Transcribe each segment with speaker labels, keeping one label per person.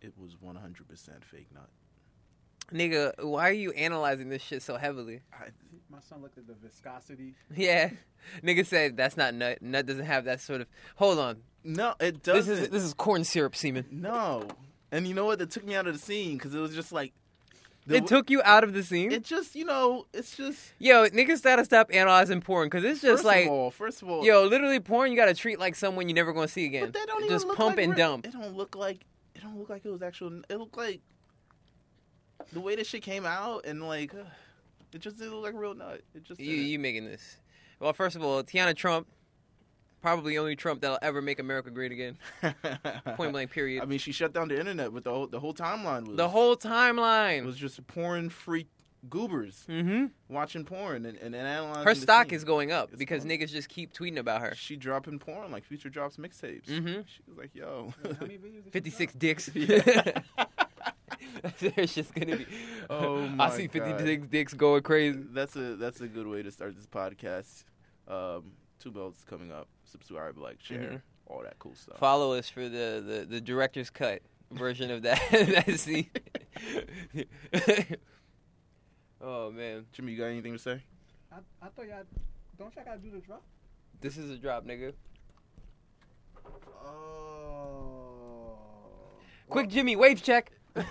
Speaker 1: It was 100% fake nut.
Speaker 2: Nigga, why are you analyzing this shit so heavily?
Speaker 3: My son looked at the viscosity.
Speaker 2: Yeah. Nigga said that's not nut. Nut doesn't have that sort of. Hold on.
Speaker 1: No, it
Speaker 2: This
Speaker 1: doesn't.
Speaker 2: is this is corn syrup semen.
Speaker 1: no. And you know what? That took me out of the scene because it was just like. the
Speaker 2: It
Speaker 1: w-
Speaker 2: took you out of the scene.
Speaker 1: It just, you know, it's just.
Speaker 2: yo, niggas gotta stop analyzing porn because it's just
Speaker 1: first
Speaker 2: like,
Speaker 1: Of all, first of all.
Speaker 2: yo, literally porn. You gotta treat like someone you're never gonna see again.
Speaker 1: But that don't
Speaker 2: just
Speaker 1: even look
Speaker 2: pump
Speaker 1: like
Speaker 2: and
Speaker 1: re-
Speaker 2: dump.
Speaker 1: It don't look like it don't look like it was actual. It looked like the way this shit came out and like it just didn't look like real nut. It just
Speaker 2: You
Speaker 1: didn't.
Speaker 2: you making this? Well, first of all, Tiana Trump, probably the only Trump that'll ever make America great again. Point blank. Period.
Speaker 1: I mean, she shut down the internet, but the whole the whole timeline was
Speaker 2: the whole
Speaker 1: it
Speaker 2: timeline.
Speaker 1: was just porn freak goobers
Speaker 2: mm-hmm.
Speaker 1: watching porn and, and, and analyzing.
Speaker 2: Her
Speaker 1: the
Speaker 2: stock
Speaker 1: scene.
Speaker 2: is going up
Speaker 1: It's
Speaker 2: because
Speaker 1: going-
Speaker 2: niggas just keep tweeting about her.
Speaker 1: She dropping porn like Future drops mixtapes.
Speaker 2: Mhm.
Speaker 1: She was like, "Yo,
Speaker 3: How many videos did you
Speaker 2: Fifty six
Speaker 3: drop?
Speaker 2: dicks.
Speaker 1: Yeah.
Speaker 2: There's just gonna be.
Speaker 1: Oh
Speaker 2: I
Speaker 1: my
Speaker 2: see fifty
Speaker 1: God.
Speaker 2: six dicks going crazy.
Speaker 1: that's a that's a good way to start this podcast." Um, two belts coming up. Subscribe, like, share,
Speaker 2: Mhm.
Speaker 1: all that cool stuff.
Speaker 2: Follow us for the, the, the director's cut version of that that scene. oh man,
Speaker 1: Jimmy, you got anything to say?
Speaker 3: I, I thought y'all. Don't y'all gotta do the drop?
Speaker 2: this is a drop, nigga.
Speaker 3: Oh.
Speaker 2: Quick, Jimmy, wave check. Oh,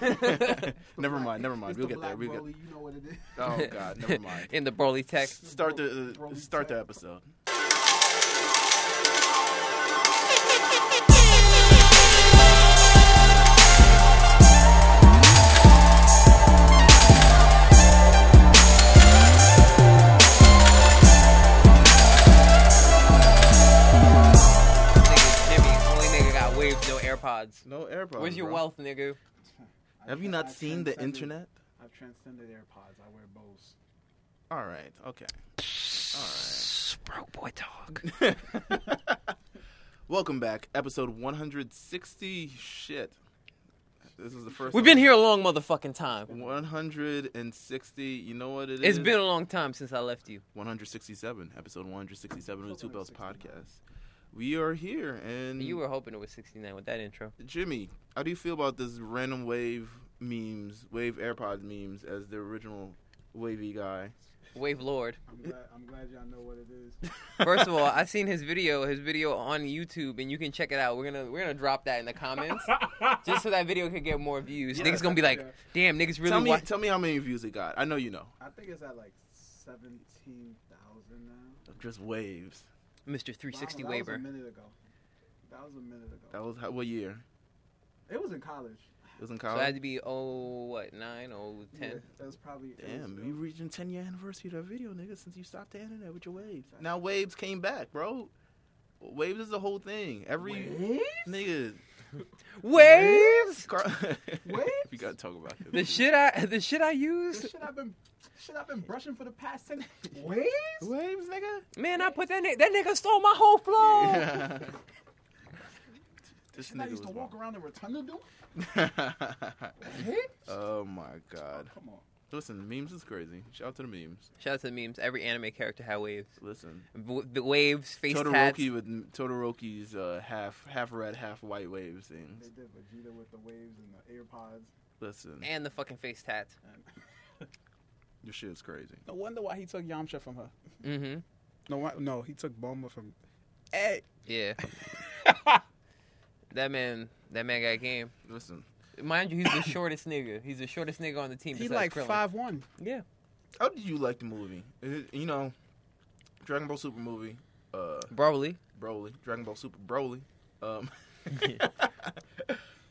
Speaker 1: never mind, never mind. We'll get there. We'll get.
Speaker 3: You know what it is.
Speaker 1: Oh God, never mind.
Speaker 2: In the Broly tech.
Speaker 1: Start the uh,
Speaker 3: Roll
Speaker 1: start the
Speaker 3: tech.
Speaker 1: episode.
Speaker 2: Nigga, Jimmy, only nigga got waves, no AirPods.
Speaker 1: No AirPods.
Speaker 2: Where's your
Speaker 1: bro.
Speaker 2: wealth, nigga?
Speaker 3: I
Speaker 1: Have you
Speaker 3: tra-
Speaker 1: not
Speaker 3: I
Speaker 1: seen the
Speaker 3: transcended-
Speaker 1: internet?
Speaker 3: I've transcended AirPods. I wear Bose.
Speaker 1: All right. Okay.
Speaker 2: Broke boy talk.
Speaker 1: Welcome back, episode 160. Shit, this is the first.
Speaker 2: We've been here a long motherfucking time.
Speaker 1: 160. You know what it
Speaker 2: It's
Speaker 1: is?
Speaker 2: been a long time since I left you.
Speaker 1: 167. Episode 167 of the Two Bells podcast. We are here, and
Speaker 2: You were hoping it was 69 with that intro.
Speaker 1: Jimmy. How do you feel about this random wave memes, wave AirPods memes, as the original wavy guy?
Speaker 2: Wave Lord.
Speaker 3: I'm glad. I'm glad y'all know what it is.
Speaker 2: First of all, I seen his video, his video on YouTube, and you can check it out. We're gonna we're gonna drop that in the comments just so that video could get more views.
Speaker 1: Yeah,
Speaker 2: niggas gonna be like,
Speaker 3: yeah.
Speaker 2: damn, niggas really
Speaker 1: tell me,
Speaker 2: watch.
Speaker 1: tell me how many views it got. I know you know.
Speaker 3: I think it's at like seventeen thousand now.
Speaker 1: Just waves.
Speaker 2: Mr. 360
Speaker 3: wow,
Speaker 2: waiver.
Speaker 3: That was a minute ago. That was a minute ago.
Speaker 1: That was how, what year?
Speaker 3: it was in college.
Speaker 1: It was in
Speaker 2: So
Speaker 1: college.
Speaker 2: that had to be oh what nine oh
Speaker 3: Yeah,
Speaker 2: ten.
Speaker 3: that was probably. it
Speaker 1: Damn,
Speaker 3: was-
Speaker 1: we reaching ten year anniversary of that video, nigga, since you stopped the internet with your waves. Now waves came back, bro. Waves is the whole thing. Every
Speaker 3: Waves?
Speaker 1: nigga,
Speaker 2: Waves.
Speaker 1: Carl,
Speaker 3: Waves?
Speaker 1: we gotta talk about this.
Speaker 2: The shit I the shit I
Speaker 3: This
Speaker 2: use.
Speaker 3: shit I've been, shit I've been brushing for the past ten. Waves?
Speaker 1: waves, nigga.
Speaker 2: Man, I put that nigga. That nigga stole my whole flow.
Speaker 1: this
Speaker 3: Shit I
Speaker 1: nigga
Speaker 3: used
Speaker 1: was
Speaker 3: to walk around and return to do.
Speaker 2: Oh,
Speaker 1: wild.
Speaker 3: Waves?
Speaker 1: oh my god!
Speaker 3: Come on.
Speaker 1: Listen, memes is crazy. Shout out to the memes.
Speaker 2: Shout out to the memes. Every anime character had waves.
Speaker 1: Listen,
Speaker 2: W- the waves, face tats.
Speaker 1: Todoroki with Todoroki's uh, half half red, half white waves things.
Speaker 3: They did Vegeta with the waves and the AirPods.
Speaker 1: Listen,
Speaker 2: And the fucking face tats.
Speaker 3: And
Speaker 1: your shit is crazy.
Speaker 3: no wonder why he took Yamcha from her.
Speaker 2: Mm-hmm.
Speaker 3: No, why- no, he took Bulma from. Hey,
Speaker 2: Yeah. that man, that man got game.
Speaker 1: Listen,
Speaker 2: Mind you, he's the shortest nigga. He's the shortest nigga on the team.
Speaker 3: he
Speaker 2: besides
Speaker 3: like
Speaker 2: Krillin.
Speaker 3: five one.
Speaker 2: Yeah.
Speaker 1: How did you like the movie? It- you know, Dragon Ball Super movie, uh,
Speaker 2: Broly.
Speaker 1: Broly, Dragon Ball Super Broly. Um,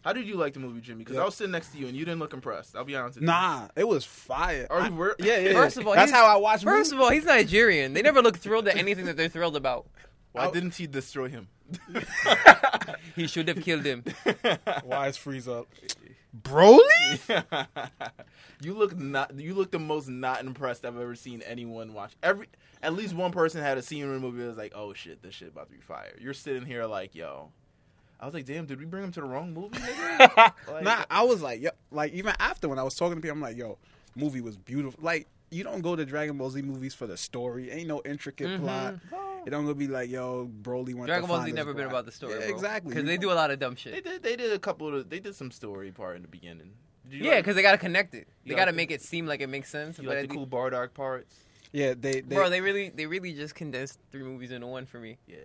Speaker 1: how did you like the movie, Jimmy? Because I was sitting next to you and you didn't look impressed. I'll be honest. With
Speaker 4: Nah, it was fire.
Speaker 1: you. Are
Speaker 4: I-
Speaker 1: you wor-
Speaker 4: yeah, yeah.
Speaker 2: First of all,
Speaker 4: that's
Speaker 2: he's-
Speaker 4: how I watch. First,
Speaker 2: First of all, he's Nigerian. They never look thrilled at anything that they're thrilled about.
Speaker 1: Why didn't he destroy him?
Speaker 2: He should have killed him.
Speaker 4: why is freeze up? Broly?
Speaker 1: you look not. You look the most not impressed I've ever seen anyone watch. Every at least one person had a scene in the movie that was like, "Oh shit, this shit about to be fire." You're sitting here like, "Yo," I was like, "Damn, did we bring him to the wrong movie?" nigga?" Like-
Speaker 4: Nah, I was like, yo, like even after when I was talking to people, I'm like, yo, movie was beautiful. Like you don't go to Dragon Ball Z movies for the story. Ain't no intricate plot.
Speaker 5: It don't gonna be like yo, Broly went.
Speaker 2: Mm-hmm. Dragon
Speaker 5: to
Speaker 2: Ball Z
Speaker 5: find
Speaker 2: never
Speaker 5: his
Speaker 2: been
Speaker 5: bro-
Speaker 2: about the story,
Speaker 5: Yeah,
Speaker 2: bro.
Speaker 5: exactly.
Speaker 2: Because they do a lot of dumb
Speaker 1: They
Speaker 2: shit.
Speaker 1: did. They did a couple of. They did some story part in the beginning. Did you
Speaker 2: Yeah,
Speaker 1: like-
Speaker 2: because they gotta connect it. They
Speaker 1: You
Speaker 2: gotta
Speaker 1: like
Speaker 2: make it seem like it makes sense.
Speaker 1: you
Speaker 2: but
Speaker 1: like
Speaker 2: at
Speaker 1: the
Speaker 2: the-
Speaker 1: cool Bardock parts.
Speaker 5: Yeah, they. they
Speaker 2: bro, they really, they really just condensed three movies into one for me.
Speaker 1: Yeah,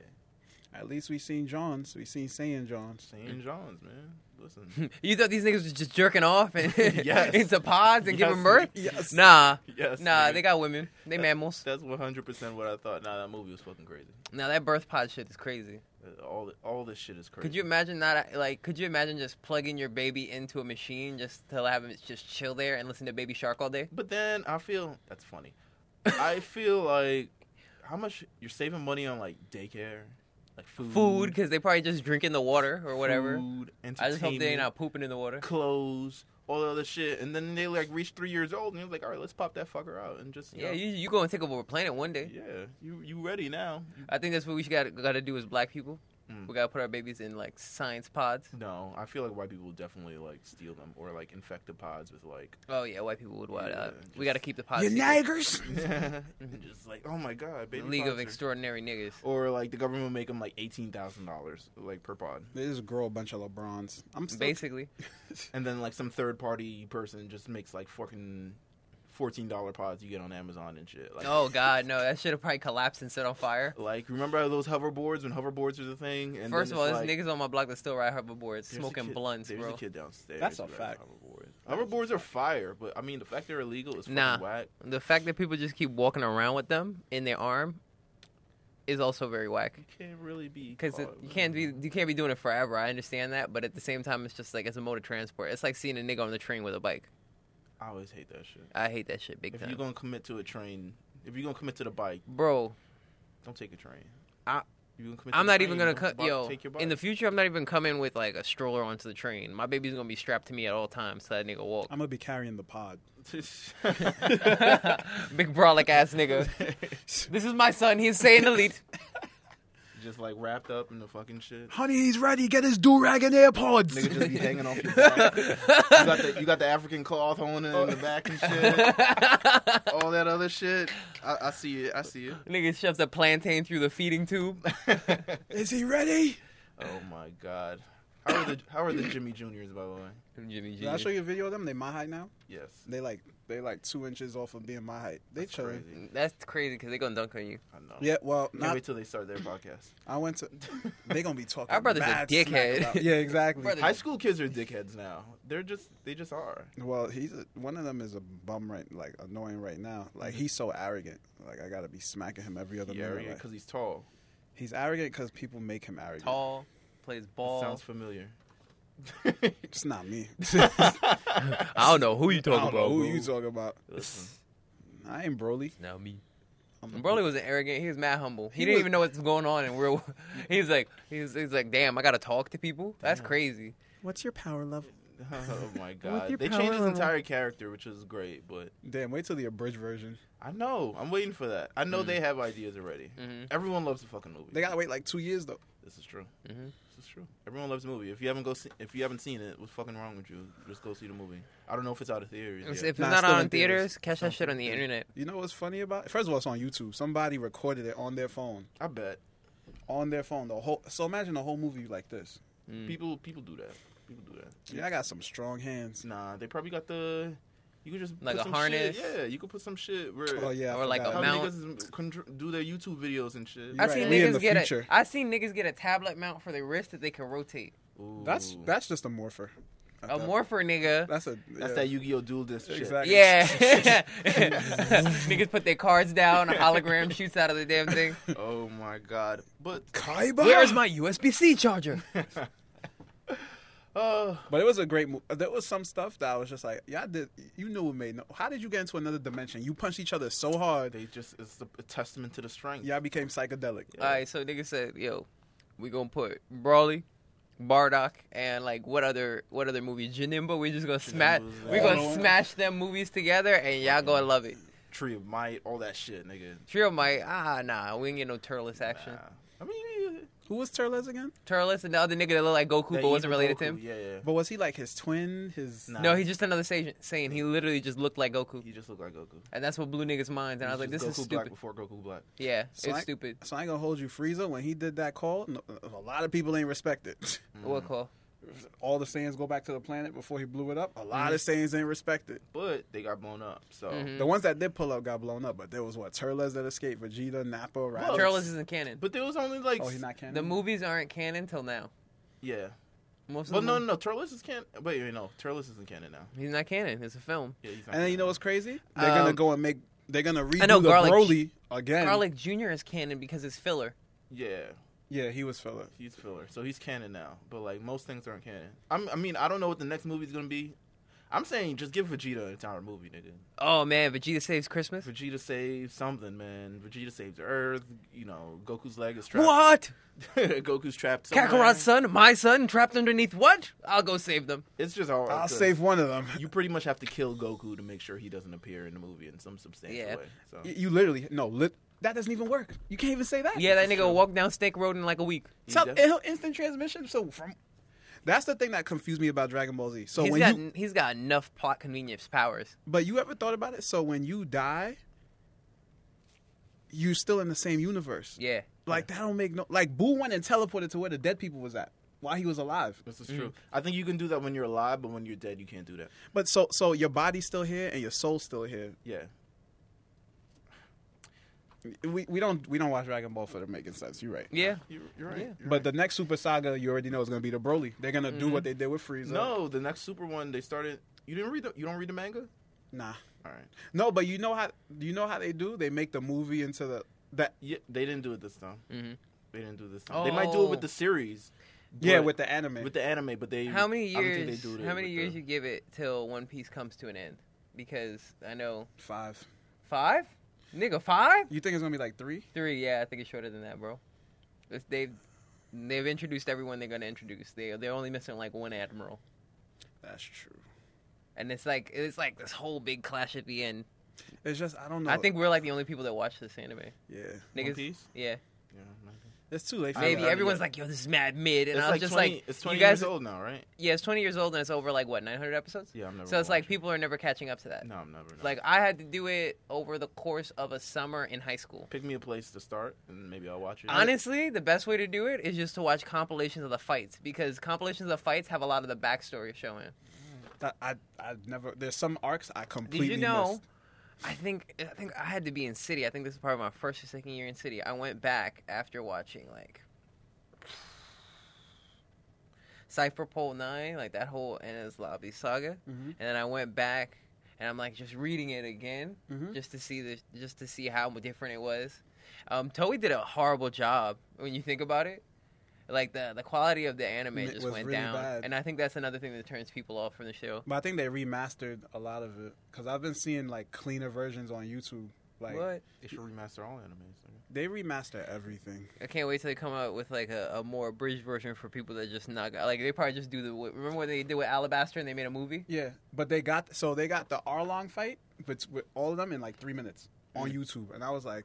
Speaker 5: at least we seen Johns. We seen Saiyan Johns.
Speaker 1: St. John's, man. Listen.
Speaker 2: You thought these niggas was just jerking off and
Speaker 1: Yes.
Speaker 2: into pods and
Speaker 1: Yes.
Speaker 2: giving birth?
Speaker 5: Yes.
Speaker 2: Nah,
Speaker 1: yes.
Speaker 2: nah,
Speaker 1: nigga.
Speaker 2: they got women. They mammals.
Speaker 1: That's one hundred percent what I thought. Nah, that movie was fucking crazy.
Speaker 2: Now that birth pod shit is crazy.
Speaker 1: Uh, All all this shit is crazy.
Speaker 2: Could you imagine not like? Could you imagine just plugging your baby into a machine just to have him just chill there and listen to Baby Shark all day?
Speaker 1: But then I feel that's funny. I feel like how much you're saving money on like daycare, like food,
Speaker 2: Food, because they probably just drinking the water or whatever.
Speaker 1: food,
Speaker 2: I just hope they
Speaker 1: entertainment,
Speaker 2: not pooping in the water.
Speaker 1: clothes, all the other shit, and then they like reach three years old, and you're like, all right, let's pop that fucker out and just
Speaker 2: Yeah,
Speaker 1: know,
Speaker 2: you you go and take over a planet one day.
Speaker 1: yeah, you you ready now? You-
Speaker 2: I think that's what we got got to do as black people.
Speaker 1: Mm.
Speaker 2: We gotta put our babies in like science pods.
Speaker 1: no, I feel like white people definitely like steal them or like infect the pods with like,
Speaker 2: Oh yeah, white people would wild
Speaker 1: Yeah,
Speaker 2: out. We
Speaker 1: just-
Speaker 2: gotta keep the pods.
Speaker 5: You
Speaker 2: secret.
Speaker 5: niggers.
Speaker 1: just like oh my god,
Speaker 2: The
Speaker 1: baby.
Speaker 2: League of
Speaker 1: pods are-
Speaker 2: Extraordinary Niggas.
Speaker 1: Or like the government will make them like eighteen thousand dollars like per pod.
Speaker 5: They just grow a bunch of LeBrons. I'm still.
Speaker 2: Basically,
Speaker 1: and then like some third party person just makes like fucking fourteen dollar pods you get on Amazon and shit. Like,
Speaker 2: oh god, no, that should have probably collapsed and set on fire.
Speaker 1: like remember how those hoverboards when hoverboards was a thing? And
Speaker 2: First
Speaker 1: then
Speaker 2: of all,
Speaker 1: it's
Speaker 2: there's
Speaker 1: like,
Speaker 2: niggas on my block that still ride hoverboards,
Speaker 1: there's a
Speaker 2: smoking
Speaker 1: kid-
Speaker 2: blunts,
Speaker 1: There's
Speaker 2: bro.
Speaker 1: a kid downstairs.
Speaker 5: That's a
Speaker 1: who rides
Speaker 5: fact.
Speaker 1: Hoverboards. hoverboards are fire, but I mean the fact they're illegal is fucking
Speaker 2: Nah.
Speaker 1: whack.
Speaker 2: The fact that people just keep walking around with them in their arm is also very whack.
Speaker 1: You can't really be
Speaker 2: Because
Speaker 1: caught,
Speaker 2: you
Speaker 1: Oh, man.
Speaker 2: can't be you can't be doing it forever. I understand that, but at the same time, it's just like it's a mode of transport. It's like seeing a nigga on the train with a bike.
Speaker 1: I always hate that shit.
Speaker 2: I hate that shit big
Speaker 1: If
Speaker 2: time,
Speaker 1: you're gonna commit to a train, if you're gonna commit to the bike,
Speaker 2: bro.
Speaker 1: don't take a train.
Speaker 2: I-
Speaker 1: If you're gonna commit to
Speaker 2: I'm
Speaker 1: the
Speaker 2: not even
Speaker 1: train,
Speaker 2: gonna
Speaker 1: don't
Speaker 2: cut
Speaker 1: bu-
Speaker 2: yo.
Speaker 1: Take your bike.
Speaker 2: In the future, I'm not even coming with like a stroller onto the train. My baby's gonna be strapped to me at all times, so that nigga walk.
Speaker 5: I'm gonna be carrying the pod.
Speaker 2: Big brolic ass nigga. This is my son. He's saying elite.
Speaker 1: just like wrapped up in the fucking shit.
Speaker 5: Honey, he's ready. Get his do rag and AirPods.
Speaker 1: Nigga just be hanging off your back. You got the, you got the African cloth on it in the back and shit. All that other shit. I, I see it. I see it.
Speaker 2: Nigga shoves a plantain through the feeding tube.
Speaker 5: Is he ready?
Speaker 1: oh my god. How are the How are the Jimmy Juniors by the way?
Speaker 2: Jimmy G.
Speaker 5: Did I show you a video of them? They my height now.
Speaker 1: Yes.
Speaker 5: They like they like two inches off of being my height. They
Speaker 1: That's
Speaker 5: chilling.
Speaker 1: crazy.
Speaker 2: That's crazy because they gonna dunk on you.
Speaker 1: I know.
Speaker 5: Yeah, well,
Speaker 1: Can't
Speaker 5: not,
Speaker 1: wait till they start their podcast.
Speaker 5: I went to. They gonna be talking.
Speaker 2: Our brother's a
Speaker 5: mad smack
Speaker 2: dickhead.
Speaker 5: about- Yeah, exactly.
Speaker 2: Brother-
Speaker 1: High school kids are dickheads now. They're just they just are.
Speaker 5: Well, he's a, one of them is a bum right, like annoying right now. Like he's so arrogant. Like I gotta be smacking him every other
Speaker 1: Yeah,
Speaker 5: minute. like-
Speaker 1: because he's tall.
Speaker 5: he's arrogant because people make him arrogant.
Speaker 2: Tall, plays
Speaker 1: It
Speaker 2: ball.
Speaker 1: sounds familiar.
Speaker 5: It's not me.
Speaker 2: I don't know who you
Speaker 5: I
Speaker 2: talking
Speaker 5: don't know
Speaker 2: about.
Speaker 5: who you talking about.
Speaker 1: Listen.
Speaker 5: I ain't Broly.
Speaker 2: Now me.
Speaker 5: I'm
Speaker 2: Broly wasn't arrogant. He was mad humble. He,
Speaker 5: He
Speaker 2: didn't
Speaker 5: was-
Speaker 2: even know what's going on in real. He was like, he was, he was like, damn, I gotta talk to people. That's
Speaker 1: Damn.
Speaker 2: crazy.
Speaker 5: What's your power level?
Speaker 1: Oh my god.
Speaker 2: your
Speaker 1: They
Speaker 2: power
Speaker 1: changed his
Speaker 2: level.
Speaker 1: entire character, which is great, but
Speaker 5: Damn, wait till the abridged version.
Speaker 1: I know. I'm waiting for that. I know they
Speaker 2: Mm.
Speaker 1: have ideas already.
Speaker 2: Mhm.
Speaker 1: Everyone loves the fucking movie.
Speaker 5: They gotta wait like two years though.
Speaker 1: This is true.
Speaker 2: Mhm.
Speaker 1: This is true. Everyone loves the movie. If you haven't go see, if you haven't seen it, what's fucking wrong with you? Just go see the movie. I don't know if it's out of theaters.
Speaker 2: If
Speaker 1: yet.
Speaker 2: it's
Speaker 5: Nah,
Speaker 2: not
Speaker 5: still
Speaker 2: out
Speaker 5: in
Speaker 2: in theaters,
Speaker 5: theaters.
Speaker 2: catch that shit on the
Speaker 1: Yeah.
Speaker 2: internet.
Speaker 5: You know what's funny about? it? First of all, it's on YouTube. Somebody recorded it on their phone.
Speaker 1: I bet
Speaker 5: On their phone, the whole. So imagine a whole movie like this.
Speaker 2: Mm.
Speaker 1: people people do that. People do that.
Speaker 5: Yeah, I got some strong hands.
Speaker 1: Nah, they probably got the. You could just
Speaker 2: Like
Speaker 1: put
Speaker 2: a
Speaker 1: some
Speaker 2: harness?
Speaker 1: Shit. Yeah, you could put some shit where.
Speaker 5: Oh yeah, I
Speaker 2: Or like
Speaker 5: forgot.
Speaker 1: How
Speaker 2: a mount.
Speaker 1: niggas contr- do their YouTube videos and shit.
Speaker 5: You're
Speaker 2: I seen
Speaker 5: right. We in
Speaker 2: niggas
Speaker 5: the
Speaker 2: get
Speaker 5: future.
Speaker 2: a. I seen niggas get a tablet mount for their wrist that they can rotate.
Speaker 1: Ooh.
Speaker 5: That's that's just a morpher.
Speaker 2: A morpher nigga.
Speaker 5: That's a
Speaker 1: that's
Speaker 5: yeah.
Speaker 1: that Yu Gi Oh dual disc shit.
Speaker 5: Exactly.
Speaker 2: Yeah. Niggas put their cards down, a hologram shoots out of the damn thing.
Speaker 1: Oh my god! But
Speaker 5: Kaiba.
Speaker 2: USB C charger?
Speaker 1: uh,
Speaker 5: But it was a great movie. There was some stuff that I was just like, yeah, I did. You knew it made no. How did you get into another dimension? You punched each other so hard.
Speaker 1: they just it's a, a testament to the strength.
Speaker 5: Y'all became psychedelic.
Speaker 2: Alright, so niggas said, yo, we gonna put Brawley, Bardock, and like what other what other movie? Janimba, we just gonna smash
Speaker 1: Janimba's
Speaker 2: we gonna
Speaker 5: awesome.
Speaker 2: smash them movies together and y'all gonna love it.
Speaker 1: Tree of Might, all that shit, nigga.
Speaker 2: Trio might ah nah, we ain't get no turles
Speaker 1: Nah.
Speaker 2: action.
Speaker 1: I mean, yeah.
Speaker 5: Who Who was Turles again?
Speaker 2: Turles and the other nigga that looked like Goku
Speaker 1: That
Speaker 2: but wasn't
Speaker 1: evil
Speaker 2: related to
Speaker 1: Goku,
Speaker 2: him.
Speaker 1: Yeah, yeah.
Speaker 5: But was he like his twin? His
Speaker 1: Nah.
Speaker 2: No, he's just another Saiyan. Saiyan. He literally just looked like Goku,
Speaker 1: He just looked like Goku.
Speaker 2: and that's what blew niggas' minds. And I was like,
Speaker 1: He's
Speaker 2: this
Speaker 1: just
Speaker 2: is
Speaker 1: Goku Black
Speaker 2: stupid.
Speaker 1: before Goku Black.
Speaker 2: Yeah,
Speaker 5: So
Speaker 2: it's
Speaker 5: I-
Speaker 2: stupid.
Speaker 5: So I ain't gonna hold you, Frieza. When he did that call, no, uh, a lot of people ain't respected.
Speaker 1: Mm,
Speaker 2: What
Speaker 1: Mm-hmm.
Speaker 2: call?
Speaker 5: All the Saiyans go back to the planet before he blew it up. A
Speaker 2: Mm-hmm.
Speaker 5: lot of Saiyans ain't respected.
Speaker 1: But they got blown up. So
Speaker 2: Mhm.
Speaker 5: The ones that did pull up got blown up, but there was what Turles that escaped, Vegeta, Nappa, Raditz.
Speaker 2: Turles isn't canon.
Speaker 1: But there was only like
Speaker 5: Oh, he's not
Speaker 1: Mm-hmm.
Speaker 5: canon.
Speaker 2: The movies aren't canon till now.
Speaker 1: Yeah.
Speaker 2: Most of
Speaker 1: Well
Speaker 2: the
Speaker 1: no
Speaker 2: mov-
Speaker 1: no no Turles is can wait, wait no, Turles isn't canon now.
Speaker 2: he's not canon. It's a film.
Speaker 1: Yeah, he's not
Speaker 5: And then you
Speaker 1: canon.
Speaker 5: know what's crazy? They're gonna
Speaker 2: Um,
Speaker 5: go and make. They're gonna redo
Speaker 2: know
Speaker 5: the
Speaker 2: Garlic-
Speaker 5: Broly again.
Speaker 2: Garlic Jr. is canon because it's filler.
Speaker 1: Yeah.
Speaker 5: Yeah, he was filler.
Speaker 1: He's filler, so he's canon now. But like most things aren't canon. I'm, I mean, I don't know what the next movie's gonna be. I'm saying just give Vegeta an entire movie, nigga.
Speaker 2: Oh man, Vegeta saves Christmas.
Speaker 1: Vegeta saves something, man. Vegeta saves Earth. You know, Goku's leg is trapped.
Speaker 2: What?
Speaker 1: Goku's trapped. Somewhere.
Speaker 2: Kakarot's son, my son, trapped underneath what? I'll go save them.
Speaker 1: It's just all.
Speaker 5: I'll
Speaker 1: good.
Speaker 5: save one of them.
Speaker 1: You pretty much have to kill Goku to make sure he doesn't appear in the movie in some substantial
Speaker 2: Yeah.
Speaker 1: way. So
Speaker 5: You, you literally no. Lit, that doesn't even work. You can't even say that.
Speaker 2: Yeah, that
Speaker 1: is
Speaker 2: nigga
Speaker 1: true.
Speaker 2: walked down Snake Road in like a week.
Speaker 1: he
Speaker 5: Tell-
Speaker 1: def-
Speaker 5: it'll instant transmission. So from that's the thing that confused me about Dragon Ball Z. So
Speaker 2: He's
Speaker 5: when
Speaker 2: got
Speaker 5: you
Speaker 2: he's got enough plot convenience powers.
Speaker 5: but you ever thought about it? So when you die, you're still in the same universe.
Speaker 2: Yeah.
Speaker 5: Like that don't make no like Boo went and teleported to where the dead people was at while he was alive.
Speaker 1: this is true. I think you can do that when you're alive, but when you're dead, you can't do that.
Speaker 5: But so so your body's still here and your soul's still here.
Speaker 1: Yeah.
Speaker 5: We we don't we don't watch Dragon Ball for the making sense. You're right.
Speaker 2: Yeah.
Speaker 1: You're, you're right.
Speaker 2: Yeah.
Speaker 1: You're
Speaker 5: But the next Super Saga, you already know is gonna be the Broly. They're gonna
Speaker 2: Mm-hmm.
Speaker 5: do what they did with Frieza.
Speaker 1: No, the next Super one they started. You didn't read the. You don't read the manga.
Speaker 5: nah,
Speaker 1: All right.
Speaker 5: no. But you know how you know how they do? They make the movie into the that
Speaker 1: Yeah, they didn't do it this time.
Speaker 2: Mhm.
Speaker 1: They didn't do it this time. They might
Speaker 2: Oh.
Speaker 1: do it with the series.
Speaker 5: yeah
Speaker 1: but-
Speaker 5: with the anime.
Speaker 1: with the anime, but they
Speaker 2: How many
Speaker 1: I don't think
Speaker 2: years
Speaker 1: they do it
Speaker 2: how many
Speaker 1: with
Speaker 2: years
Speaker 1: the-
Speaker 2: you give it till One Piece comes to an end? Because I know
Speaker 5: Five.
Speaker 2: five? Nigga, five?
Speaker 5: You think it's gonna be like three?
Speaker 2: Three, yeah, I think it's shorter than that, bro. It's- They've they've introduced everyone they're gonna introduce. They they're only missing like one admiral.
Speaker 5: That's true.
Speaker 2: And it's like it's like this whole big clash at the end.
Speaker 5: It's just I don't know.
Speaker 2: I think we're like the only people that watch this anime.
Speaker 5: yeah,
Speaker 1: One
Speaker 2: Niggas,
Speaker 1: Piece?
Speaker 2: yeah.
Speaker 1: Yeah, maybe.
Speaker 5: it's too late. For
Speaker 2: Maybe
Speaker 1: haven't-
Speaker 5: that.
Speaker 2: everyone's like, "Yo, this is mad mid," and
Speaker 1: it's
Speaker 2: I was
Speaker 1: like
Speaker 2: just
Speaker 1: 20,
Speaker 2: like,
Speaker 1: it's twenty
Speaker 2: "You guys,
Speaker 1: years old now, right?
Speaker 2: yeah, it's twenty years old, and it's over like what nine hundred episodes."
Speaker 1: Yeah, I'm never.
Speaker 2: so it's
Speaker 1: gonna
Speaker 2: like people are never catching up to that.
Speaker 1: watch it. No, I'm never. never.
Speaker 2: Like I had to do it over the course of a summer in high school.
Speaker 1: pick me a place to start, and maybe I'll watch it.
Speaker 2: Honestly, the best way to do it is just to watch compilations of the fights because compilations of fights have a lot of the backstory showing.
Speaker 5: That- I I never. There's some arcs I
Speaker 2: Did
Speaker 5: completely
Speaker 2: you know?
Speaker 5: missed.
Speaker 2: I think I think I had to be in city. I think this is probably my first or second year in city. I went back after watching like Cypher Pole Nine, like that whole Anna's Lobby saga,
Speaker 5: Mm-hmm.
Speaker 2: and then I went back and I'm like just reading it again
Speaker 5: Mhm.
Speaker 2: just to see the just to see how different it was. Um, Toei did a horrible job when you think about it. Like the the quality of the anime
Speaker 5: It
Speaker 2: just
Speaker 5: was
Speaker 2: went
Speaker 5: really
Speaker 2: down,
Speaker 5: bad.
Speaker 2: and I think that's another thing that turns people off from the show.
Speaker 5: But I think they remastered a lot of it because I've been seeing like cleaner versions on YouTube. Like
Speaker 2: what?
Speaker 1: they should remaster all animes.
Speaker 5: they remaster everything.
Speaker 2: I can't wait till they come out with like a, a more abridged version for people that just not got like they probably just do the remember what they did with Alabaster and they made a movie.
Speaker 5: Yeah, but they got so they got the Arlong fight, but with all of them in like three minutes on YouTube, and I was like,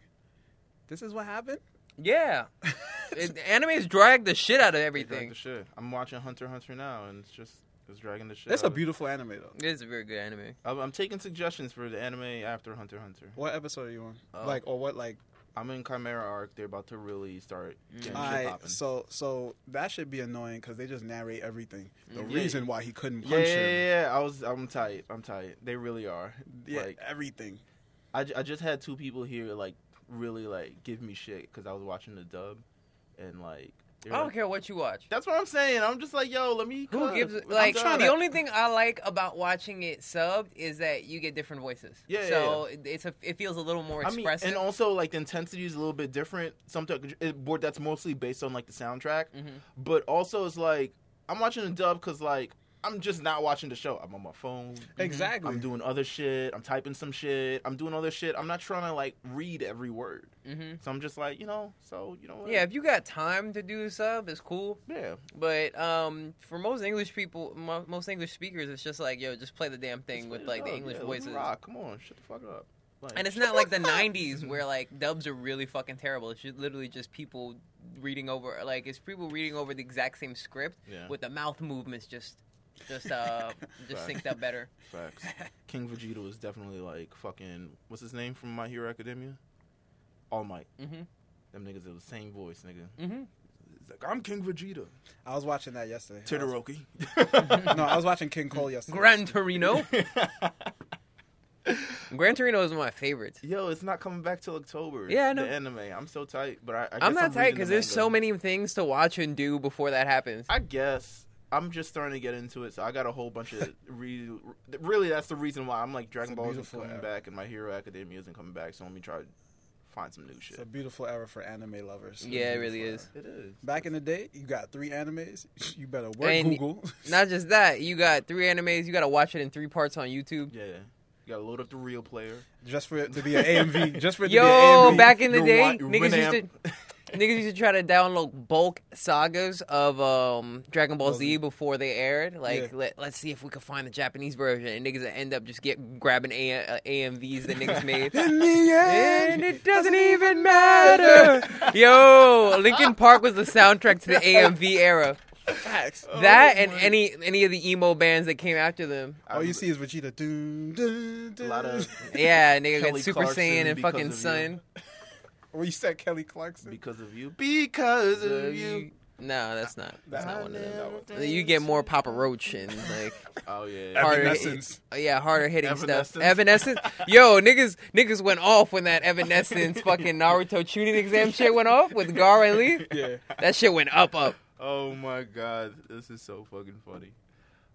Speaker 5: "This is what happened."
Speaker 2: Yeah, it, anime's dragged the shit out of
Speaker 1: They drag
Speaker 2: everything.
Speaker 1: the shit. I'm watching Hunter x Hunter now, and it's just it's dragging the shit.
Speaker 5: That's
Speaker 1: out
Speaker 5: a
Speaker 1: of-
Speaker 5: beautiful anime though.
Speaker 2: It is a very good anime.
Speaker 1: I'm, I'm taking suggestions for the anime after Hunter x Hunter.
Speaker 5: What episode are you on?
Speaker 2: Oh.
Speaker 5: like or what like?
Speaker 1: I'm in Chimera arc. They're about to really start getting
Speaker 2: Mm.
Speaker 1: shit
Speaker 5: I
Speaker 1: popping.
Speaker 5: so so that should be annoying because they just narrate everything. The
Speaker 1: Mhm. Yeah.
Speaker 5: reason why he couldn't
Speaker 1: yeah,
Speaker 5: punch
Speaker 1: yeah,
Speaker 5: him,
Speaker 1: yeah, yeah. I was. I'm tight. I'm tight. They really are.
Speaker 5: yeah,
Speaker 1: Like,
Speaker 5: everything.
Speaker 1: I, ju- I just had two people here like really like give me shit because I was watching the dub and like they were
Speaker 2: I don't
Speaker 1: like-
Speaker 2: care what you watch.
Speaker 1: That's what I'm saying. I'm just like yo, let me.
Speaker 2: Oh, Who
Speaker 1: cook.
Speaker 2: gives
Speaker 1: I'm
Speaker 2: like
Speaker 1: trying
Speaker 2: the
Speaker 1: to-
Speaker 2: only thing I like about watching it subbed is that you get different voices.
Speaker 1: Yeah, yeah,
Speaker 2: so it- it's a, it feels a little more
Speaker 1: I mean,
Speaker 2: expressive.
Speaker 1: and also like the intensity is a little bit different. Sometimes it, board that's mostly based on like the soundtrack,
Speaker 2: Mhm.
Speaker 1: but also it's like I'm watching the dub because like I'm just not watching the show. I'm on my phone.
Speaker 5: Exactly.
Speaker 1: I'm doing other shit. I'm typing some shit. I'm doing other shit. I'm not trying to like read every word.
Speaker 2: Mhm.
Speaker 1: So I'm just like you know. So you know what?
Speaker 2: Yeah, if you got time to do the sub, it's cool.
Speaker 1: yeah.
Speaker 2: But um, for most English people, mo- most English speakers, it's just like, yo, just play the damn thing with like the English
Speaker 1: oh, yeah, let me
Speaker 2: voices.
Speaker 1: Rock, come on, shut the fuck up. Like,
Speaker 2: And it's not like the '90s where like dubs are really fucking terrible. It's just literally just people reading over, like it's people reading over the exact same script
Speaker 1: Yeah.
Speaker 2: with the mouth movements just, just uh, just
Speaker 1: Right.
Speaker 2: synced up better.
Speaker 1: Facts. King Vegeta was definitely like fucking what's his name from My Hero Academia? All Might.
Speaker 2: Mhm.
Speaker 1: Them niggas have the same voice, nigga.
Speaker 2: Mm-hmm.
Speaker 1: It's like I'm King Vegeta.
Speaker 5: I was watching that yesterday. I was-
Speaker 1: Todoroki.
Speaker 5: No, I was watching King Cole yesterday.
Speaker 2: Gran Torino. Gran Torino is one of my favorites.
Speaker 1: Yo, it's not coming back till October.
Speaker 2: Yeah, I know.
Speaker 1: The anime. I'm so tight, but I, I guess
Speaker 2: I'm not tight
Speaker 1: reading the
Speaker 2: because there's
Speaker 1: manga.
Speaker 2: so many things to watch and do before that happens.
Speaker 1: I guess I'm just starting to get into it, so I got a whole bunch of re- really. That's the reason why I'm like Dragon
Speaker 5: It's a
Speaker 1: Ball isn't
Speaker 5: beautiful
Speaker 1: coming
Speaker 5: era.
Speaker 1: back, and My Hero Academia isn't coming back. So let me try to find some new
Speaker 5: It's
Speaker 1: shit.
Speaker 5: a beautiful era for anime lovers.
Speaker 2: Yeah, it really is.
Speaker 1: It is.
Speaker 5: Back in the day, you got three animes. You better work
Speaker 2: And-
Speaker 5: Google.
Speaker 2: Not just that, you got three animes. You got to watch it in three parts on YouTube.
Speaker 1: Yeah, you gotta load up the real player.
Speaker 5: just for it to be an AMV. Just for it to be
Speaker 2: Yo,
Speaker 5: an AMV.
Speaker 2: back in the
Speaker 1: You
Speaker 2: day,
Speaker 1: want- you
Speaker 2: niggas used to
Speaker 1: Winamp.
Speaker 2: niggas used to try to download bulk sagas of um, Dragon Ball Z before they aired. Like,
Speaker 5: Yeah.
Speaker 2: let, let's see if we could find the Japanese version. And niggas would end up just get grabbing a, uh, AMVs that niggas made.
Speaker 5: in the end.
Speaker 2: And it doesn't even matter. Yo, Linkin Park was the soundtrack to the AMV era.
Speaker 5: Facts.
Speaker 1: Oh,
Speaker 2: That and any any of the emo bands that came after them.
Speaker 5: All you see is Vegeta. Dun, dun,
Speaker 1: a
Speaker 5: dun.
Speaker 1: lot of
Speaker 2: Yeah, nigga got
Speaker 1: Kelly
Speaker 2: Super
Speaker 1: Clarkson
Speaker 2: Saiyan and
Speaker 1: because
Speaker 2: fucking
Speaker 1: of you.
Speaker 2: Sun.
Speaker 5: Well, you said Kelly Clarkson.
Speaker 1: because of you, because of you.
Speaker 2: No, that's not. That's
Speaker 5: I
Speaker 2: not one of them.
Speaker 5: never
Speaker 2: You get more Papa Roach and like,
Speaker 1: Oh yeah,
Speaker 2: Harder-
Speaker 5: Evanescence.
Speaker 2: uh, yeah, harder hitting stuff.
Speaker 1: Evanescence?
Speaker 2: Evanescence. Yo, niggas, niggas went off when that Evanescence fucking Naruto tuning exam shit went off with Gara and Lee.
Speaker 5: Yeah.
Speaker 2: That shit went up, up.
Speaker 1: Oh my god, this is so fucking funny.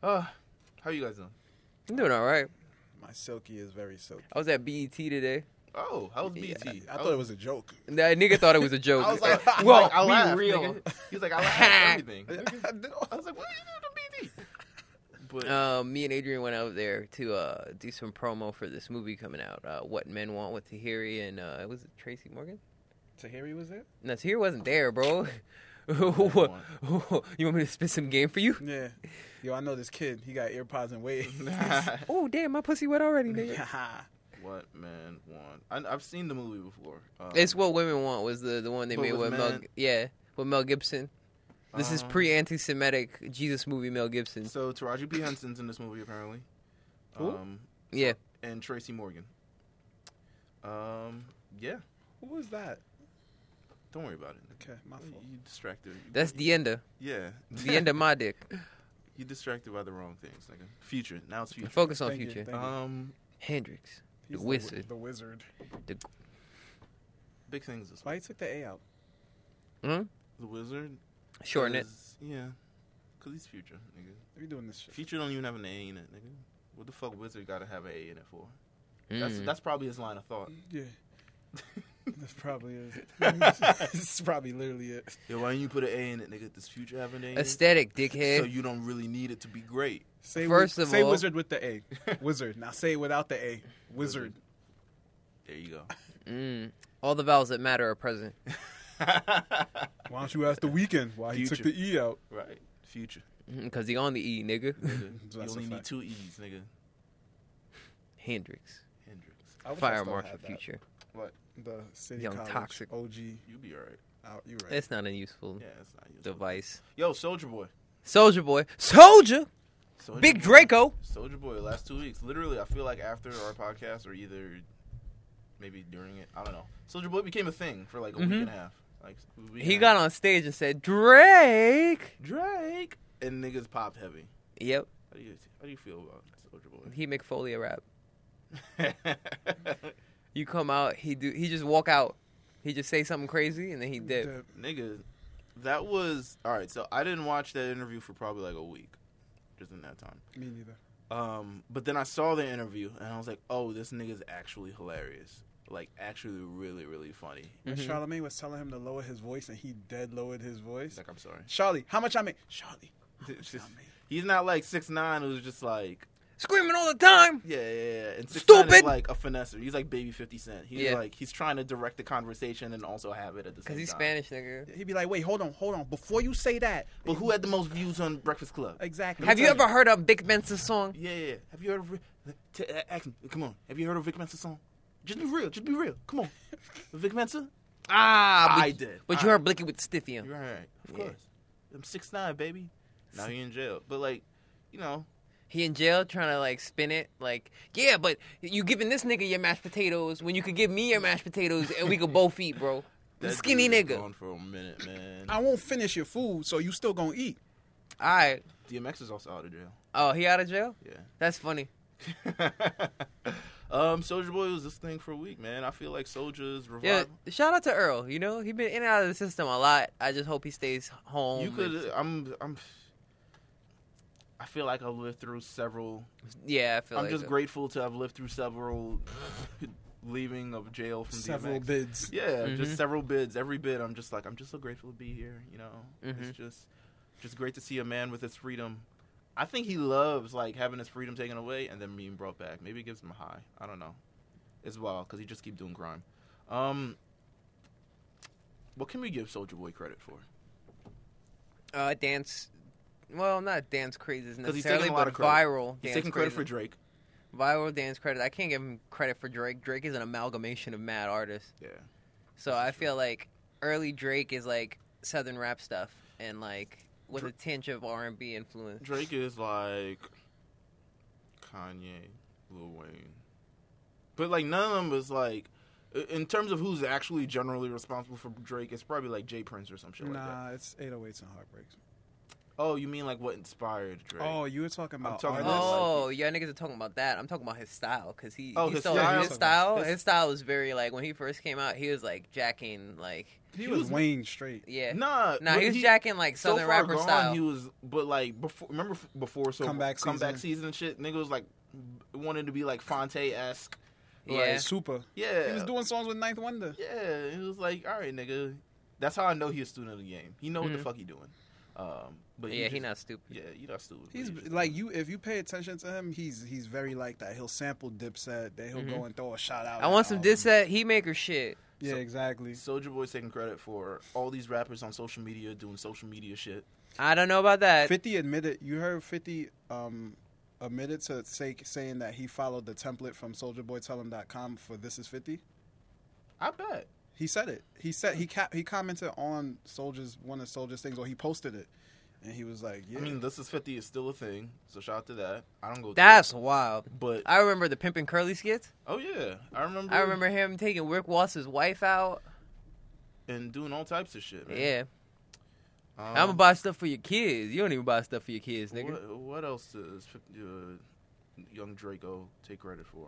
Speaker 1: Uh, how you guys doing?
Speaker 2: I'm doing all right.
Speaker 5: My silky is very silky.
Speaker 2: I was at BET today.
Speaker 1: Oh, how's BT?
Speaker 2: Yeah,
Speaker 5: I thought it was a joke.
Speaker 2: That nigga thought it was a joke.
Speaker 1: I was like, I was
Speaker 2: well,
Speaker 1: like, I
Speaker 2: be
Speaker 1: laughed,
Speaker 2: real.
Speaker 1: nigga. He was like, I laughed at everything. I was like, what do you do to BT? But
Speaker 2: Um, me and Adrian went out there to uh, do some promo for this movie coming out, uh, What Men Want with Tahiri and uh, was it Tracy Morgan?
Speaker 5: Tahiri was there?
Speaker 2: No, Tahiri wasn't there, bro. you want me to spit some game for you?
Speaker 5: Yeah. Yo, I know this kid. He got ear pods and waves.
Speaker 2: Oh damn, my pussy wet already, nigga.
Speaker 1: what man want? I, I've seen the movie before. Um,
Speaker 2: it's What Women Want was the the one they
Speaker 1: But
Speaker 2: made
Speaker 1: with
Speaker 2: with Mel,
Speaker 1: men-
Speaker 2: yeah, with Mel Gibson. This is
Speaker 1: Um,
Speaker 2: pre-anti-Semitic Jesus movie Mel Gibson.
Speaker 1: So Taraji P Henson's in this movie apparently.
Speaker 5: Who?
Speaker 1: Um,
Speaker 2: Yeah,
Speaker 1: and Tracy Morgan. Um, yeah.
Speaker 5: Who was that?
Speaker 1: Don't worry about it.
Speaker 5: Okay, my fault.
Speaker 1: You distracted.
Speaker 2: that's the end of
Speaker 1: yeah.
Speaker 2: the end of my dick.
Speaker 1: you distracted by the wrong things. Like future. Now it's future.
Speaker 2: Focus on
Speaker 5: Thank you,
Speaker 2: future.
Speaker 5: thank you.
Speaker 1: Um,
Speaker 2: Hendrix, the
Speaker 5: He's wi-
Speaker 2: wizard.
Speaker 5: The wizard.
Speaker 1: big things this
Speaker 5: Why
Speaker 1: week.
Speaker 5: he took the A out?
Speaker 1: The Wizard.
Speaker 2: Hmm? shorten it.
Speaker 1: 'cause- Yeah. Cause he's future, nigga.
Speaker 5: We doing this shit.
Speaker 1: Future don't even have an A in it, nigga. What the fuck, Wizard? Got to have an A in it for? That's
Speaker 2: Mm.
Speaker 1: that's probably his line of thought.
Speaker 5: Yeah. That's probably is. That's probably literally it.
Speaker 1: Yo, why didn't you put an A in it, nigga? Does Future have an A? in it?
Speaker 2: Aesthetic, dickhead.
Speaker 1: So you don't really need it to be great.
Speaker 5: Say
Speaker 2: First
Speaker 5: wi-
Speaker 2: of
Speaker 5: say
Speaker 2: all-
Speaker 5: wizard with the A. Wizard. Now say it without the A. Wizard.
Speaker 1: There you go.
Speaker 2: Mm. All the vowels that matter are present.
Speaker 5: Why don't you ask the weekend why he
Speaker 1: Future.
Speaker 5: took the E out?
Speaker 1: right. Future.
Speaker 2: Because he on the E, nigga.
Speaker 1: Nigga.
Speaker 5: That's
Speaker 1: you
Speaker 5: a
Speaker 1: only need
Speaker 5: fact.
Speaker 1: two E's, nigga.
Speaker 2: Hendrix.
Speaker 1: Hendrix.
Speaker 5: I wish I
Speaker 2: Fire
Speaker 5: still
Speaker 2: Marshal
Speaker 5: had that.
Speaker 2: Future.
Speaker 5: The city
Speaker 2: Young
Speaker 5: college.
Speaker 2: Toxic.
Speaker 5: OG.
Speaker 1: You be alright.
Speaker 5: Out. You right.
Speaker 2: That's not a useful
Speaker 1: Yeah, that's not useful.
Speaker 2: device.
Speaker 1: Yo, Soldier Boy.
Speaker 2: Soldier Boy. Soldier!
Speaker 1: Soulja
Speaker 2: Big
Speaker 1: Boy.
Speaker 2: Draco!
Speaker 1: Soldier Boy, last two weeks. Literally, I feel like after our podcast or either maybe during it, I don't know. Soldier Boy became a thing for like a week
Speaker 2: Mhm.
Speaker 1: and a half. Like week
Speaker 2: He
Speaker 1: and a
Speaker 2: got
Speaker 1: half.
Speaker 2: on stage and said, Drake!
Speaker 1: Drake and niggas popped heavy.
Speaker 2: Yep.
Speaker 1: How do you how do you feel about Soldier Boy?
Speaker 2: He make Foley a rap. You come out, he do he just walk out. He just say something crazy and then he dip.
Speaker 5: The-
Speaker 1: Nigga, that was all right. So I didn't watch that interview for probably like a week, just in that time.
Speaker 5: me neither.
Speaker 1: Um, but then I saw the interview and I was like, oh, this nigga's actually hilarious. Like actually, really, really funny.
Speaker 5: When
Speaker 2: Mhm.
Speaker 5: Charlemagne was telling him to lower his voice and he dead lowered his voice.
Speaker 1: He's like, I'm sorry.
Speaker 5: Charlie, how much I make? Charlie.
Speaker 1: He's not like six nine who's just like
Speaker 2: Screaming all the time!
Speaker 1: yeah yeah yeah and six nine is
Speaker 2: Stupid!
Speaker 1: like a finesser. He's like baby fifty cent. He's
Speaker 2: Yeah.
Speaker 1: like he's trying to direct the conversation and also have it at the same time.
Speaker 2: Because he's Spanish, nigga.
Speaker 5: He'd be like, wait, hold on, hold on. Before you say that.
Speaker 1: But who had the most views on Breakfast Club?
Speaker 5: Exactly.
Speaker 2: Have you ever heard of Big Ben's song?
Speaker 1: Yeah, yeah. yeah. Have you heard of? T- uh, ask me. Come on. Have you heard of Rick Master's song? Just be real. Just be real. Come on, Vic Mensa.
Speaker 2: Ah, but,
Speaker 1: I did.
Speaker 2: But you are blicky with Stiffium.
Speaker 1: You're right. Of
Speaker 2: Yeah.
Speaker 1: course. I'm six nine, baby. Now he in jail. But like, you know,
Speaker 2: He in jail trying to like spin it like, yeah, but you giving this nigga your mashed potatoes when you could give me your mashed potatoes and we could both eat, bro. The
Speaker 1: that
Speaker 2: skinny
Speaker 1: dude is
Speaker 2: nigga.
Speaker 1: Gone for a minute, man.
Speaker 5: I won't finish your food, so you still gonna eat.
Speaker 2: All right.
Speaker 1: DMX is also out of jail.
Speaker 2: Oh, he out of jail?
Speaker 1: Yeah.
Speaker 2: That's funny.
Speaker 1: um, Soldier Boy was this thing for a week, man. I feel like Soldier's
Speaker 2: Yeah.
Speaker 1: revival.
Speaker 2: Shout out to Earl. You know he been in and out of the system a lot. I just hope he stays home.
Speaker 1: you
Speaker 2: and-
Speaker 1: could. I'm. I'm. I feel like I've lived through several.
Speaker 2: Yeah, I feel
Speaker 1: I'm
Speaker 2: like
Speaker 1: just
Speaker 2: so.
Speaker 1: grateful to have lived through several leaving of jail from
Speaker 5: Several
Speaker 1: DMX.
Speaker 5: bids.
Speaker 1: Yeah, just several bids. Every bid, I'm just like, I'm just so grateful to be here. You know,
Speaker 2: Mhm.
Speaker 1: it's just, just great to see a man with his freedom. I think he loves like having his freedom taken away and then being brought back. Maybe it gives him a high. I don't know, as well, because he just keep doing crime. Um, what can we give Soldier Boy credit for?
Speaker 2: uh, dance. Well, not dance crazes
Speaker 1: Because
Speaker 2: necessarily,
Speaker 1: he's taking a lot
Speaker 2: but
Speaker 1: of credit.
Speaker 2: viral.
Speaker 1: He's
Speaker 2: dance
Speaker 1: taking credit for
Speaker 2: crazes.
Speaker 1: Drake.
Speaker 2: viral dance credit. I can't give him credit for Drake. Drake is an amalgamation of mad artists.
Speaker 1: Yeah,
Speaker 2: So I feel like early Drake is like southern rap stuff and like with a tinge of R and B influence.
Speaker 1: Drake is like Kanye, Lil Wayne, but like none of them was like. i- In terms of who's actually generally responsible for Drake, it's probably like Jay Prince or some shit like that.
Speaker 5: Nah, it's 808s and heartbreaks.
Speaker 1: Oh, you mean like what inspired Drake?
Speaker 5: Oh, you were talking about
Speaker 1: talking
Speaker 5: artists.
Speaker 1: about-
Speaker 2: Oh, yeah, niggas are talking about that. I'm talking about his style because he,
Speaker 1: Oh,
Speaker 2: he
Speaker 1: his
Speaker 2: stole-
Speaker 1: style.
Speaker 2: his style.
Speaker 1: His-
Speaker 2: His style was very like when he first came out, he was like jacking like
Speaker 5: he,
Speaker 1: he
Speaker 5: was,
Speaker 1: was-
Speaker 5: Wayne straight.
Speaker 2: yeah.
Speaker 1: nah,
Speaker 2: Nah, he
Speaker 1: but
Speaker 2: was jacking like
Speaker 1: so
Speaker 2: southern
Speaker 1: far
Speaker 2: rapper
Speaker 1: gone,
Speaker 2: style.
Speaker 1: He was, but like before, remember f- before so
Speaker 5: Comeback
Speaker 1: comeback season and shit. Nigga was like wanted to be like Fonte esque.
Speaker 2: yeah.
Speaker 5: Super.
Speaker 1: Yeah,
Speaker 5: He was doing songs with Ninth Wonder.
Speaker 1: Yeah, it was like, all right, nigga. That's how I know he's a student of the game. He know what
Speaker 2: Mhm.
Speaker 1: the fuck he doing. Um, but
Speaker 2: yeah, he
Speaker 1: just-
Speaker 2: not stupid.
Speaker 1: Yeah, you not stupid. but
Speaker 5: He's
Speaker 1: he just-
Speaker 5: like you. If you pay attention to him, he's he's very like that. He'll sample Dipset. Then he'll go and throw a shout out.
Speaker 2: I want some
Speaker 5: Um,
Speaker 2: diss at he maker shit.
Speaker 5: Yeah,
Speaker 1: So-
Speaker 5: exactly.
Speaker 1: Soldier Boy's taking credit for all these rappers on social media doing social media shit.
Speaker 2: I don't know about that.
Speaker 5: Fifty admitted. You heard Fifty um, admitted to say, saying that he followed the template from SoldierBoyTellHim.com for "This Is 50.
Speaker 1: I bet.
Speaker 5: He said it. He said he cap, he commented on Soldier's one of Soldier's things, or he posted it, and he was like, "Yeah,
Speaker 1: I mean, this is fifty is still a thing, so shout out to that. I don't go. through
Speaker 2: That's wild.
Speaker 1: it, but
Speaker 2: I remember the pimpin' curly skits.
Speaker 1: oh yeah, I remember.
Speaker 2: I remember him taking Rick Ross's wife out.
Speaker 1: and doing all types of shit. Man.
Speaker 2: Yeah,
Speaker 1: um,
Speaker 2: I'm gonna buy stuff for your kids. You don't even buy stuff for your kids, nigga.
Speaker 1: What, what else does uh, young Draco take credit for?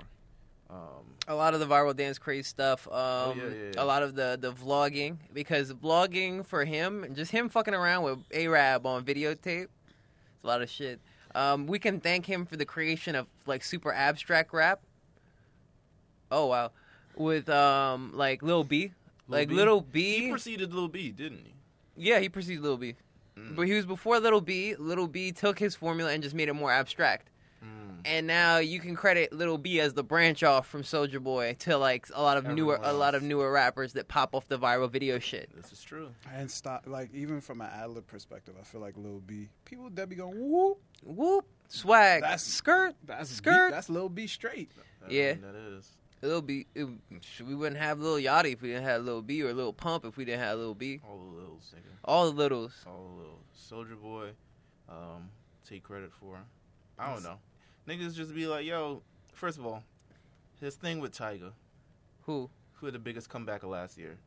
Speaker 1: Um,
Speaker 2: A lot of the viral dance craze stuff. Um,
Speaker 1: Oh, yeah, yeah, yeah.
Speaker 2: A lot of the the vlogging because vlogging for him, just him fucking around with Arab on videotape. It's a lot of shit. Um, we can thank him for the creation of like super abstract rap. Oh wow, with um like Lil B, like
Speaker 1: B?
Speaker 2: Lil
Speaker 1: he
Speaker 2: B.
Speaker 1: preceded Lil B, didn't he?
Speaker 2: yeah, he precedes Lil B.
Speaker 1: Mm.
Speaker 2: But he was before Little B. Little B took his formula and just made it more abstract.
Speaker 1: Mm.
Speaker 2: And now you can credit Little B as the branch off from Soldier Boy to like a lot of newer
Speaker 1: Everyone
Speaker 2: a lot of
Speaker 1: else.
Speaker 2: newer rappers that pop off the viral video shit.
Speaker 1: This is true.
Speaker 5: and stop." Like even from an ad lib perspective, I feel like Lil B. People that be going whoop.
Speaker 2: Whoop, swag,
Speaker 5: That's-
Speaker 2: skirt,
Speaker 5: That's B-
Speaker 2: skirt.
Speaker 5: that's Lil B straight.
Speaker 1: I
Speaker 2: Yeah.
Speaker 1: mean, that is.
Speaker 2: Little B, it- we wouldn't have Lil Yachty if we didn't have Lil B or Lil Pump if we didn't have Lil B.
Speaker 1: All the littles, nigga.
Speaker 2: All the littles.
Speaker 1: All the littles. Soldier Boy, um, take credit for. I don't know. Niggas just be like, yo, first of all, his thing with Tiger,
Speaker 2: Who?
Speaker 1: who had the biggest comeback of last year.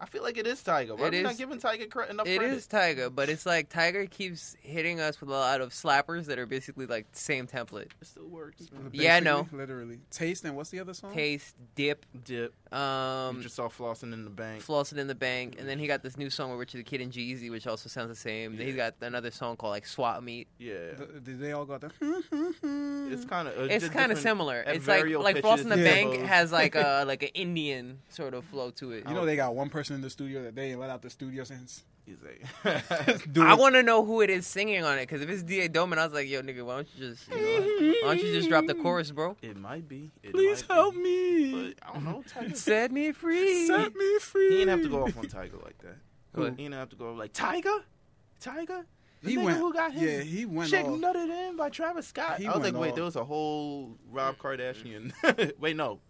Speaker 1: I feel like it is Tiger. Why
Speaker 2: It
Speaker 1: are we
Speaker 2: is-
Speaker 1: not giving Tiger cre- enough
Speaker 2: It
Speaker 1: credit?
Speaker 2: is Tiger, but it's like Tiger keeps hitting us with a lot of slappers that are basically like same template.
Speaker 1: It still works. man.
Speaker 2: Yeah, I know.
Speaker 5: Basically, Literally, taste and what's the other song?
Speaker 2: Taste, dip,
Speaker 1: Dip.
Speaker 2: um,
Speaker 1: You just saw flossing in the bank.
Speaker 2: Flossing in the Bank, and then he got this new song with Richard the Kid and Jeezy, which also sounds the same. Then he's got another song called like Swap Meet.
Speaker 1: yeah.
Speaker 5: Th- Did they all go out there?
Speaker 1: it's uh, kind of.
Speaker 2: It's kind of similar.
Speaker 1: at
Speaker 2: It's like
Speaker 1: varial
Speaker 2: like
Speaker 1: pitches,
Speaker 2: Floss in the
Speaker 5: yeah.
Speaker 2: Bank
Speaker 1: tempos.
Speaker 2: has like a like an Indian sort of flow to it.
Speaker 5: You know they got one person in the studio that they ain't let out the studio since.
Speaker 1: He's like,
Speaker 5: Do
Speaker 2: I
Speaker 5: it.
Speaker 2: want to know who it is singing on it because if it's D.A. Doman, I was like, yo, nigga, why don't you just you know, why don't you just drop the chorus, bro?
Speaker 1: it might be. It
Speaker 5: Please
Speaker 1: might be.
Speaker 5: help me.
Speaker 1: But I don't know. Tiger.
Speaker 2: Set me free.
Speaker 5: Set me free.
Speaker 1: He didn't have to go off on Tiger like that.
Speaker 2: Who?
Speaker 1: He didn't have to go like Tiger, Tiger. The
Speaker 5: He
Speaker 1: nigga
Speaker 5: went-
Speaker 1: who got his
Speaker 5: yeah, he went
Speaker 1: chick
Speaker 5: off.
Speaker 1: nutted in by Travis Scott.
Speaker 5: He
Speaker 1: I was like,
Speaker 5: went
Speaker 1: wait,
Speaker 5: off.
Speaker 1: there was a whole Rob Kardashian. wait, no,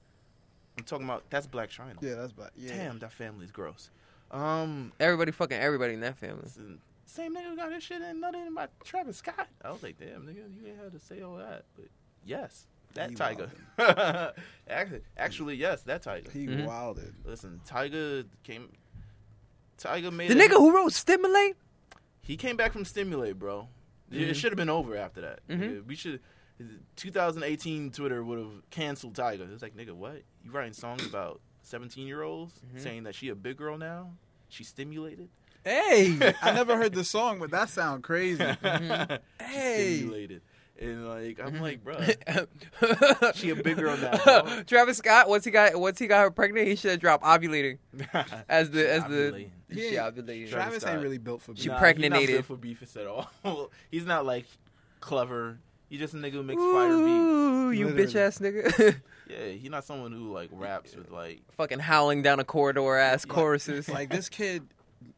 Speaker 1: I'm talking about that's Black China.
Speaker 5: Yeah, that's bad. Yeah.
Speaker 1: Damn, that family's gross. Um,
Speaker 2: Everybody fucking everybody in that family.
Speaker 1: s- same nigga got this shit and nothing about Travis Scott. I was like, damn, nigga, you ain't had to say all that, but yes, that
Speaker 5: You
Speaker 1: Tiger. actually, actually, yes, that Tiger.
Speaker 5: He
Speaker 2: Mhm.
Speaker 5: wilded.
Speaker 1: Listen, Tiger came. Tiger made
Speaker 2: The
Speaker 1: a-
Speaker 2: nigga who wrote Stimulate?
Speaker 1: He came back from Stimulate, bro. It- It
Speaker 2: Mhm.
Speaker 1: should have been over after that.
Speaker 2: Mhm.
Speaker 1: Yeah, We should. 2018 Twitter would have canceled Tiger. It's like, nigga, what? You writing songs about 17 year olds
Speaker 2: Mhm.
Speaker 1: saying that she a big girl now? She stimulated.
Speaker 5: Hey, I never heard the song, but that sound crazy.
Speaker 2: Mm-hmm.
Speaker 1: She
Speaker 5: Hey.
Speaker 1: stimulated. And like, I'm like, bro,
Speaker 2: she
Speaker 1: She a big girl now, bro.
Speaker 2: Travis Scott, once he got once he got her pregnant, he should have dropped ovulating as the as the
Speaker 1: ovulating.
Speaker 2: she
Speaker 5: Yeah,
Speaker 2: ovulating.
Speaker 5: Travis
Speaker 1: Scott.
Speaker 5: ain't really built for
Speaker 2: She
Speaker 5: beef.
Speaker 1: Nah, He's not
Speaker 2: pregnanted.
Speaker 1: built for beef at all. he's not like clever. He's just a nigga who makes fire beats.
Speaker 2: Ooh, you bitch
Speaker 5: Literally.
Speaker 2: ass nigga.
Speaker 1: Yeah, he's not someone who like raps with like
Speaker 2: fucking howling down a corridor ass choruses.
Speaker 5: like this kid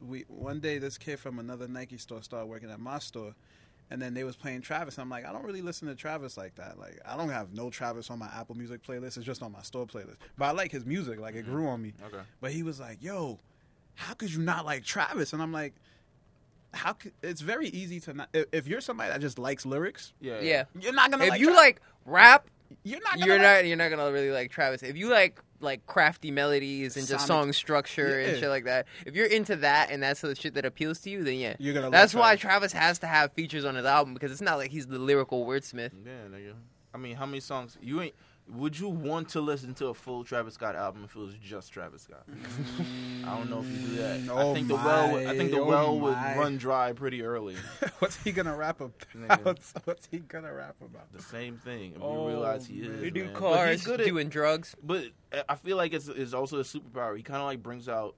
Speaker 5: we one day this kid from another nike store started working at my store and then they was playing travis i'm like i don't really listen to travis like that like i don't have no travis on my apple music playlist it's just on my store playlist but i like his music like
Speaker 2: Mm-hmm.
Speaker 5: it grew on me
Speaker 1: Okay.
Speaker 5: but he was like yo how could you not like travis and i'm like how could, it's very easy to not if, if you're somebody that just likes lyrics
Speaker 1: Yeah.
Speaker 2: yeah.
Speaker 5: you're uh, not gonna
Speaker 2: If
Speaker 5: like
Speaker 2: you
Speaker 5: Tra-
Speaker 2: like rap,
Speaker 5: you're not gonna
Speaker 2: you're
Speaker 5: like-
Speaker 2: not you're not gonna really like Travis. If you like like crafty melodies and just
Speaker 5: Sonic.
Speaker 2: song structure and
Speaker 5: Yeah.
Speaker 2: shit like that, if you're into that and that's the shit that appeals to you, then yeah.
Speaker 5: you're gonna
Speaker 2: That's
Speaker 5: like
Speaker 2: why Travis has to have features on his album because it's not like he's the lyrical wordsmith.
Speaker 1: Yeah, nigga. I mean, how many songs you ain't? Would you want to listen to a full Travis Scott album if it was just Travis Scott? I don't know if you do that. I
Speaker 5: Mm. Oh
Speaker 1: think the well, would- I think the
Speaker 5: my, oh
Speaker 1: well would
Speaker 5: my.
Speaker 1: run dry pretty early.
Speaker 5: what's he gonna rap about
Speaker 1: Nigga.
Speaker 5: what's he gonna rap about
Speaker 1: The same thing. If you
Speaker 5: Oh,
Speaker 1: realize he is,
Speaker 5: man.
Speaker 2: They do
Speaker 1: man. But
Speaker 2: cars,
Speaker 1: he's good at-
Speaker 2: doing drugs.
Speaker 1: But I- I feel like it's, it's also a superpower. He kind of like brings out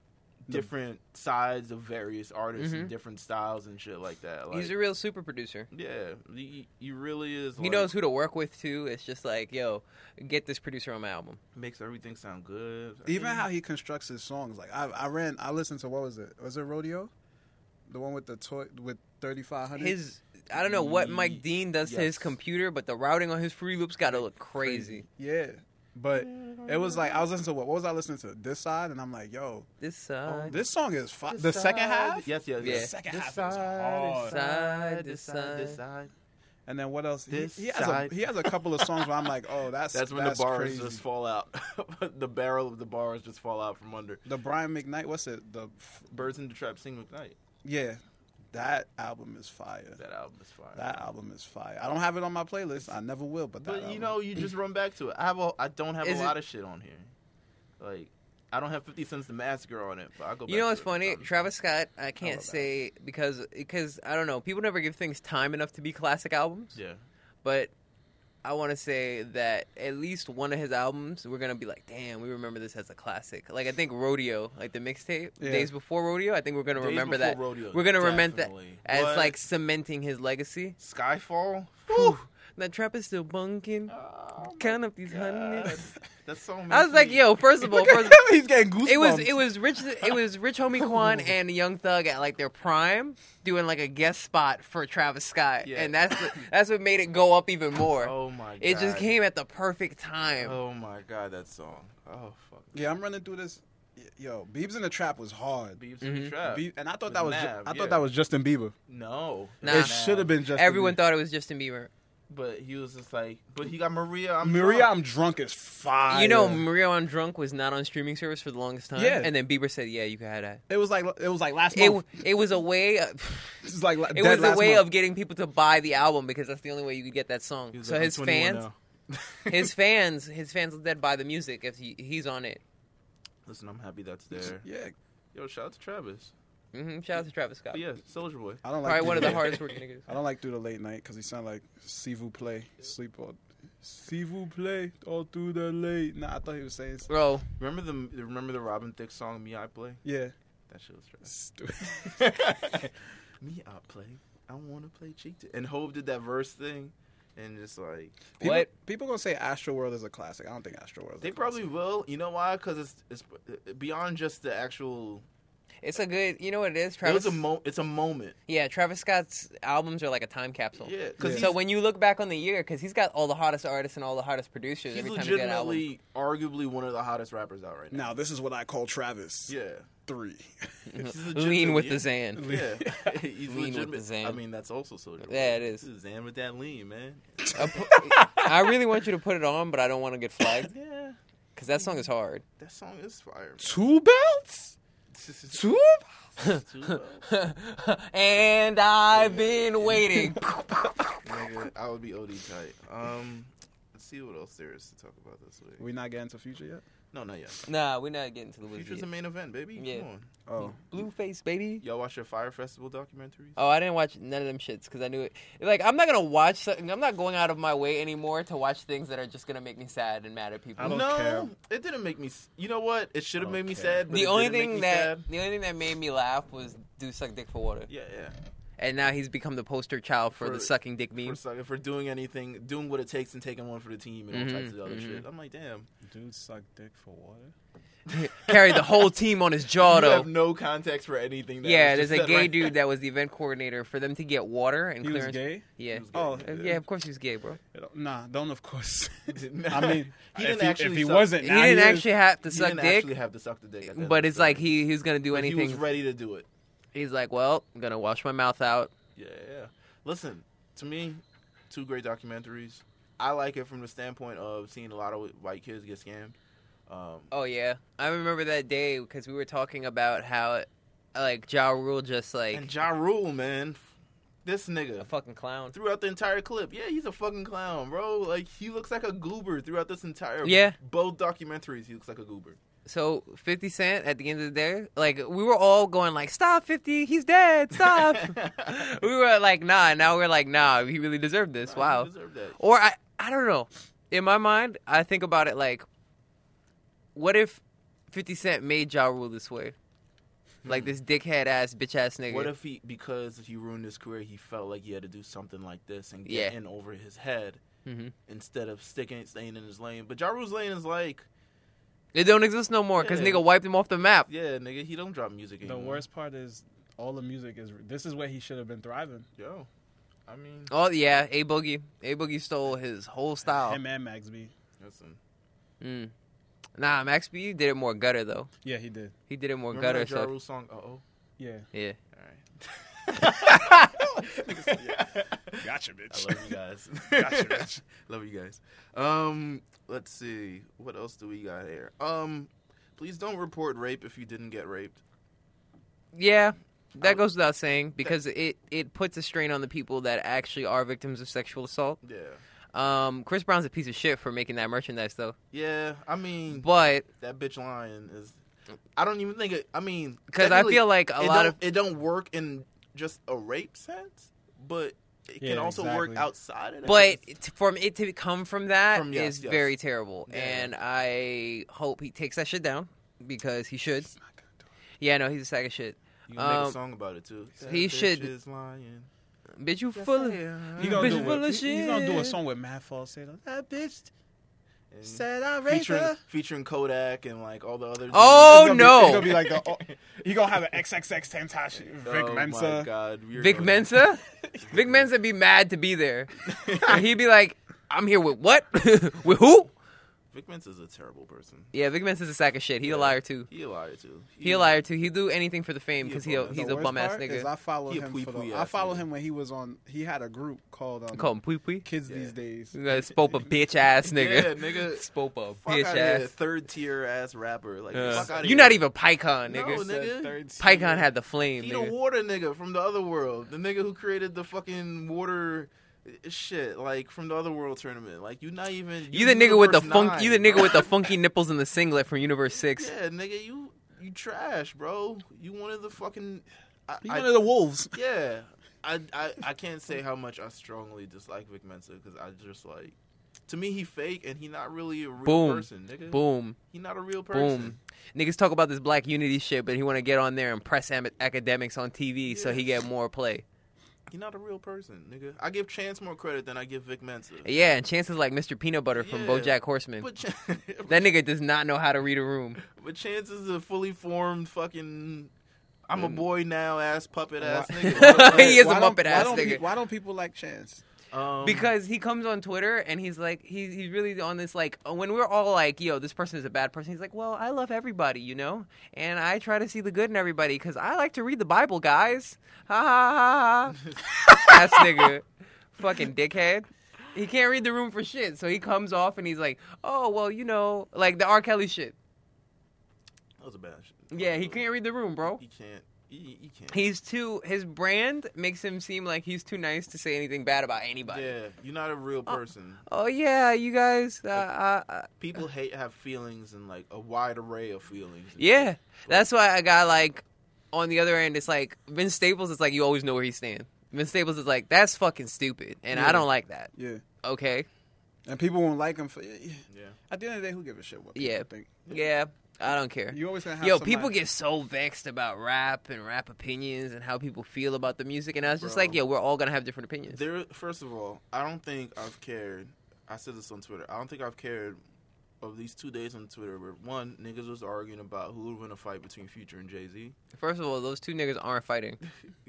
Speaker 1: different sides of various artists and
Speaker 5: Mm-hmm.
Speaker 2: Mhm.
Speaker 1: different styles and shit like that. Like,
Speaker 2: he's a real super producer.
Speaker 1: yeah, he, he really is.
Speaker 2: He
Speaker 1: like,
Speaker 2: knows who to work with too. It's just like, yo, get this producer on my album.
Speaker 1: makes everything sound good. I
Speaker 5: Even
Speaker 1: mean,
Speaker 5: how he constructs his songs, like I, I ran, I listened to what was it? Was it Rodeo, the one with the toy with thirty five hundred?
Speaker 2: His I don't know what
Speaker 1: Ye-
Speaker 2: Mike Dean does to his
Speaker 1: yes.
Speaker 2: computer, but the routing on his free loops gotta look crazy.
Speaker 5: yeah, but it was like I was listening to what, what was I listening to? This side, and I'm like, yo,
Speaker 2: This uh, side,
Speaker 5: this song is fi- the second half.
Speaker 1: Yes, yes,
Speaker 2: Yeah.
Speaker 5: the
Speaker 1: yes.
Speaker 5: second
Speaker 1: This
Speaker 5: half is
Speaker 1: side,
Speaker 5: hard.
Speaker 2: side. Decide,
Speaker 1: decide.
Speaker 5: And then what else? He,
Speaker 1: This
Speaker 5: he has a
Speaker 1: side.
Speaker 5: he has a couple of songs where I'm like, oh, that's
Speaker 1: That's when the bars
Speaker 5: crazy.
Speaker 1: just fall out. the barrel of the bars just fall out from under.
Speaker 5: the Brian McKnight, what's it? The f-
Speaker 1: Birds in the Trap sing with night.
Speaker 5: yeah, that album is fire.
Speaker 1: That album is fire.
Speaker 5: That album is fire. I don't have it on my playlist. I never will. But that
Speaker 1: but you
Speaker 5: album-
Speaker 1: know, you just run back to it. I have a, I don't have
Speaker 2: Is
Speaker 1: a
Speaker 2: it-
Speaker 1: lot of shit on here. Like, I don't have Fifty Cent's The Massacre on it. Oh, But I go.
Speaker 2: You know
Speaker 1: back
Speaker 2: what's
Speaker 1: to it Um,
Speaker 2: funny?
Speaker 1: sometimes.
Speaker 2: Travis Scott, I can't
Speaker 5: love that.
Speaker 2: say because because I don't know. People never give things time enough to be classic albums.
Speaker 1: Yeah.
Speaker 2: But I want to say that at least one of his albums, we're gonna be like, damn, we remember this as a classic. Like I think Rodeo, like the mixtape,
Speaker 5: Yeah.
Speaker 2: Days Before Rodeo. I think we're gonna
Speaker 1: Days
Speaker 2: remember
Speaker 1: Before
Speaker 2: that.
Speaker 1: Rodeo,
Speaker 2: we're gonna remember that
Speaker 1: definitely.
Speaker 2: as
Speaker 1: What?
Speaker 2: like cementing his legacy.
Speaker 1: Skyfall.
Speaker 2: Whew, that trap is still bunking.
Speaker 1: Oh uh,
Speaker 2: Count up these
Speaker 1: God.
Speaker 2: hundreds.
Speaker 1: That's so.
Speaker 2: I was like,
Speaker 1: messy.
Speaker 2: yo, first of all,
Speaker 5: Look at
Speaker 2: first,
Speaker 5: him, he's getting goosebumps.
Speaker 2: It was it was rich it was Rich Homie Quan and Young Thug at like their prime doing like a guest spot for Travis Scott,
Speaker 1: Yeah.
Speaker 2: and that's the, that's what made it go up even more.
Speaker 1: Oh my god.
Speaker 2: it just came at the perfect time.
Speaker 1: Oh my god, that song. Oh fuck.
Speaker 5: Yeah, I'm running through this. Y- Yo, Biebs in the Trap was hard.
Speaker 1: Beeps in
Speaker 2: Mhm.
Speaker 1: the trap.
Speaker 5: Be- and I thought
Speaker 1: With
Speaker 5: that was Ju-
Speaker 1: Nav,
Speaker 5: I
Speaker 1: yeah.
Speaker 5: thought that was Justin Bieber.
Speaker 1: No,
Speaker 2: Nah.
Speaker 5: it should have been Justin.
Speaker 2: Everyone
Speaker 5: Bieber.
Speaker 2: thought it was Justin Bieber.
Speaker 1: But he was just like, but he got Maria. I'm
Speaker 5: Maria,
Speaker 1: drunk.
Speaker 5: I'm drunk as fire.
Speaker 2: you
Speaker 1: uh,
Speaker 2: know, Maria on Drunk was not on streaming service for the longest time,
Speaker 5: Yeah.
Speaker 2: and then Bieber said, "Yeah, you can have that."
Speaker 5: it was like it was like last
Speaker 2: It
Speaker 5: month.
Speaker 2: it was a way of,
Speaker 5: It was like la-
Speaker 2: it
Speaker 5: dead
Speaker 2: was a
Speaker 5: last
Speaker 2: way
Speaker 5: month.
Speaker 2: of getting people to buy the album because that's the only way you could get that song.
Speaker 1: He was
Speaker 2: So
Speaker 1: like, I'm
Speaker 2: his
Speaker 1: 21
Speaker 2: fans,
Speaker 1: now.
Speaker 2: his fans, his fans will dead buy the music if he, he's on it.
Speaker 1: Listen, I'm happy that's there.
Speaker 5: Yeah,
Speaker 1: Yo, shout out to Travis.
Speaker 2: hmm Shout out to Travis Scott.
Speaker 1: But yeah, Soldier Boy.
Speaker 5: I don't
Speaker 2: Probably
Speaker 5: like through
Speaker 2: one of the
Speaker 5: late-
Speaker 2: hardest working niggas.
Speaker 5: I don't like through the late night because he sound like Sivu play sleep all. Sivu play all through the late. Nah, I thought he was saying. s-
Speaker 2: Bro,
Speaker 1: Remember the remember the Robin Thicke song "Me I Play"?
Speaker 5: Yeah,
Speaker 1: That shit was trash.
Speaker 5: Stupid.
Speaker 1: Me I play. I wanna play cheek to. And Hove did that verse thing, and just like
Speaker 5: People,
Speaker 2: What?
Speaker 5: people gonna say Astro World is a classic? I don't think Astro World. Is a
Speaker 1: they uh,
Speaker 5: classic.
Speaker 1: probably will. You know why? Because it's it's beyond just the actual
Speaker 2: It's a good. You know what it is,
Speaker 1: It
Speaker 2: Travis.
Speaker 1: was a mo- it's a moment.
Speaker 2: yeah, Travis Scott's albums are like a time capsule.
Speaker 1: Yeah, because
Speaker 2: So when you look back on the year, because he's got all the hottest artists and all the hottest producers
Speaker 1: he's
Speaker 2: every time he got an album.
Speaker 1: legitimately, arguably one of the hottest rappers out right now.
Speaker 5: Now this is what I call Travis
Speaker 1: Yeah,
Speaker 5: three.
Speaker 1: He's
Speaker 2: Lean with the
Speaker 1: legitimately-
Speaker 2: Zan.
Speaker 1: Yeah, he's
Speaker 2: Lean with
Speaker 1: legitimate.
Speaker 2: the Xan.
Speaker 1: I mean, that's also Soldier.
Speaker 2: Yeah, it is.
Speaker 1: Zan with that lean, man.
Speaker 2: I pu- I really want you to put it on, but I don't want to get flagged
Speaker 1: Yeah,
Speaker 2: because that song is hard.
Speaker 1: that song is fire. man.
Speaker 4: Two belts? Two?
Speaker 1: Too well.
Speaker 2: and I've been waiting.
Speaker 1: Nigga, I would be OD tight. Um, let's see what else there is to talk about this week.
Speaker 5: We not getting to future yet.
Speaker 1: No, not yet.
Speaker 2: nah, we're not getting to the
Speaker 1: Future's the
Speaker 2: wizard.
Speaker 1: main event, baby.
Speaker 2: Yeah.
Speaker 1: Come on.
Speaker 5: Oh,
Speaker 2: Blueface, baby.
Speaker 1: Y'all watch your Fire Festival documentaries?
Speaker 2: Oh, I didn't watch none of them shits because I knew it. Like, I'm not gonna watch. Something, I'm not going out of my way anymore to watch things that are just gonna make me sad and mad at people.
Speaker 5: I don't
Speaker 1: no,
Speaker 5: care.
Speaker 1: it didn't make me. s- You know what? It should
Speaker 5: I
Speaker 1: have
Speaker 5: don't
Speaker 1: made me
Speaker 5: care.
Speaker 1: sad. But
Speaker 2: the
Speaker 1: it
Speaker 2: only
Speaker 1: didn't make
Speaker 2: thing
Speaker 1: me
Speaker 2: that
Speaker 1: sad.
Speaker 2: the only thing that made me laugh was do suck dick for water,
Speaker 1: yeah, yeah.
Speaker 2: and now he's become the poster child for, the
Speaker 1: For-
Speaker 2: sucking dick
Speaker 1: For,
Speaker 2: meme.
Speaker 1: suck- for doing anything, doing what it takes, and taking one for the team, and all types
Speaker 2: Mhm,
Speaker 1: of other
Speaker 2: mhm.
Speaker 1: shit. I'm like, damn.
Speaker 5: dude, suck dick for water.
Speaker 2: Carried the whole team on his jaw
Speaker 1: You have
Speaker 2: though.
Speaker 1: no context for anything. That
Speaker 2: Yeah,
Speaker 1: was
Speaker 2: there's
Speaker 1: just
Speaker 2: a
Speaker 1: said
Speaker 2: gay
Speaker 1: right
Speaker 2: dude that was the event coordinator for them to get water and
Speaker 5: He was
Speaker 2: clearance.
Speaker 5: gay.
Speaker 2: Yeah.
Speaker 1: was gay.
Speaker 5: Oh,
Speaker 2: Uh, yeah, of course he's gay, bro.
Speaker 5: Nah, don't of course.
Speaker 1: there.
Speaker 5: I mean,
Speaker 1: he
Speaker 5: if
Speaker 1: didn't
Speaker 5: he,
Speaker 1: actually.
Speaker 5: if he
Speaker 1: suck-
Speaker 5: wasn't,
Speaker 2: He
Speaker 5: now
Speaker 2: didn't
Speaker 5: is.
Speaker 2: actually have to
Speaker 1: he
Speaker 2: suck
Speaker 1: didn't
Speaker 2: dick,
Speaker 1: actually have to suck the dick. at the end of
Speaker 2: but
Speaker 1: the
Speaker 2: it's like
Speaker 1: story.
Speaker 2: he he was gonna do
Speaker 1: But
Speaker 2: anything.
Speaker 1: He was ready to do it.
Speaker 2: he's like, well, I'm gonna wash my mouth out.
Speaker 1: Yeah, yeah. Listen, to me, two great documentaries. I like it from the standpoint of seeing a lot of white kids get scammed. Um,
Speaker 2: Oh yeah, I remember that day because we were talking about how, like, Ja Rule just like
Speaker 1: and Ja Rule, man, this
Speaker 2: a
Speaker 1: nigga
Speaker 2: fucking clown.
Speaker 1: throughout the entire clip. Yeah, he's a fucking clown, bro. Like he looks like a goober throughout this entire.
Speaker 2: Yeah.
Speaker 1: Both documentaries, he looks like a goober.
Speaker 2: So Fifty Cent, at the end of the day, like we were all going like, "Stop, Fifty, he's dead, stop." we were like, "Nah." Now we're like, "Nah, he really deserved this."
Speaker 1: I
Speaker 2: Wow.
Speaker 1: deserve that.
Speaker 2: Or I, I don't know. In my mind, I think about it like, what if Fifty Cent made Ja Rule this way, like this dickhead ass bitch ass nigga?
Speaker 1: Hmm. What if he, because he ruined his career, he felt like he had to do something like this and get
Speaker 2: Yeah.
Speaker 1: in over his head
Speaker 2: Mhm.
Speaker 1: instead of sticking, staying in his lane. But Ja Rule's lane is like,
Speaker 2: it don't exist no more because
Speaker 1: Yeah.
Speaker 2: nigga wiped him off the map.
Speaker 1: yeah, nigga, he don't drop music
Speaker 5: The
Speaker 1: anymore.
Speaker 5: worst part is all the music is. This is where he should have been thriving.
Speaker 1: Yo, I mean,
Speaker 2: Oh yeah, A Boogie. A Boogie stole his whole style.
Speaker 5: Him and Magsby.
Speaker 1: listen.
Speaker 2: Mm. Nah, Max B did it more gutter though.
Speaker 5: Yeah, he did.
Speaker 2: He did it more
Speaker 1: Remember
Speaker 2: gutter
Speaker 1: that Ja
Speaker 2: stuff.
Speaker 1: Rule song? Uh oh.
Speaker 5: Yeah.
Speaker 2: Yeah.
Speaker 1: All right.
Speaker 5: Gotcha,
Speaker 1: I
Speaker 5: bitch.
Speaker 1: love you guys.
Speaker 5: Gotcha, bitch.
Speaker 1: love you guys. Um, let's see. What else do we got here? Um, please don't report rape if you didn't get raped.
Speaker 2: Yeah.
Speaker 1: I-
Speaker 2: That goes without saying because it, it puts a strain on the people that actually are victims of sexual assault.
Speaker 1: Yeah.
Speaker 2: Um, Chris Brown's a piece of shit for making that merchandise though.
Speaker 1: Yeah, I mean,
Speaker 2: But
Speaker 1: that bitch lying is. I don't even think it. I mean,
Speaker 2: because I
Speaker 1: technically,
Speaker 2: feel like a
Speaker 1: it
Speaker 2: lot
Speaker 1: don't,
Speaker 2: of
Speaker 1: it don't work in just a rape sense, but it can
Speaker 5: Yeah,
Speaker 1: also work
Speaker 5: exactly.
Speaker 1: outside of that.
Speaker 2: but t- from it to come from that is
Speaker 1: From- yes, yes.
Speaker 2: very terrible,
Speaker 1: Yeah.
Speaker 2: and I hope he takes that shit down because he should.
Speaker 5: Not gonna do it.
Speaker 2: Yeah, no, he's a sack of shit.
Speaker 1: you can make
Speaker 2: um,
Speaker 1: a song about it too. That
Speaker 2: he
Speaker 1: bitch
Speaker 2: should-
Speaker 1: is lying.
Speaker 2: Bitch, you
Speaker 1: Yes,
Speaker 2: full
Speaker 1: I
Speaker 2: of
Speaker 1: am.
Speaker 5: He gonna
Speaker 2: Bitch
Speaker 5: do
Speaker 2: full
Speaker 5: a,
Speaker 2: of
Speaker 5: he, he gonna do a
Speaker 2: shit.
Speaker 5: song with Matt Falsetto. That bitch
Speaker 1: And
Speaker 5: said I raped
Speaker 1: Mm-hmm. featuring
Speaker 5: her.
Speaker 1: featuring Kodak and like all the other.
Speaker 2: Oh,
Speaker 5: It's gonna be-
Speaker 2: no.
Speaker 5: it's gonna be like the, oh, he gonna have an XXX Tentacion, Vic
Speaker 1: Oh, My
Speaker 5: Mensa.
Speaker 1: God, we are
Speaker 2: Vic
Speaker 1: going-
Speaker 2: Mensa. Vic Mensa be mad to be there. He'd be like, "I'm here with what? with who?"
Speaker 1: Vic Mensa's a terrible person.
Speaker 2: Yeah, Vic Mensa's a sack of shit. He a
Speaker 1: Yeah.
Speaker 2: liar too.
Speaker 1: He a liar too.
Speaker 2: He a liar too. He do anything for the fame
Speaker 1: He a
Speaker 2: because
Speaker 1: bum
Speaker 2: he a,
Speaker 1: ass.
Speaker 2: he's
Speaker 5: The
Speaker 2: a
Speaker 5: worst
Speaker 2: bum ass
Speaker 5: part
Speaker 2: nigga.
Speaker 5: Is I follow
Speaker 1: He a
Speaker 5: him for
Speaker 1: pui-pui
Speaker 5: the, I
Speaker 1: ass
Speaker 5: follow
Speaker 1: nigga.
Speaker 5: him when he was on. He had a group called um,
Speaker 2: I call him Pui Pui.
Speaker 5: Kids
Speaker 1: Yeah.
Speaker 5: These Days.
Speaker 2: You gotta Spoke a bitch ass nigga.
Speaker 1: Yeah, nigga.
Speaker 2: Spoke a
Speaker 1: Fuck
Speaker 2: bitch
Speaker 1: outta here,
Speaker 2: ass.
Speaker 1: third tier ass rapper. Like
Speaker 2: Yeah.
Speaker 1: fuck out
Speaker 2: You're not even PyCon,
Speaker 1: No,
Speaker 2: nigga.
Speaker 1: nigga.
Speaker 2: PyCon had the flame,
Speaker 1: He the
Speaker 2: nigga.
Speaker 1: water nigga from the other world. The nigga who created the fucking water shit, like from the other world tournament. Like you not even
Speaker 2: You the nigga with the
Speaker 1: Universe
Speaker 2: funk.
Speaker 1: nine,
Speaker 2: You the nigga
Speaker 1: bro.
Speaker 2: with the funky nipples in the singlet from Universe Six.
Speaker 1: Yeah, nigga, you you trash, bro. You wanted the fucking I,
Speaker 5: He
Speaker 1: I-
Speaker 5: one of the wolves.
Speaker 1: Yeah. I, I I can't say how much I strongly dislike Vic Mensa because I just like to me he fake and he not really a real
Speaker 2: Boom.
Speaker 1: person, nigga.
Speaker 2: Boom,
Speaker 1: He not a real person.
Speaker 2: boom. Niggas talk about this black unity shit, but he want to get on there and press am- academics on TV so he get more play.
Speaker 1: He not a real person, nigga. I give Chance more credit than I give Vic Mensa.
Speaker 2: Yeah, and chances like Mr. Peanut Butter from
Speaker 1: Yeah.
Speaker 2: BoJack Horseman.
Speaker 1: But, Chan-
Speaker 2: that nigga does not know how to read a room.
Speaker 1: but Chance is a fully formed fucking I'm a boy now, ass puppet ass
Speaker 5: Why-
Speaker 1: nigga.
Speaker 2: Mm. He is a
Speaker 5: Why don't-
Speaker 2: Muppet
Speaker 5: why
Speaker 2: ass
Speaker 5: don't
Speaker 2: nigga.
Speaker 5: pe- Why don't people like Chance?
Speaker 1: Um,
Speaker 2: because he comes on Twitter and he's like, he's he's really on this like uh, when we're all like, yo, this person is a bad person. He's like, well, I love everybody, you know, and I try to see the good in everybody because I like to read the Bible, guys. Ha ha ha ha. Ass nigga, fucking dickhead. He can't read the room for shit, so he comes off and he's like, oh well, you know, like the R. Kelly shit.
Speaker 1: that was a bad shit.
Speaker 2: Yeah, he can't read the room, bro.
Speaker 1: He can't. He, he can't.
Speaker 2: He's too. His brand makes him seem like he's too nice to say anything bad about anybody.
Speaker 1: yeah, you're not a real person.
Speaker 2: Oh yeah, you guys. Uh, uh, uh,
Speaker 1: People hate have feelings and like a wide array of feelings. and
Speaker 2: yeah,
Speaker 1: shit.
Speaker 2: that's why a guy like on the other end, it's like Vince Staples. It's like you always know where he stands. Vince Staples is like that's fucking stupid, and I
Speaker 5: Yeah.
Speaker 2: don't like that.
Speaker 5: Yeah,
Speaker 2: Okay,
Speaker 5: and people won't like him for. yeah.
Speaker 1: Yeah.
Speaker 5: At the end of the day, who gives a shit what people
Speaker 2: Yeah.
Speaker 5: think?
Speaker 2: yeah, I don't care.
Speaker 5: You always gonna have
Speaker 2: Yo,
Speaker 5: somebody-
Speaker 2: people get so vexed about rap and rap opinions and how people feel about the music, and I was just
Speaker 1: Bro.
Speaker 2: like, yo, we're all gonna have different opinions.
Speaker 1: There, first of all, I don't think I've cared. I said this on Twitter. I don't think I've cared of these two days on Twitter where one niggas was arguing about who would win a fight between Future and Jay Z
Speaker 2: First of all, those two niggas aren't fighting.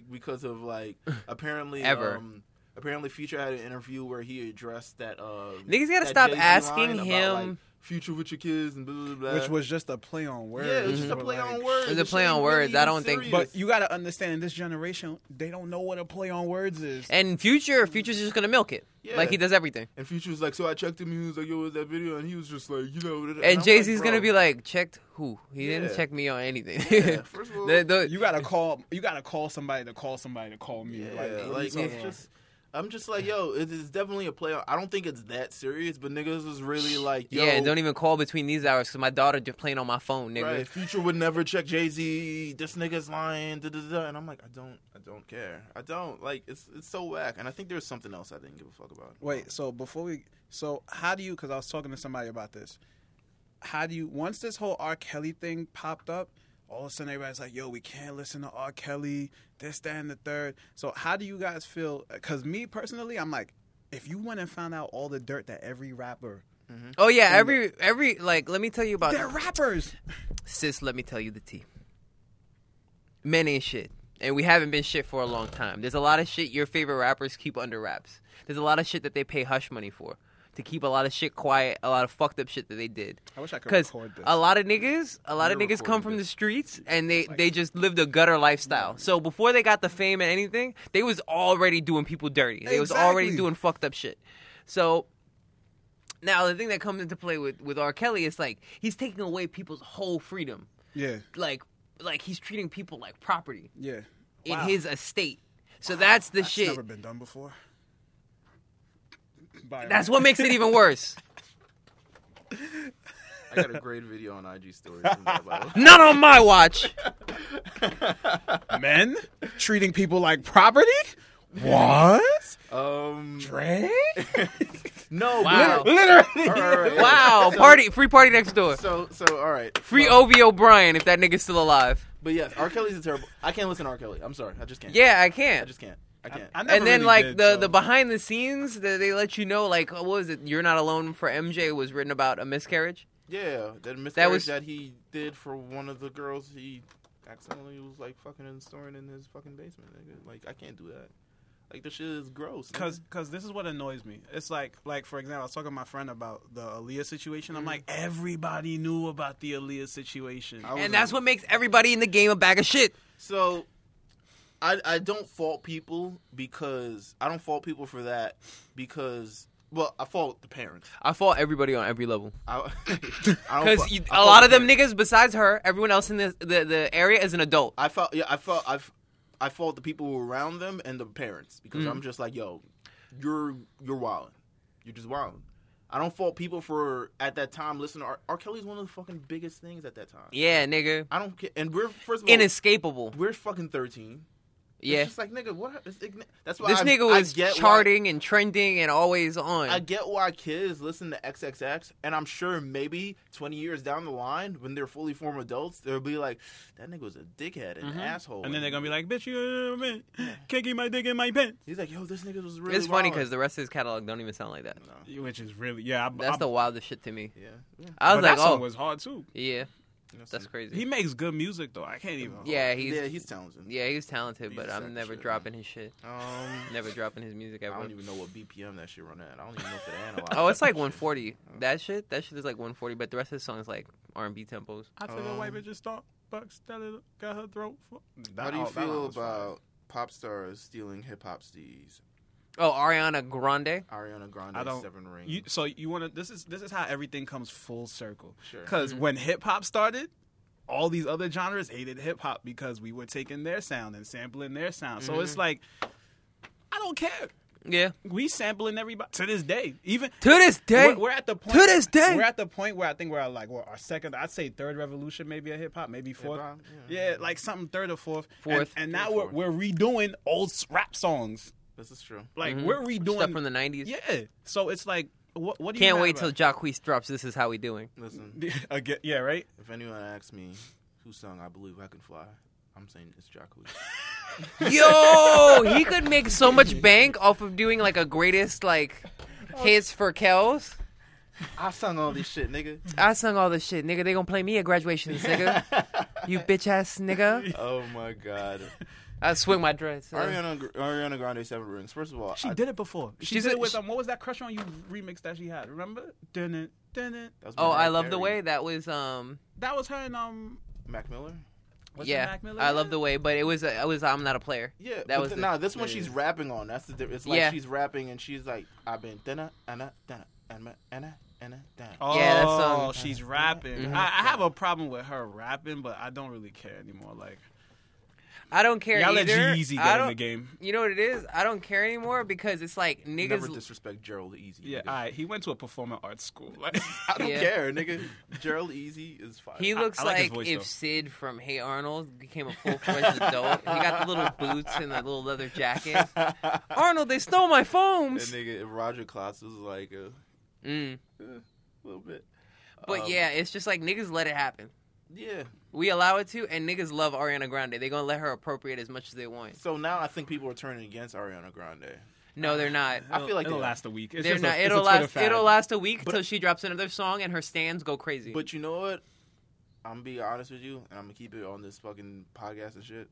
Speaker 1: because of like apparently
Speaker 2: Ever.
Speaker 1: Um, apparently, Future had an interview where he addressed that. Um,
Speaker 2: Niggas gotta
Speaker 1: that
Speaker 2: stop
Speaker 1: Jay-Z
Speaker 2: asking
Speaker 1: line about,
Speaker 2: him-
Speaker 1: like, Future with your kids and blah blah blah.
Speaker 5: Which was just a play on words.
Speaker 1: Yeah, it was just a
Speaker 5: but,
Speaker 1: play on
Speaker 5: like,
Speaker 1: words.
Speaker 2: It was a
Speaker 1: This
Speaker 2: play
Speaker 1: shit
Speaker 2: on
Speaker 1: ain't
Speaker 2: words. I
Speaker 1: even
Speaker 2: don't think-
Speaker 1: serious.
Speaker 5: But you got to understand, in this generation, they don't know what a play on words is.
Speaker 2: And Future, Future's just gonna milk it,
Speaker 1: Yeah.
Speaker 2: like he does everything.
Speaker 1: And Future was like, so I checked him. He was like, yo, was that video? And he was just like, you know. da- da-
Speaker 2: And
Speaker 1: I'm
Speaker 2: Jay Z's
Speaker 1: like,
Speaker 2: gonna
Speaker 1: bro,
Speaker 2: be like, checked who? He didn't
Speaker 1: Yeah.
Speaker 2: check me on anything.
Speaker 1: Yeah, first of all,
Speaker 2: The- the-
Speaker 5: you got to call. You got to call somebody to call somebody to call me.
Speaker 1: yeah,
Speaker 5: like, what are you
Speaker 1: like
Speaker 5: talking
Speaker 1: it's
Speaker 5: about?
Speaker 1: just. I'm just like, yo, it is definitely a play. I don't think it's that serious, but niggas was really like, yo,
Speaker 2: yeah, and don't even call between these hours because my daughter just playing on my phone, nigga.
Speaker 1: right, Future would never check Jay Z. This nigga's lying, da, da, da. and I'm like, I don't, I don't care. I don't like. It's it's so whack. And I think there's something else I didn't give a fuck about.
Speaker 5: Wait, so before we, so how do you? Because I was talking to somebody about this. How do you? Once this whole R. Kelly thing popped up, all of a sudden everybody's like, "Yo, we can't listen to R. Kelly." This, that, and the third. So how do you guys feel? Because me personally, I'm like, if you went and found out all the dirt that every rapper,
Speaker 2: Oh yeah, every every like, let me tell you about
Speaker 5: they're rappers.
Speaker 2: sis. Let me tell you the tea. Men ain't shit, and we haven't been shit for a long time. There's a lot of shit your favorite rappers keep under wraps. There's a lot of shit that they pay hush money for to keep a lot of shit quiet, a lot of fucked up shit that they did.
Speaker 5: I wish I could
Speaker 2: Because
Speaker 5: record this.
Speaker 2: a lot of niggas, a lot of
Speaker 1: We're
Speaker 2: niggas come
Speaker 1: recording
Speaker 2: from the
Speaker 1: this.
Speaker 2: streets and they they just lived a gutter lifestyle. So before they got the fame and anything, they was already doing people dirty. They was already
Speaker 5: Exactly.
Speaker 2: doing fucked up shit. So now the thing that comes into play with with R. Kelly is like he's taking away people's whole freedom.
Speaker 5: Yeah,
Speaker 2: Like like he's treating people like property
Speaker 5: yeah.
Speaker 2: in
Speaker 5: Wow.
Speaker 2: his estate. So that's the
Speaker 5: That's
Speaker 2: shit.
Speaker 5: never been done before. Byron.
Speaker 2: That's what makes it even worse.
Speaker 1: I got a great video on IG story. from that, by the way.
Speaker 2: Not on my watch.
Speaker 5: men treating people like property. What?
Speaker 1: Um,
Speaker 5: Dre?
Speaker 1: no,
Speaker 2: Wow.
Speaker 1: but- All right,
Speaker 5: Literally.
Speaker 1: all right, all right.
Speaker 2: Wow, party free party next door.
Speaker 1: So so all right.
Speaker 2: Free
Speaker 1: Well,
Speaker 2: Obi O'Brien if that nigga's still alive.
Speaker 1: But yes, R. Kelly's a terrible. I can't listen to R. Kelly. I'm sorry. I just can't.
Speaker 2: Yeah, I
Speaker 1: I
Speaker 2: can't.
Speaker 1: just can't. I can't.
Speaker 5: I never
Speaker 2: And then
Speaker 5: really
Speaker 2: like
Speaker 5: did,
Speaker 2: the
Speaker 5: so-
Speaker 2: the behind the scenes that they let you know like what was it? You're not alone for MJ was written about a miscarriage.
Speaker 1: yeah, that miscarriage
Speaker 2: was-
Speaker 1: that he did for one of the girls he accidentally was like fucking and storing in his fucking basement. Nigga. Like I can't do that. Like this shit is gross. nigga.
Speaker 5: Cause, cause this is what annoys me. It's like, like for example, I was talking to my friend about the Aaliyah situation.
Speaker 2: Mm-hmm.
Speaker 5: I'm like, everybody knew about the Aaliyah situation.
Speaker 1: I was
Speaker 2: And
Speaker 1: like-
Speaker 2: that's what makes everybody in the game a bag of shit.
Speaker 1: So I I don't fault people because I don't fault people for that because well I fault the parents.
Speaker 2: I fault everybody on every level.
Speaker 1: I,
Speaker 2: Cuz
Speaker 1: because
Speaker 2: a lot of them niggas besides her, everyone else in this, the the area is an adult.
Speaker 1: I felt yeah, I felt I've I fault the people who were around them and the parents because
Speaker 2: Mm.
Speaker 1: I'm just like, yo, you're you're wilding, you're just wilding. I don't fault people for at that time listening. to R. R. Kelly's one of the fucking biggest things at that time.
Speaker 2: Yeah, nigga.
Speaker 1: I don't care, and we're first of all,
Speaker 2: Inescapable.
Speaker 1: we're fucking thirteen.
Speaker 2: Yeah.
Speaker 1: it's just like nigga, what? It's, ign- that's why
Speaker 2: This
Speaker 1: I-
Speaker 2: nigga
Speaker 1: I
Speaker 2: was
Speaker 1: get why-
Speaker 2: charting and trending and always on.
Speaker 1: I get why kids listen to XXX, and I'm sure maybe 20 years down the line, when they're fully formed adults, they'll be like, "That nigga was a dickhead and an
Speaker 2: Mm-hmm.
Speaker 1: asshole."
Speaker 5: and then they're gonna be like, bitch, you man, kicking my dick in my pants,
Speaker 1: "He's like, yo, this nigga was really."
Speaker 2: it's funny
Speaker 1: wild."
Speaker 2: because the rest of his catalog don't even sound like that.
Speaker 1: No.
Speaker 5: which is really yeah. I,
Speaker 2: That's
Speaker 5: I,
Speaker 2: the wildest shit to me.
Speaker 1: Yeah. yeah.
Speaker 2: I was
Speaker 5: but
Speaker 2: like,
Speaker 5: that song
Speaker 2: oh,
Speaker 5: was hard too.
Speaker 2: yeah. That's crazy.
Speaker 5: He makes good music though. I can't even.
Speaker 2: yeah, he's
Speaker 1: yeah,
Speaker 2: yeah,
Speaker 1: he's talented.
Speaker 2: he's talented,
Speaker 1: He's
Speaker 2: but
Speaker 1: a sack
Speaker 2: I'm
Speaker 1: of
Speaker 2: never
Speaker 1: shit,
Speaker 2: dropping his shit.
Speaker 1: Um,
Speaker 2: Never dropping his music
Speaker 1: I
Speaker 2: ever.
Speaker 1: don't even know what BPM that shit run at. I don't even know if it analyzes.
Speaker 2: Oh, it's
Speaker 1: that
Speaker 2: like
Speaker 1: shit.
Speaker 2: 140.
Speaker 5: Oh.
Speaker 2: That shit, that shit is like 140. But the rest of his songs like R&B tempos.
Speaker 5: I took a white
Speaker 1: Um,
Speaker 5: bitch and stomp bucks down her- got her throat. Fu-
Speaker 1: How
Speaker 5: That-
Speaker 1: do you
Speaker 5: oh, that line
Speaker 1: feel
Speaker 5: was fire.
Speaker 1: about pop stars stealing hip hop steez?
Speaker 2: Oh, Ariana Grande.
Speaker 1: Ariana Grande,
Speaker 5: I don't-
Speaker 1: Seven Rings.
Speaker 5: You, so you want to? This is this is how everything comes full circle.
Speaker 1: Sure.
Speaker 5: Because
Speaker 2: Mm-hmm.
Speaker 5: when hip hop started, all these other genres hated hip hop because we were taking their sound and sampling their sound. So
Speaker 2: Mm-hmm.
Speaker 5: it's like, I don't care.
Speaker 2: Yeah.
Speaker 5: We sampling everybody to this day. Even
Speaker 2: To this day.
Speaker 5: we're, we're at the point.
Speaker 2: this day.
Speaker 5: we're at the point where I think we're at like what, our second. I'd say third revolution, maybe a hip hop, maybe fourth.
Speaker 1: Hip-hop,
Speaker 5: yeah. like something third or fourth. And-
Speaker 2: Mm-hmm. Fourth.
Speaker 5: And, now
Speaker 1: Third,
Speaker 5: we're
Speaker 1: fourth.
Speaker 5: we're redoing old s- rap songs.
Speaker 1: this is true.
Speaker 5: Like
Speaker 2: Mhm.
Speaker 5: we're redoing
Speaker 2: Stuff from the 90s.
Speaker 5: yeah. So it's like, what? What do you
Speaker 2: Can't
Speaker 5: mad
Speaker 2: wait till
Speaker 5: about?
Speaker 2: Jacquees drops. This is how we doing.
Speaker 1: Listen,
Speaker 5: again? Yeah, right.
Speaker 1: if anyone asks me who sung "I Believe I Can Fly," I'm saying it's Jacquees.
Speaker 2: Yo, he could make so much bank off of doing like a greatest like
Speaker 5: Oh.
Speaker 2: hits for Kels.
Speaker 1: I sung all this shit, nigga.
Speaker 2: I sung all this shit, nigga. They gonna play me at graduations, nigga. you bitch ass nigga.
Speaker 1: oh my god.
Speaker 2: I swing my dress. uh.
Speaker 1: Ariana Gr- Ariana Grande, Seven Rings. First of all,
Speaker 5: She
Speaker 1: I-
Speaker 5: did it before. She
Speaker 2: She's
Speaker 5: did
Speaker 2: a-
Speaker 5: it with
Speaker 2: she-
Speaker 5: um, what was that crush on you remix that she had? Remember? Dun it, dun it.
Speaker 1: that was
Speaker 2: Oh,
Speaker 1: Mariah
Speaker 2: I love the
Speaker 1: Carey.
Speaker 2: way. That was um.
Speaker 5: That was her and um.
Speaker 1: Mac Miller.
Speaker 5: Was it
Speaker 2: yeah,
Speaker 5: Mac Miller?
Speaker 2: I love the way, but it was I was I'm not a player.
Speaker 1: Yeah,
Speaker 2: that
Speaker 1: that
Speaker 2: was
Speaker 1: was
Speaker 2: the-
Speaker 1: nah. This one she's rapping on. That's the. difference. It's like
Speaker 2: Yeah.
Speaker 1: she's rapping and she's like, I've been dana ana dana ana ana ana dana.
Speaker 5: Oh,
Speaker 2: Yeah, that song.
Speaker 5: she's rapping.
Speaker 2: Mhm.
Speaker 5: I, I have a problem with her rapping, but I don't really care anymore. Like,
Speaker 2: I don't care
Speaker 5: y'all let
Speaker 2: either.
Speaker 5: G-Eazy
Speaker 2: I
Speaker 5: get in
Speaker 2: don't.
Speaker 5: the game.
Speaker 2: You know what it is? I don't care anymore because it's like niggas.
Speaker 1: Never disrespect Gerald Easy.
Speaker 5: Yeah,
Speaker 1: nigga.
Speaker 5: all right. He went to a performing arts school. Like,
Speaker 1: I don't
Speaker 2: Yeah.
Speaker 1: care, nigga. Gerald Easy is fire.
Speaker 2: he looks
Speaker 5: I like his
Speaker 2: like,
Speaker 5: voice,
Speaker 2: if
Speaker 5: though.
Speaker 2: Sid from Hey Arnold became a full fledged adult. He got the little boots and the little leather jacket.
Speaker 1: that
Speaker 2: Arnold, they stole my phones.
Speaker 1: nigga if Roger Klotz was like a
Speaker 2: Mm.
Speaker 1: little bit.
Speaker 2: But
Speaker 1: Um,
Speaker 2: yeah, it's just like niggas let it happen.
Speaker 1: yeah.
Speaker 2: We allow it to, and niggas love Ariana Grande. They're gonna let her appropriate as much as they want.
Speaker 1: So now I think people are turning against Ariana Grande.
Speaker 2: No, they're not.
Speaker 1: I feel like
Speaker 5: it'll
Speaker 1: they-
Speaker 5: last a week. It's
Speaker 2: They're
Speaker 5: just a-
Speaker 2: not.
Speaker 5: it's a
Speaker 2: it'll
Speaker 5: Twitter
Speaker 2: last.
Speaker 5: fad.
Speaker 2: It'll last a week
Speaker 1: But-
Speaker 2: till she drops another song and her stands go crazy.
Speaker 1: But you know what? I'm gonna be honest with you, and I'm gonna keep it on this fucking podcast and shit.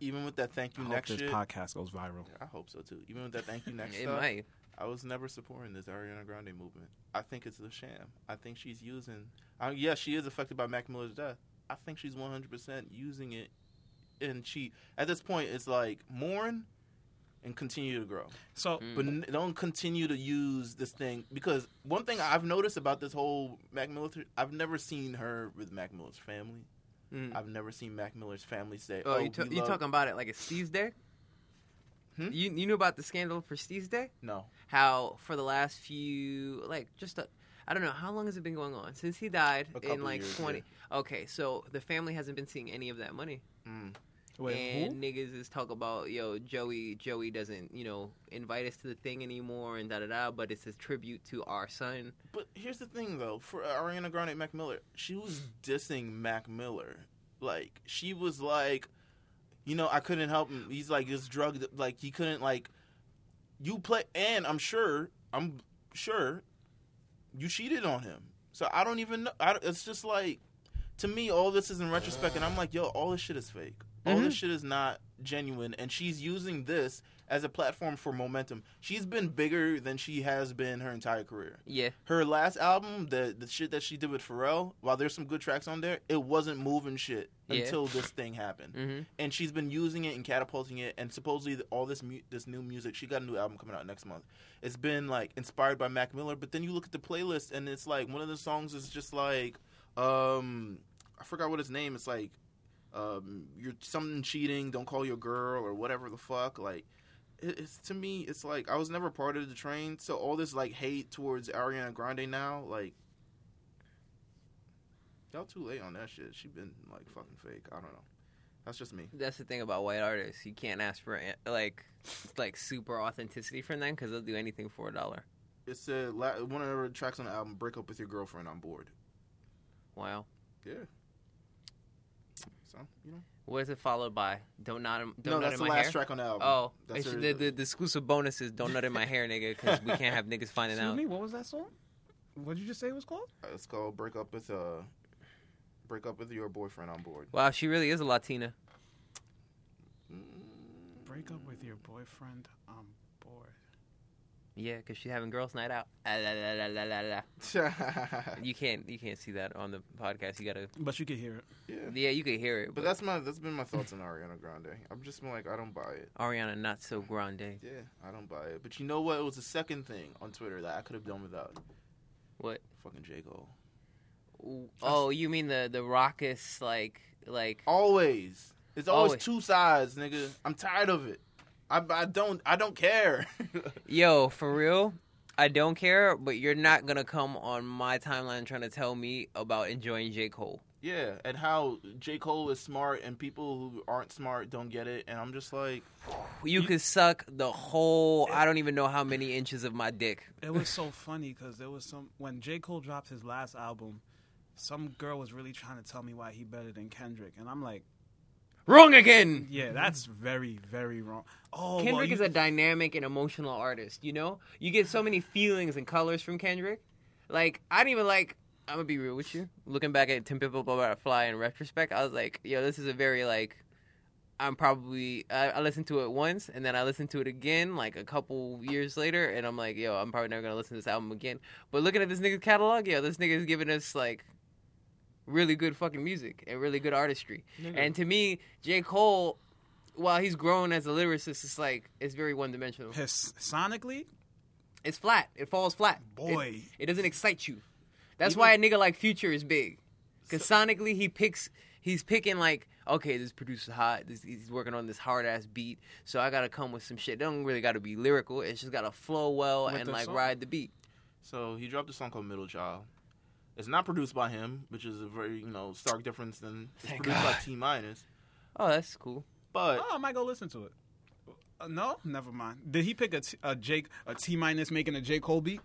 Speaker 1: Even with that thank
Speaker 5: I
Speaker 1: you
Speaker 5: hope
Speaker 1: next
Speaker 5: this
Speaker 1: shit,
Speaker 5: podcast goes viral.
Speaker 1: I hope so too. Even with that thank you next
Speaker 2: it
Speaker 1: stuff,
Speaker 2: might.
Speaker 1: I was never supporting this Ariana Grande movement. I think it's a sham. I think she's using. I, yeah, she is affected by Mac Miller's death. I think she's 100% using it. And she, at this point, it's like mourn and continue to grow.
Speaker 5: So,
Speaker 2: Mm. Mm-hmm.
Speaker 1: But n- don't continue to use this thing. Because one thing I've noticed about this whole Mac Miller, th- I've never seen her with Mac Miller's family.
Speaker 2: Mm.
Speaker 1: I've never seen Mac Miller's family say,
Speaker 2: Oh,
Speaker 1: Oh,
Speaker 2: you, t-
Speaker 1: we
Speaker 2: you
Speaker 1: love-
Speaker 2: talking about it like it's Steve's day?
Speaker 1: Hmm?
Speaker 2: You you knew about the scandal for Steve's day?
Speaker 1: No.
Speaker 2: How for the last few like just I I don't know how long has it been going on since he died
Speaker 1: A couple
Speaker 2: in like
Speaker 1: years,
Speaker 2: twenty. Okay, so the family hasn't been seeing any of that money,
Speaker 1: Mm.
Speaker 5: wait,
Speaker 2: and niggas is talk about yo Joey Joey doesn't you know invite us to the thing anymore and da da da, but it's a tribute to our son.
Speaker 1: But here's the thing, though. For uh, Ariana Grande and Mac Miller, she was dissing Mac Miller. Like, she was like, you know, I couldn't help him. He's like, this drug, like, he couldn't, like, you play. And I'm sure, I'm sure you cheated on him. So I don't even know. I, it's just like, to me, all this is in retrospect. And I'm like, yo, all this shit is fake. All this shit is not genuine. And she's using this as a platform for momentum. She's been bigger than she has been her entire career
Speaker 2: Yeah,
Speaker 1: her last album, the the shit that she did with Pharrell, while there's some good tracks on there, it wasn't moving shit
Speaker 2: Yeah.
Speaker 1: until this thing happened.
Speaker 2: Mhm.
Speaker 1: And she's been using it and catapulting it, and supposedly th- all this mu- this new music, she got a new album coming out next month. It's been like inspired by Mac Miller, but then you look at the playlist, and it's like one of the songs is just like, um, I forgot what his name. It's like, um, you're something cheating. Don't call your girl or whatever the fuck. Like, it- it's to me, it's like I was never part of the train, so all this like hate towards Ariana Grande now, like y'all too late on that shit. She been like fucking fake. I don't know. That's just me.
Speaker 2: that's the thing about white artists. You can't ask for like like super authenticity from them because they'll do anything for a dollar.
Speaker 1: It's uh, la- one of the tracks on the album, "Break Up with Your Girlfriend." On board.
Speaker 2: Wow.
Speaker 1: Yeah. So you know.
Speaker 2: What is it followed by? Don't nut in,
Speaker 1: no,
Speaker 2: don't nut
Speaker 1: that's
Speaker 2: in
Speaker 1: the
Speaker 2: my
Speaker 1: last
Speaker 2: hair.
Speaker 1: track on the album.
Speaker 2: Oh,
Speaker 1: that's
Speaker 2: it's-
Speaker 1: her-
Speaker 2: the, the, the exclusive bonus is don't nut in my hair, nigga, because we can't have niggas finding
Speaker 5: Excuse
Speaker 2: out.
Speaker 5: me. What was that song? What did you just say it was called?
Speaker 1: it's called "Break Up with uh, break up with your boyfriend on board. Mm.
Speaker 2: Wow, she really is a Latina.
Speaker 5: Break up with your boyfriend on board.
Speaker 2: Yeah, because she's having girls' night out. Ah, la, la, la, la, la, la.
Speaker 1: yeah.
Speaker 2: You can't you can't see that on the podcast. You gotta.
Speaker 5: But you can hear it.
Speaker 2: Yeah, you could hear it.
Speaker 1: But that's my that's been my thoughts on Ariana Grande. I'm just been like I don't buy it.
Speaker 2: Ariana not so grande.
Speaker 1: Yeah, I don't buy it. But you know what? It was the second thing on Twitter that I could have done without.
Speaker 2: What?
Speaker 1: Fucking J Cole.
Speaker 2: Oh, you mean the the raucous like like
Speaker 1: Always. It's always,
Speaker 2: Always.
Speaker 1: two sides, nigga. I'm tired of it. I, I don't I don't care.
Speaker 2: yo for real. I don't care, but you're not gonna come on my timeline trying to tell me about enjoying J Cole.
Speaker 1: yeah, and how J Cole is smart and people who aren't smart don't get it, and I'm just like,
Speaker 2: You could suck the whole I don't even know how many inches of my dick.
Speaker 5: It was so funny because there was some when J Cole dropped his last album. Some girl was really trying to tell me why he better than Kendrick, and I'm like,
Speaker 2: Wrong again.
Speaker 5: yeah, that's very, very wrong. Oh, well,
Speaker 2: Kendrick
Speaker 5: you-
Speaker 2: is a dynamic and emotional artist, you know? You get so many feelings and colors from Kendrick. Like, I didn't even like, I'm gonna be real with you. Looking back at Tim Pimple Butterfly in retrospect, I was like, yo, this is a very, like, I'm probably, I, I listened to it once and then I listened to it again, like, a couple years later, and I'm like, yo, I'm probably never gonna listen to this album again. But looking at this nigga's catalog, yo, this nigga's giving us, like, really good fucking music and really good artistry. And to me, J. Cole, while he's grown as a lyricist, it's like it's very one dimensional.
Speaker 5: his, sonically,
Speaker 2: It's flat. It falls flat. It-
Speaker 5: boy.
Speaker 2: it, doesn't excite you. That's why a nigga like Future is big, because sonically he picks. He's picking like, okay, this producer's hot. This, he's working on this hard ass beat, so I gotta come with some shit. It don't really gotta be lyrical. It's just gotta flow well
Speaker 5: With
Speaker 2: and
Speaker 5: the
Speaker 2: like
Speaker 5: song.
Speaker 2: ride the beat.
Speaker 1: so he dropped a song called Middle Child. It's not produced by him, which is a very you know stark difference than it's
Speaker 2: Thank
Speaker 1: produced by
Speaker 2: God.
Speaker 1: T minus.
Speaker 2: Oh, that's cool.
Speaker 1: But
Speaker 5: Oh, I might go listen to it. Uh, no, never mind. Did he pick a, t- a Jake a T minus making a J Cole beat?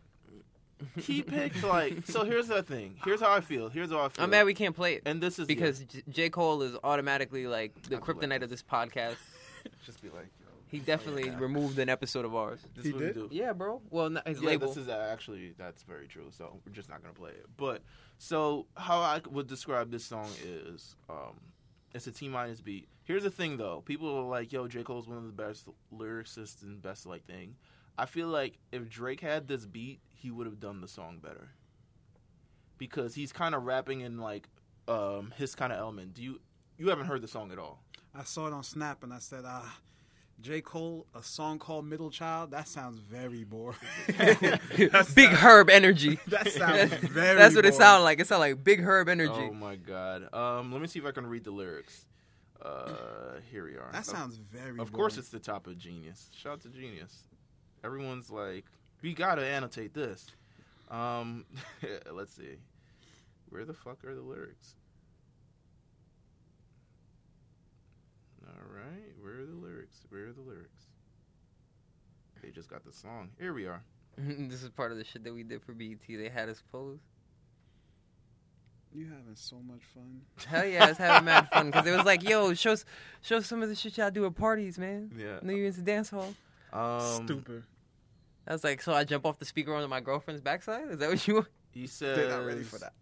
Speaker 1: he picked like so. Here's the thing. Here's how I feel. Here's how I feel.
Speaker 2: I'm mad we can't play it
Speaker 1: and this is yeah,
Speaker 2: because J-, J Cole is automatically like the
Speaker 1: I feel like
Speaker 2: kryptonite of this podcast.
Speaker 1: just be like, yo,
Speaker 2: He definitely removed an episode of ours.
Speaker 1: this
Speaker 4: He
Speaker 1: is what we
Speaker 4: did?
Speaker 1: do.
Speaker 2: Yeah, bro. Well, not his
Speaker 1: yeah,
Speaker 2: label.
Speaker 1: this is uh, actually that's very true. So we're just not gonna play it. But so how I would describe this song is, um, it's a T minus beat. Here's the thing though, people are like, "Yo, J Cole's one of the best lyricists and best like thing." I feel like if Drake had this beat, he would have done the song better because he's kind of rapping in like um, his kind of element. Do you you haven't heard the song at all?
Speaker 5: I saw it on Snap and I said, ah, J Cole, a song called Middle Child. That sounds very boring.
Speaker 2: Big Herb energy.
Speaker 5: That sounds very.
Speaker 2: That's what it
Speaker 5: boring.
Speaker 2: sounded like. It sounded like Big Herb energy.
Speaker 1: Oh my god. Um, let me see if I can read the lyrics. Uh, here we are.
Speaker 5: That sounds very.
Speaker 1: Of course,
Speaker 5: boring.
Speaker 1: it's the top of genius. Shout out to genius. Everyone's like, we gotta annotate this. Um, let's see. Where the fuck are the lyrics? All right, where are the lyrics? Where are the lyrics? They just got the song. Here we are.
Speaker 2: this is part of the shit that we did for BET. They had us pose.
Speaker 5: You having so much fun.
Speaker 2: Hell yeah, I was having mad fun because it was like, yo, show s- show some of the shit y'all do at parties, man.
Speaker 1: Yeah.
Speaker 2: New Year's dance hall.
Speaker 1: Um,
Speaker 5: Stupid.
Speaker 2: I was like, so I jump off the speaker onto my girlfriend's backside. Is that what you want?
Speaker 1: He says
Speaker 5: They're not ready for that.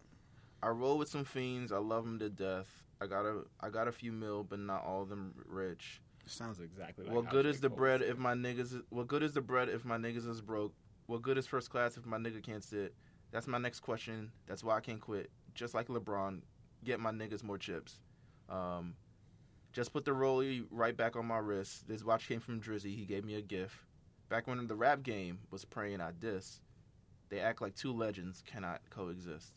Speaker 1: I roll with some fiends. I love them to death. I got a I got a few mil, but not all of them rich.
Speaker 5: Sounds exactly.
Speaker 1: What good is the bread if my niggas? is- What good is the bread if my niggas is broke? What good is first class if my nigga can't sit? That's my next question. That's why I can't quit. Just like LeBron, get my niggas more chips. Um, just put the rollie right back on my wrist. This watch came from Drizzy. He gave me a gift. Back when the rap game was praying I diss, they act like two legends cannot coexist.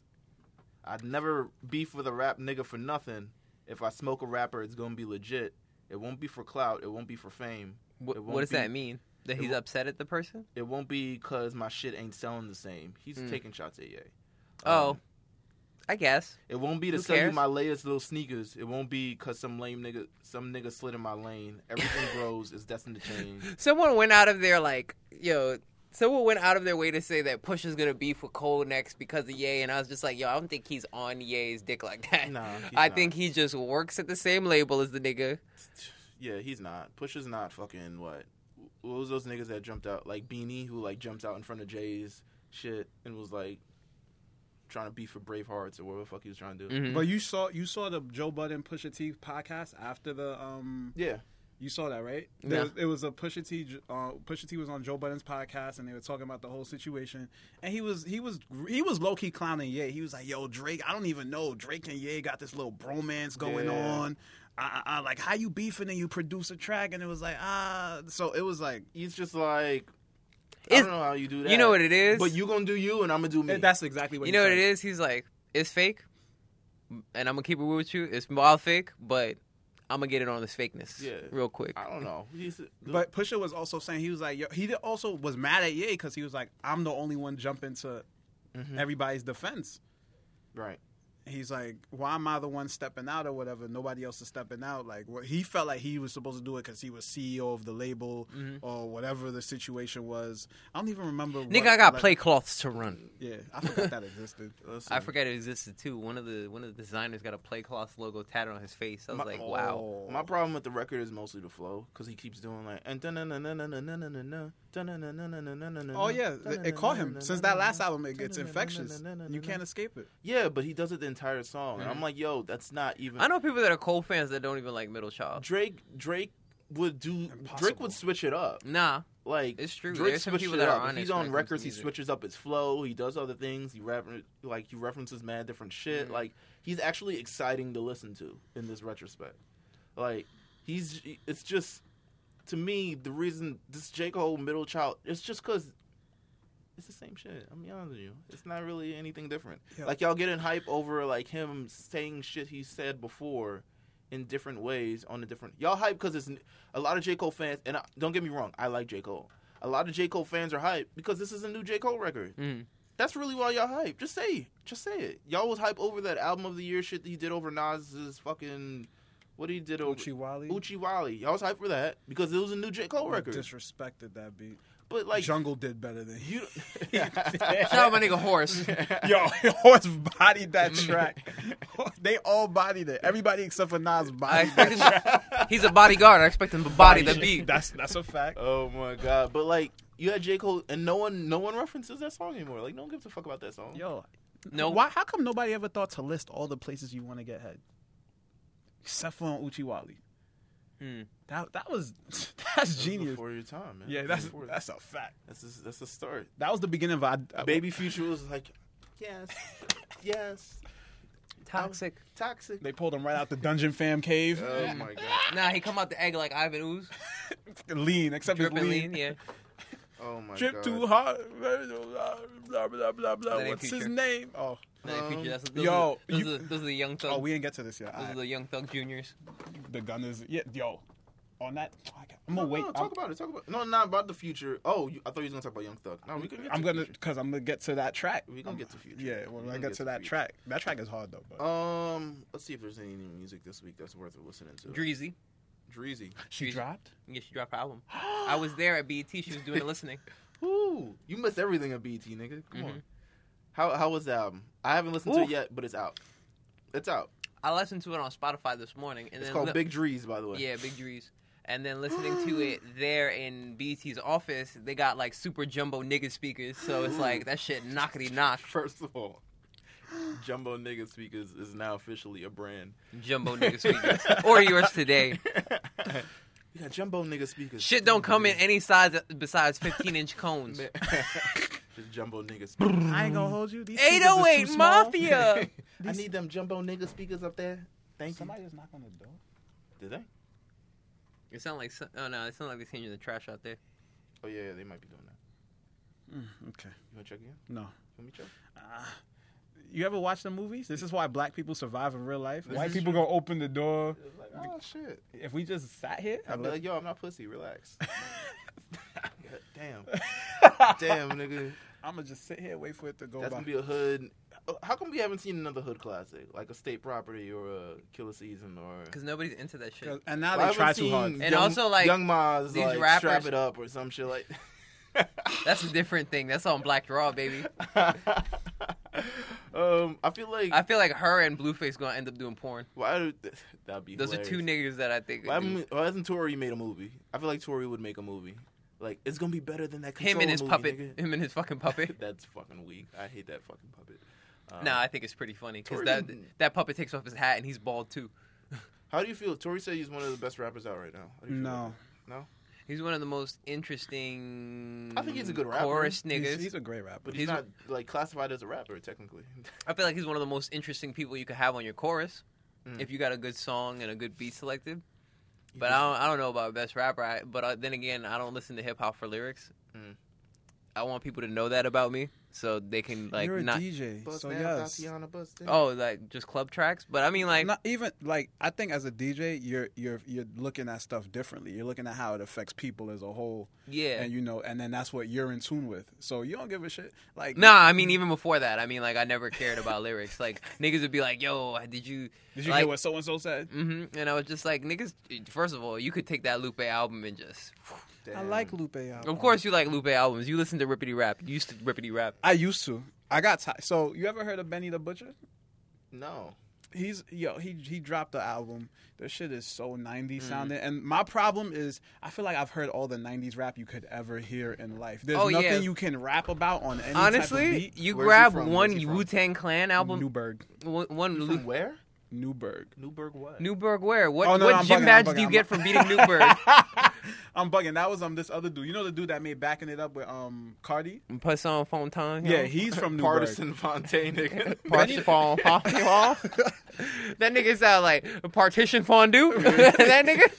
Speaker 1: I'd never beef with a rap nigga for nothing. If I smoke a rapper, it's gonna be legit. It won't be for clout. It won't be for fame.
Speaker 2: What,
Speaker 1: It
Speaker 2: what
Speaker 1: won't
Speaker 2: does that
Speaker 1: be-
Speaker 2: mean? That
Speaker 1: it
Speaker 2: he's
Speaker 1: won't-
Speaker 2: upset at the person?
Speaker 1: It won't be because my shit ain't selling the same. He's taking shots at Ye.
Speaker 2: Hmm.
Speaker 1: Um,
Speaker 2: Oh, I guess.
Speaker 1: It won't be to
Speaker 2: Who
Speaker 1: sell you
Speaker 2: cares?
Speaker 1: my latest little sneakers. It won't be because some lame nigga, some nigga slid in my lane. Everything grows. It's destined to change.
Speaker 2: Someone went out of their like, yo. Someone went out of their way to say that Push is gonna beef with Cole next because of Ye, and I was just like, yo, I don't think he's on Ye's dick like that.
Speaker 1: Nah, he's
Speaker 2: I
Speaker 1: not.
Speaker 2: think he just works at the same label as the nigga.
Speaker 1: Yeah, he's not. Push is not fucking what? What was those niggas that jumped out? Like Beanie, who like jumps out in front of Jay's shit and was like, trying to beef for Bravehearts or whatever the fuck he was trying to do.
Speaker 2: Mhm.
Speaker 5: But you saw you saw the Joe Budden Pusha T podcast after the um
Speaker 1: Yeah,
Speaker 5: you saw that right?
Speaker 2: No.
Speaker 5: There was, it was a Pusha T. Uh, Pusha T was on Joe Budden's podcast and they were talking about the whole situation. And he was he was he was low key clowning Ye. He was like, "Yo, Drake, I don't even know. Drake and Ye got this little bromance going
Speaker 1: Yeah.
Speaker 5: on. I, I, I- like how you beefing and you produce a track." And it was like ah, so it was like
Speaker 1: he's just like I
Speaker 2: It's-
Speaker 1: don't know how you do that.
Speaker 2: You know what it is?
Speaker 1: But you gonna do you, and I'm gonna do me.
Speaker 5: that's exactly what
Speaker 2: You
Speaker 5: he
Speaker 2: know what
Speaker 5: said.
Speaker 2: it is? He's like, it's fake, and I'm gonna keep it real with you. It's wild fake, but I'm gonna get it on this fakeness
Speaker 1: Yeah.
Speaker 2: real quick.
Speaker 1: I don't know. He's,
Speaker 5: But Pusha was also saying he was like yo, he did- also was mad at Ye because he was like I'm the only one jumping to
Speaker 2: Mm-hmm.
Speaker 1: Mhm.
Speaker 5: everybody's defense.
Speaker 1: right,
Speaker 5: He's like, why am I the one stepping out or whatever? Nobody else is stepping out. Like what he felt like he was supposed to do it because he was CEO of the label
Speaker 2: Mm-hmm.
Speaker 5: or whatever the situation was. I don't even remember.
Speaker 2: Nigga,
Speaker 5: what-
Speaker 2: I got Uh-huh.
Speaker 5: like-
Speaker 2: play cloths to run.
Speaker 5: Yeah, I forgot that existed.
Speaker 1: Listen,
Speaker 2: I forgot it existed too. One of the one of the designers got a play cloths logo tatted on his face. I was
Speaker 1: My-
Speaker 2: like, wow.
Speaker 5: Oh.
Speaker 1: My problem with the record is mostly the flow because he keeps doing like and
Speaker 5: Oh
Speaker 1: oh
Speaker 5: yeah, it, it caught him. Since that last album, it, it's infectious. You can't Mm. escape it.
Speaker 1: Yeah, but he does it the entire song, and I'm like, yo, that's not even.
Speaker 2: I know people that are Cole fans that don't even like Middle Child.
Speaker 1: Drake Drake would do Drake
Speaker 5: Impossible.
Speaker 1: would switch it up.
Speaker 2: Nah,
Speaker 1: Like
Speaker 2: It's true.
Speaker 1: Drake
Speaker 2: There's some
Speaker 1: switches
Speaker 2: people
Speaker 1: it
Speaker 2: that
Speaker 1: up.
Speaker 2: are
Speaker 1: If
Speaker 2: honest
Speaker 1: he's
Speaker 2: when it
Speaker 1: on
Speaker 2: comes to
Speaker 1: records. He
Speaker 2: music.
Speaker 1: switches up his flow. He does other things. He refer- like he references mad different shit.
Speaker 2: Mhm.
Speaker 1: Like he's actually exciting to listen to in this retrospect. Like he's it's just to me the reason this J Cole middle child it's just because. It's the same shit. I'm honest with you. It's not really anything different.
Speaker 5: Yeah.
Speaker 1: Like y'all getting hype over like him saying shit he said before, in different ways on a different. Y'all hype because it's n- a lot of J Cole fans, and I, don't get me wrong, I like J Cole. A lot of J Cole fans are hype because this is a new J Cole record.
Speaker 2: Mhm.
Speaker 1: That's really why y'all hype. Just say, just say it. Y'all was hype over that album of the year shit that he did over Nas's fucking. What he did over
Speaker 5: Uchi Wally
Speaker 1: Uchi Wally. Y'all was hype for that because it was a new J Cole record.
Speaker 5: disrespected that beat.
Speaker 1: but like
Speaker 5: Jungle did better than he.
Speaker 1: you,
Speaker 2: shout out my nigga Horse.
Speaker 5: Yo, Horse bodied that
Speaker 2: Mm-hmm.
Speaker 5: track. they all bodied it. Everybody except for Nas
Speaker 2: I
Speaker 5: bodied
Speaker 2: expect him- he's a bodyguard. I expect him to body the beat.
Speaker 5: That's that's a fact.
Speaker 1: Oh my god! But like you had J Cole, and no one, no one references that song anymore. Like no one gives a fuck about that song.
Speaker 5: Yo,
Speaker 2: No,
Speaker 5: why? How come nobody ever thought to list all the places you want to get head, except for on Uchiwali?
Speaker 2: Hmm.
Speaker 5: That that was that's
Speaker 1: That was
Speaker 5: genius.
Speaker 1: Before your time, man.
Speaker 5: Yeah, that's
Speaker 1: Before-
Speaker 5: that's a fact.
Speaker 1: that's the- that's the start.
Speaker 5: That was the beginning of I, I
Speaker 1: Baby Future was like, yes, yes,
Speaker 2: toxic.
Speaker 1: toxic.
Speaker 5: They pulled him right out the dungeon fam cave.
Speaker 1: Oh my god!
Speaker 2: Nah, he come out the egg like Ivan Ooze,
Speaker 5: lean, except it's
Speaker 2: dripping
Speaker 5: lean.
Speaker 2: lean. Yeah,
Speaker 1: Oh my
Speaker 5: Drip
Speaker 1: god!
Speaker 5: too hard. Blah blah blah blah.
Speaker 2: ain't
Speaker 5: What's his
Speaker 2: Future.
Speaker 5: name? Oh,
Speaker 2: Another feature,
Speaker 1: Um,
Speaker 2: that's- those
Speaker 5: yo,
Speaker 2: are, those,
Speaker 5: you-
Speaker 2: are, those are the young thug.
Speaker 5: oh, we didn't get to this yet.
Speaker 2: those
Speaker 5: All
Speaker 2: are the young thug juniors.
Speaker 5: right. The gunners. Yeah, yo, on that. oh, I'm
Speaker 1: No,
Speaker 5: gonna
Speaker 1: no,
Speaker 5: wait.
Speaker 1: talk
Speaker 5: I'm,
Speaker 1: about it. Talk about no, not about the future. Oh, you, I thought you was gonna talk about Young Thug. No, we can. Get
Speaker 5: I'm
Speaker 1: to
Speaker 5: gonna
Speaker 1: Future.
Speaker 5: because I'm gonna get to that track.
Speaker 1: We gonna
Speaker 5: I'm-
Speaker 1: get to future.
Speaker 5: Yeah, when
Speaker 1: We
Speaker 5: I
Speaker 1: gonna
Speaker 5: get
Speaker 1: get
Speaker 5: to
Speaker 1: to
Speaker 5: that
Speaker 1: Future.
Speaker 5: track. That track is hard though. But.
Speaker 1: Um, let's see if there's any new music this week that's worth listening to.
Speaker 2: Dreezy,
Speaker 1: Dreezy.
Speaker 5: She
Speaker 2: She's-
Speaker 5: dropped.
Speaker 2: yeah, she dropped her album. I was there at BET. She was doing the listening.
Speaker 1: Ooh, you missed everything at BT, nigga.
Speaker 5: Mm-hmm.
Speaker 1: Come
Speaker 2: Mhm.
Speaker 1: on. How how was the album? I haven't listened to it
Speaker 2: Ooh.
Speaker 1: yet, but it's out. It's out.
Speaker 2: I listened to it on Spotify this morning, and
Speaker 1: It's
Speaker 2: then
Speaker 1: called
Speaker 2: li-
Speaker 1: Big Drees, by the way.
Speaker 2: yeah, Big Drees. And then listening to it there in BET's office, they got like super jumbo nigga speakers, so it's like that shit knockety knock.
Speaker 1: First of all, Jumbo Nigga Speakers is now officially a brand.
Speaker 2: Jumbo nigga speakers, or yours today.
Speaker 1: We got Jumbo Nigga Speakers.
Speaker 2: Shit don't come in any size besides 15 inch cones.
Speaker 1: Just Jumbo Nigga Speakers.
Speaker 5: I ain't gonna hold you. These speakers
Speaker 1: oh
Speaker 5: is
Speaker 2: 808
Speaker 5: too small.
Speaker 2: Mafia.
Speaker 1: I need them Jumbo Nigga Speakers up there. Thank you.
Speaker 5: Somebody just knocked on the door.
Speaker 1: Did they?
Speaker 2: It sound like so- oh no, it sound like they're changing the trash out there.
Speaker 1: Oh yeah, yeah, they might be doing that.
Speaker 5: Mm, okay,
Speaker 1: You want to check again?
Speaker 5: no.
Speaker 1: Let me check.
Speaker 5: You ever watch the movies? This is why black people survive in real life.
Speaker 1: This
Speaker 5: White
Speaker 1: is
Speaker 5: people
Speaker 1: true.
Speaker 5: gonna open the door.
Speaker 1: It's like, oh shit.
Speaker 5: If we just sat here,
Speaker 1: I'd be
Speaker 5: let-
Speaker 1: like, yo, I'm not pussy. Relax. Damn. Damn, nigga.
Speaker 5: I'm gonna just sit here and wait for it to go
Speaker 1: That's
Speaker 5: by.
Speaker 1: gonna be a hood. Oh, How come we haven't seen another hood classic like a state property or a killer season or?
Speaker 2: Cause nobody's into that shit.
Speaker 5: and now
Speaker 1: Well, I
Speaker 5: they try
Speaker 1: haven't
Speaker 5: too hard.
Speaker 1: seen
Speaker 2: And also, like,
Speaker 1: Young Ma's
Speaker 2: these
Speaker 1: like
Speaker 2: rappers-
Speaker 1: strap it up or some shit like.
Speaker 2: That's a different thing. That's on Black Draw, baby.
Speaker 1: um, I feel like
Speaker 2: I feel like her and Blueface gonna end up doing porn.
Speaker 1: why do, that'd be
Speaker 2: Those are two
Speaker 1: hilarious.
Speaker 2: niggas that I think.
Speaker 1: Why,
Speaker 2: would do.
Speaker 1: haven't- why hasn't Tory made a movie? I feel like Tory would make a movie. Like it's gonna be better than that.
Speaker 2: him
Speaker 1: Control
Speaker 2: and his
Speaker 1: movie,
Speaker 2: puppet.
Speaker 1: nigga.
Speaker 2: Him and his fucking puppet.
Speaker 1: That's fucking weak. I hate that fucking puppet. Um,
Speaker 2: Nah, I think it's pretty funny because
Speaker 1: Tory
Speaker 2: that
Speaker 1: didn't-
Speaker 2: that puppet takes off his hat and he's bald too.
Speaker 1: How do you feel? Tori said he's one of the best rappers out right now. How do you feel about
Speaker 5: No,
Speaker 1: that? No.
Speaker 2: He's one of the most interesting.
Speaker 1: I think he's a good rapper.
Speaker 2: chorus
Speaker 5: he's,
Speaker 2: niggas.
Speaker 5: he's a great rapper.
Speaker 1: But he's,
Speaker 2: He's-
Speaker 1: not like classified as a rapper technically.
Speaker 2: I feel like he's one of the most interesting people you could have on your chorus
Speaker 1: Mm.
Speaker 2: if you got a good song and a good beat selected. But I don't, I don't know about best rapper. I, but uh then again, I don't listen to hip hop for lyrics.
Speaker 1: Mm.
Speaker 2: I want people to know that about me so they can like
Speaker 5: You're a
Speaker 2: not
Speaker 5: DJ,
Speaker 1: Bust
Speaker 5: so
Speaker 1: down,
Speaker 5: yes.
Speaker 1: Tatiana, bust down.
Speaker 2: oh like just club tracks. But I mean like
Speaker 5: Not even like I think as a DJ, you're you're you're looking at stuff differently. You're looking at how it affects people as a whole,
Speaker 2: yeah.
Speaker 5: and you know, and then that's what you're in tune with. So you don't give a shit. Like
Speaker 2: No, I mean even before that, I mean like I never cared about lyrics. Like niggas would be like, "Yo, did you?"
Speaker 5: did you
Speaker 2: like-
Speaker 5: hear what so and so said?
Speaker 2: hmm And I was just like, "Niggas." First of all, you could take that Lupe album and just.
Speaker 1: Damn.
Speaker 4: I like Lupe. Album.
Speaker 2: Of course, you like Lupe albums. You listen to Rippity Rap. You used to Rippity Rap.
Speaker 5: I used to. I got tired. So you ever heard of Benny the Butcher?
Speaker 1: No.
Speaker 5: He's yo. He he dropped the album. The shit is so '90s
Speaker 2: Mm.
Speaker 5: sounding. And my problem is, I feel like I've heard all the '90s rap you could ever hear in life. There's
Speaker 2: Oh, yeah.
Speaker 5: nothing you can rap about on any type of
Speaker 2: Honestly,
Speaker 5: beat.
Speaker 2: you
Speaker 1: Where's he
Speaker 2: grab
Speaker 1: from?
Speaker 2: one
Speaker 1: Where's he from?
Speaker 2: Wu Tang Clan album,
Speaker 5: Newberg,
Speaker 2: one- one
Speaker 1: From
Speaker 2: Lu-
Speaker 1: where?
Speaker 5: Newberg.
Speaker 1: Newburgh what?
Speaker 2: Newberg. Where? What?
Speaker 5: Oh, no, no,
Speaker 2: what
Speaker 5: I'm
Speaker 2: gym
Speaker 5: bugging,
Speaker 2: badge
Speaker 5: I'm
Speaker 2: do you
Speaker 5: bugging,
Speaker 2: get
Speaker 5: I'm
Speaker 2: from beating Newberg?
Speaker 5: I'm bugging. That was um this other dude. You know the dude that made backing it up with um Cardi.
Speaker 2: Puss on phone time.
Speaker 5: Yeah, he's from Newberg.
Speaker 1: Partisan Fontaine, nigga.
Speaker 2: Partition fond- That nigga sound like partition fondue. that nigga.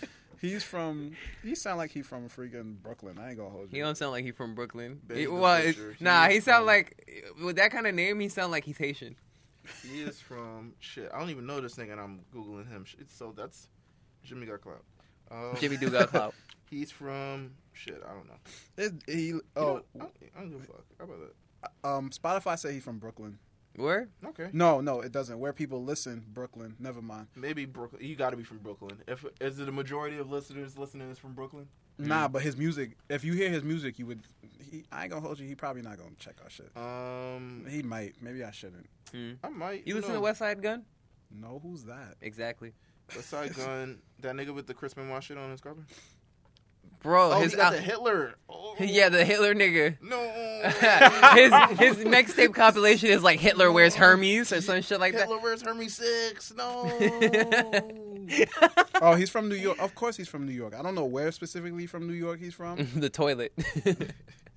Speaker 5: He's from. He sound like he from freaking Brooklyn. I ain't gonna hold
Speaker 2: He
Speaker 5: you.
Speaker 2: don't sound like he from Brooklyn.
Speaker 1: Benny
Speaker 2: It
Speaker 1: the
Speaker 2: well, it-
Speaker 1: Butcher. He
Speaker 2: nah,
Speaker 1: is
Speaker 2: he sound
Speaker 1: from-
Speaker 2: like with that kind of name, he sound like he's Haitian.
Speaker 1: he is from shit. I don't even know this nigga, and I'm googling him. Shit, So that's Jimmy got clout.
Speaker 5: Oh.
Speaker 1: Um,
Speaker 2: Jimmy do got clout.
Speaker 1: He's from shit. I don't know.
Speaker 5: It- he-
Speaker 1: You know
Speaker 5: oh,
Speaker 1: what? I don't, I don't give a fuck. How about that?
Speaker 5: um, Spotify said he's from Brooklyn.
Speaker 2: Where?
Speaker 1: Okay.
Speaker 5: No, no, it doesn't. Where people listen, Brooklyn. Never mind.
Speaker 1: Maybe Brooklyn. You got to be from Brooklyn. If is it a majority of listeners listening is from Brooklyn?
Speaker 2: Mm.
Speaker 5: Nah, but his music. If you hear his music, you would. He, I ain't gonna hold you. He probably not gonna check our shit.
Speaker 1: Um,
Speaker 5: He might. Maybe I shouldn't.
Speaker 1: I might.
Speaker 2: You listen
Speaker 1: know.
Speaker 2: to West Side Gun?
Speaker 5: No, who's that?
Speaker 2: Exactly,
Speaker 1: West Side Gun. That nigga with the Crispin Wash shit on his collar.
Speaker 2: bro.
Speaker 1: Oh,
Speaker 2: his
Speaker 1: he got
Speaker 2: al-
Speaker 1: the Hitler. Oh.
Speaker 2: yeah, the Hitler nigga.
Speaker 1: No.
Speaker 2: his his mixtape compilation is like Hitler wears Hermes or some shit like that.
Speaker 1: Hitler wears Hermes six. No.
Speaker 5: Oh, he's from New York. Of course, he's from New York. I don't know where specifically from New York he's from.
Speaker 2: the toilet.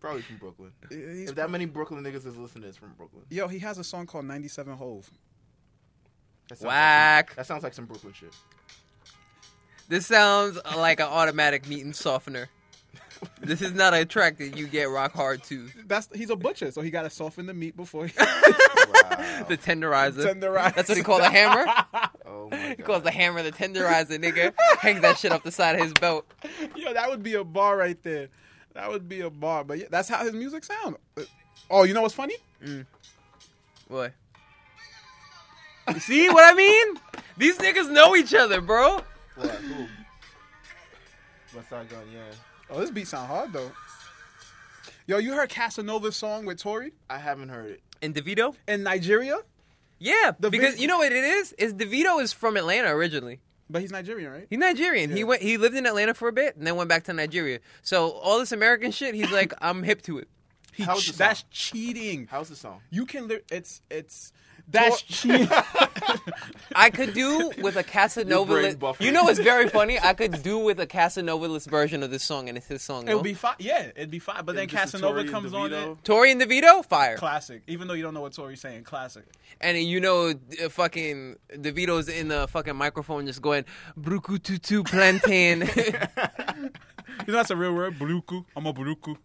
Speaker 1: Probably from Brooklyn.
Speaker 5: He's
Speaker 1: if that many Brooklyn niggas is listening, it's from Brooklyn.
Speaker 5: Yo, he has a song called 97 Hove.
Speaker 1: That sounds like some-
Speaker 2: Whack.
Speaker 1: that sounds like some Brooklyn shit.
Speaker 2: This sounds like an automatic meeting softener. This is not a track that you get rock hard to.
Speaker 5: That's he's a butcher, so he got to soften the meat before he
Speaker 1: Wow.
Speaker 2: The tenderizer.
Speaker 5: tenderize.
Speaker 2: That's what he called the hammer.
Speaker 1: oh my
Speaker 2: He calls
Speaker 1: god.
Speaker 2: the hammer the tenderizer, nigga. Hangs that shit off the side of his belt.
Speaker 5: Yo, that would be a bar right there. That would be a bar, but yeah, that's how his music sound. Oh, you know what's funny?
Speaker 2: What? You See what I mean? These niggas know each other, bro.
Speaker 1: Whack, who? West Side Gun. Yeah.
Speaker 5: Oh, this beat sound hard though. Yo, you heard Casanova's song with Tori
Speaker 1: I haven't heard it.
Speaker 2: And DeVito?
Speaker 5: in Nigeria,
Speaker 2: Yeah,
Speaker 5: The
Speaker 2: because
Speaker 5: vid-
Speaker 2: you know what it is? Is DeVito is from Atlanta originally.
Speaker 5: but he's Nigerian, right?
Speaker 2: He's Nigerian. He
Speaker 5: Yeah.
Speaker 2: went. He lived in Atlanta for a bit and then went back to Nigeria. So all this American shit, he's like, I'm hip to it.
Speaker 5: He
Speaker 1: How's the song?
Speaker 5: that's cheating.
Speaker 1: How's the song?
Speaker 5: You can, li- it's it's that's cheating.
Speaker 2: I could do with a Casanova.
Speaker 1: brain buffered.
Speaker 2: You know what's very funny? I could do with a Casanova-less version of this song, and it's his song.
Speaker 5: it
Speaker 2: no?
Speaker 5: would be fine. Yeah, it'd be fine. But then
Speaker 1: It's just a Tory
Speaker 5: Casanova
Speaker 1: and
Speaker 5: comes on
Speaker 1: DeVito.
Speaker 5: it.
Speaker 2: Tori and DeVito, fire.
Speaker 5: Classic. Even though you don't know what Tori's saying, classic.
Speaker 2: And then you know, uh, fucking DeVito's in the fucking microphone just going, Brukututu plantain.
Speaker 5: You know that's a real word, Buluku. I'm a Buluku.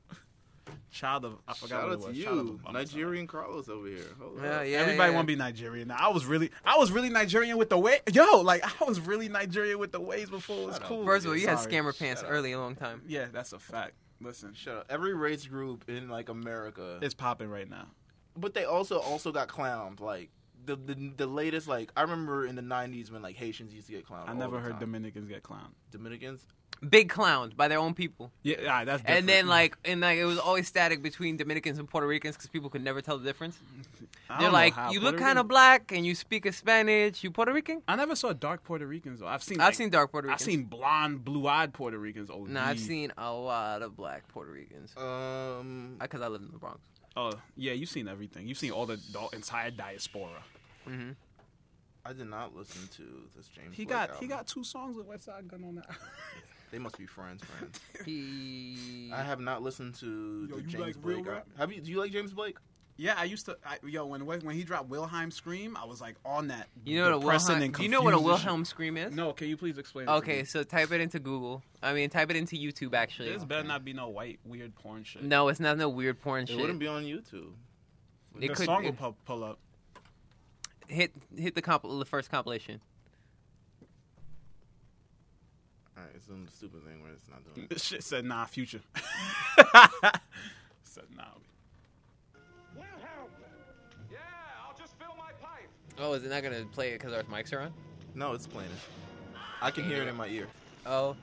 Speaker 5: Child of I forgot
Speaker 1: Shout
Speaker 5: what it
Speaker 1: out to
Speaker 5: was. Child of
Speaker 1: you,
Speaker 5: Obama.
Speaker 1: Nigerian Carlos over here. Hold
Speaker 2: Yeah,
Speaker 1: up.
Speaker 2: yeah.
Speaker 5: Everybody want to be Nigerian. Now I was really, I was really Nigerian with the way. Yo, like I was really Nigerian with the ways before it was
Speaker 1: Shut up.
Speaker 5: cool.
Speaker 2: First of all, you had
Speaker 5: Sorry.
Speaker 2: scammer pants
Speaker 1: Shut up.
Speaker 2: early a long time.
Speaker 5: Yeah, that's a fact. Listen,
Speaker 1: Shut up. Every race group in like America,
Speaker 5: it's popping right now.
Speaker 1: but they also also got clowned. Like the the, the latest like I remember in the '90s when like Haitians used to get clowned.
Speaker 5: I
Speaker 1: all
Speaker 5: never
Speaker 1: the
Speaker 5: heard
Speaker 1: time.
Speaker 5: Dominicans get clowned.
Speaker 1: Dominicans.
Speaker 2: Big clowns by their own people.
Speaker 5: Yeah, all right, that's different.
Speaker 2: And then like, and like, it was always static between Dominicans and Puerto Ricans because people could never tell the difference.
Speaker 5: I don't
Speaker 2: They're
Speaker 5: know
Speaker 2: like,
Speaker 5: how.
Speaker 2: you
Speaker 5: Puerto
Speaker 2: look kind of
Speaker 5: Rican-
Speaker 2: black and you speak a Spanish. You Puerto Rican?
Speaker 5: I never saw dark Puerto Ricans though. I've seen.
Speaker 2: I've
Speaker 5: like,
Speaker 2: seen dark Puerto
Speaker 5: I've
Speaker 2: Ricans.
Speaker 5: seen blonde, blue-eyed Puerto Ricans. Oh,
Speaker 2: No, I've seen a lot of black Puerto Ricans
Speaker 1: Um,
Speaker 2: because I live in the Bronx.
Speaker 5: Oh yeah, you've seen everything. You've seen all the, the entire diaspora.
Speaker 1: I did not listen to this James.
Speaker 5: He
Speaker 1: Blake
Speaker 5: got he
Speaker 1: album.
Speaker 5: got two songs with West Side Gun on that.
Speaker 1: They must be friends, friends.
Speaker 2: He.
Speaker 1: I have not listened to
Speaker 5: Yo,
Speaker 1: the
Speaker 5: you
Speaker 1: James
Speaker 5: like real
Speaker 1: Blake. al-
Speaker 5: rap?
Speaker 1: Have you? Do you like James Blake?
Speaker 5: yeah, I used to. I, yo, when when he dropped Wilhelm Scream, I was like on that.
Speaker 2: You know what a
Speaker 5: depressing
Speaker 2: Wilhelm?
Speaker 5: and
Speaker 2: Do you know what a
Speaker 5: confused as
Speaker 2: Wilhelm scream is?
Speaker 5: shit. No, can you please explain? it to
Speaker 2: Okay,
Speaker 5: me?
Speaker 2: so type it into Google. I mean, type it into YouTube. Actually,
Speaker 5: This better not be no white weird porn shit.
Speaker 2: no, it's not no weird porn
Speaker 1: It
Speaker 2: shit.
Speaker 1: wouldn't be on YouTube.
Speaker 2: It
Speaker 5: the
Speaker 2: could-
Speaker 5: song will
Speaker 2: it-
Speaker 5: pu- pull up.
Speaker 2: hit hit the comp- the first compilation.
Speaker 1: All right, it's some stupid thing where it's not doing. It.
Speaker 5: This shit said nah, future. said nah.
Speaker 6: Yeah, I'll just fill my pipe.
Speaker 2: Oh, is it not gonna play it because our mics are on?
Speaker 1: No, it's playing. I can hear it in my ear.
Speaker 2: Oh,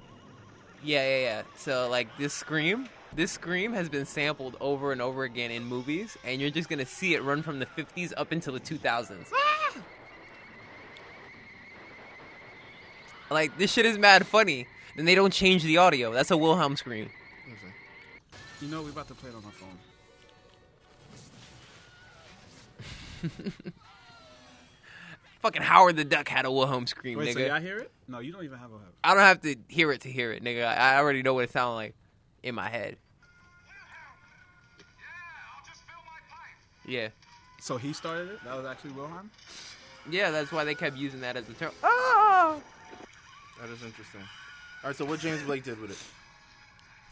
Speaker 2: yeah, yeah, yeah. So like this scream, this scream has been sampled over and over again in movies, and you're just gonna see it run from the 50s up until the 2000s.
Speaker 5: Ah!
Speaker 2: Like this shit is mad funny. Then they don't change the audio. That's a Wilhelm scream.
Speaker 1: Let me see.
Speaker 5: You know we about to play it on our phone.
Speaker 2: Fucking Howard the Duck had a Wilhelm scream,
Speaker 5: Wait,
Speaker 2: nigga.
Speaker 5: so y'all hear it? No, you don't even have a.
Speaker 2: I don't have to hear it to hear it, nigga. I I already know what it sounds like in my head.
Speaker 6: Yeah, I'll just fill my pipe.
Speaker 2: Yeah.
Speaker 5: So he started it. That was actually Wilhelm.
Speaker 2: Yeah, that's why they kept using that as a term. Oh!
Speaker 1: That is interesting. All right, so what James Blake did with it?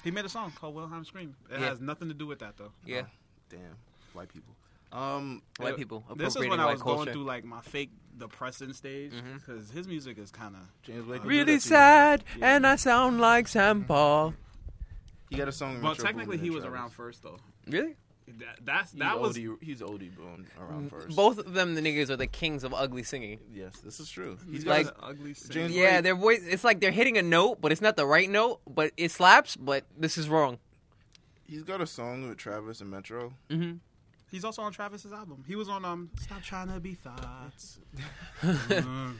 Speaker 5: He made a song called Wilhelm Scream. It
Speaker 2: Yeah.
Speaker 5: has nothing to do with that though.
Speaker 2: Yeah.
Speaker 1: Damn, white people. Um,
Speaker 2: White
Speaker 5: Uh,
Speaker 2: people
Speaker 5: This is
Speaker 2: appropriating
Speaker 5: when I
Speaker 2: white
Speaker 5: was
Speaker 2: culture. Mm-hmm.
Speaker 5: going through like my fake depressing stage because his music is kind of.
Speaker 1: James Blake. would do
Speaker 2: Really
Speaker 1: that to you.
Speaker 2: sad, and I sound like Sam Paul.
Speaker 1: He got a song. with
Speaker 5: Well,
Speaker 1: Metro
Speaker 5: technically
Speaker 1: Boomin
Speaker 5: he
Speaker 1: and
Speaker 5: was
Speaker 1: Travis.
Speaker 5: around first though.
Speaker 2: Really?
Speaker 5: That, that's
Speaker 1: He's
Speaker 5: that was Mm,
Speaker 1: OD, he's OD Boone around first.
Speaker 2: Both of them, the niggas, are the kings of ugly singing.
Speaker 1: Yes, this is true.
Speaker 5: he's
Speaker 1: He's
Speaker 5: got
Speaker 2: like-
Speaker 5: an ugly. Sing.
Speaker 1: James-
Speaker 2: Yeah,
Speaker 1: Blake-
Speaker 2: their voice, it's like they're hitting a note, but it's not the right note, but it slaps, but this is wrong.
Speaker 1: he's got a song with Travis and Metro.
Speaker 5: He's also on Travis's album. He was on um. Stop trying to be thoughts.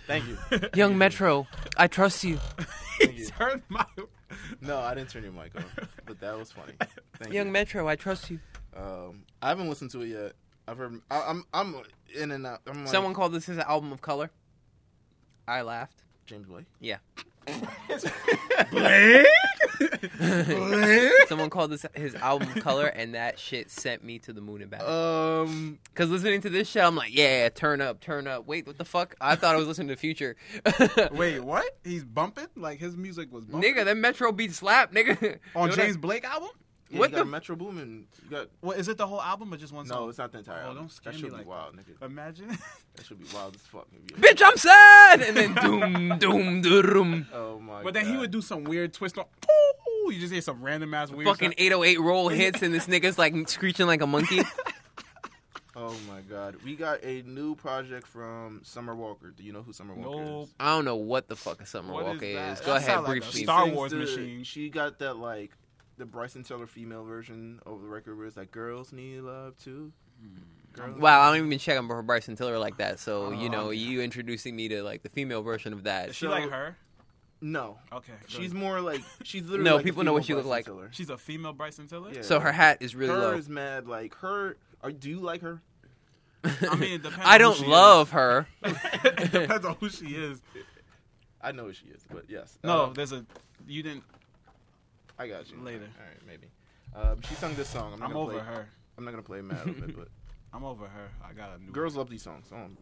Speaker 1: Thank you.
Speaker 2: Young Metro, I trust you.
Speaker 1: Thank you.
Speaker 5: Turn my.
Speaker 1: No, I didn't turn your mic off, but that was funny. Thank
Speaker 2: Young
Speaker 1: you.
Speaker 2: Metro, I trust you.
Speaker 1: Um, I haven't listened to it yet. I've heard. I, I'm I'm in and out. I'm like,
Speaker 2: Someone called this his album of color. I laughed.
Speaker 1: James Blake.
Speaker 2: Yeah.
Speaker 5: Blake.
Speaker 2: Someone called this his album Color, and that shit sent me to the moon and back.
Speaker 1: Um,
Speaker 2: Because listening to this shit, I'm like, yeah, turn up, turn up. Wait, what the fuck? I thought I was listening to Future.
Speaker 5: Wait, what? He's bumping? Like his music was bumping?
Speaker 2: Nigga, that Metro beat slap, nigga.
Speaker 5: on
Speaker 2: You know
Speaker 5: Oh, James Blake album?
Speaker 1: yeah,
Speaker 2: What
Speaker 1: you got
Speaker 2: the-
Speaker 1: Metro Boomin? You got
Speaker 5: What is it? The whole album or just one song?
Speaker 1: no, it's not the entire.
Speaker 5: Oh,
Speaker 1: album.
Speaker 5: don't scare
Speaker 1: that
Speaker 5: me
Speaker 1: should
Speaker 5: like
Speaker 1: be wild, nigga.
Speaker 5: Imagine.
Speaker 1: That should be wild as fuck. if you-
Speaker 2: that- Bitch, I'm sad! And then doom, doom, doom.
Speaker 1: Oh my.
Speaker 5: but then he
Speaker 1: God.
Speaker 5: would do some weird twist on. Ooh, you just hear some random ass weird.
Speaker 2: Fucking
Speaker 5: shit.
Speaker 2: 808 roll hits, and this nigga's like screeching like a monkey.
Speaker 1: Oh my god. We got a new project from Summer Walker. Do you know who Summer Walker
Speaker 5: Nope.
Speaker 1: is?
Speaker 2: I don't know what the fuck a Summer
Speaker 5: What is
Speaker 2: Walker
Speaker 5: that?
Speaker 2: is.
Speaker 5: That
Speaker 2: Go ahead,
Speaker 5: sound like a
Speaker 2: brief me.
Speaker 5: Star
Speaker 1: sings
Speaker 5: Wars
Speaker 1: the-
Speaker 5: machine.
Speaker 1: She got that like the Bryson Tiller female version of the record where it's like girls need love too. Girls
Speaker 2: Wow, I don't even check on Bryson Tiller like that. So, you
Speaker 5: Oh,
Speaker 2: know,
Speaker 5: okay.
Speaker 2: you introducing me to like the female version of that.
Speaker 5: Is she
Speaker 1: So-
Speaker 5: like her?
Speaker 1: No.
Speaker 5: Okay.
Speaker 1: She's
Speaker 5: good.
Speaker 1: more like she's literally
Speaker 2: No,
Speaker 1: like the
Speaker 2: people know what
Speaker 1: female
Speaker 2: she look
Speaker 1: Bryson Tiller.
Speaker 5: she's a female Bryson Tiller.
Speaker 1: Yeah.
Speaker 2: So her hat is really
Speaker 1: her
Speaker 2: low.
Speaker 1: is mad like her are, do you like her?
Speaker 5: I mean, it depends.
Speaker 2: I
Speaker 5: on who she
Speaker 2: don't love her.
Speaker 5: Is. it depends on who she is. Uh,
Speaker 1: I know who she is, but yes.
Speaker 5: No,
Speaker 1: Um,
Speaker 5: there's a. You didn't.
Speaker 1: I got you.
Speaker 5: later.
Speaker 1: All right, maybe. Um, she sung this song. I'm, not
Speaker 5: I'm
Speaker 1: gonna
Speaker 5: over
Speaker 1: play,
Speaker 5: her.
Speaker 1: I'm not gonna play mad on it, but
Speaker 5: I'm over her. I got a new.
Speaker 1: girls love these songs. I don't-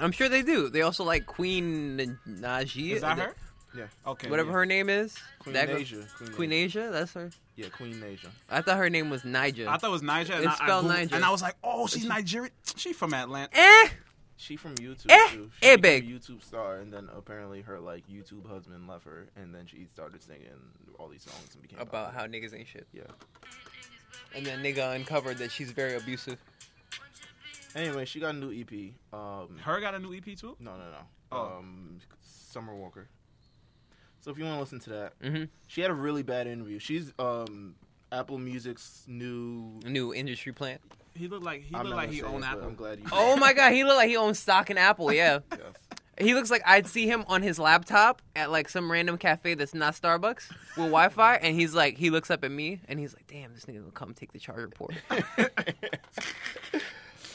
Speaker 2: I'm sure they do. They also like Queen Najee.
Speaker 5: Is that her?
Speaker 1: Yeah.
Speaker 5: Okay.
Speaker 2: Whatever
Speaker 5: yeah.
Speaker 2: her name is.
Speaker 1: Queen
Speaker 2: That girl-
Speaker 1: Asia. Queen,
Speaker 2: Queen Asia? That's her.
Speaker 1: Yeah, Queen Asia.
Speaker 2: I thought her name was Niger.
Speaker 5: I thought it was Niger. And
Speaker 2: It's
Speaker 5: I,
Speaker 2: spelled
Speaker 5: I Googled-
Speaker 2: Niger.
Speaker 5: And I was like, oh, she's Nigerian. She from Atlanta.
Speaker 2: eh!
Speaker 1: She from YouTube
Speaker 2: Eh,
Speaker 1: too.
Speaker 2: eh,
Speaker 1: She became
Speaker 2: babe.
Speaker 1: a YouTube star, and then apparently her like YouTube husband left her, and then she started singing all these songs and became
Speaker 2: About how
Speaker 1: popular.
Speaker 2: niggas ain't shit.
Speaker 1: Yeah.
Speaker 2: And then nigga uncovered that she's very abusive.
Speaker 1: Anyway, she got a new EP. Um,
Speaker 5: Her got a new EP too.
Speaker 1: no, no, no.
Speaker 5: Oh.
Speaker 1: Um, Summer Walker. So if you want to listen to that,
Speaker 2: Mhm.
Speaker 1: she had a really bad interview. She's um Apple Music's new.
Speaker 2: New industry plant.
Speaker 5: He looked like he
Speaker 1: I'm
Speaker 5: looked
Speaker 1: not
Speaker 5: like
Speaker 1: gonna
Speaker 5: he
Speaker 1: say it,
Speaker 5: owned
Speaker 1: but
Speaker 5: Apple.
Speaker 1: I'm glad you.
Speaker 2: Oh my god, he looked like he owns stock in Apple, yeah.
Speaker 1: Yes.
Speaker 2: He looks like I'd see him on his laptop at like some random cafe that's not Starbucks with Wi-Fi, and he's like, he looks up at me and he's like, "Damn, this nigga gonna come take the charger port."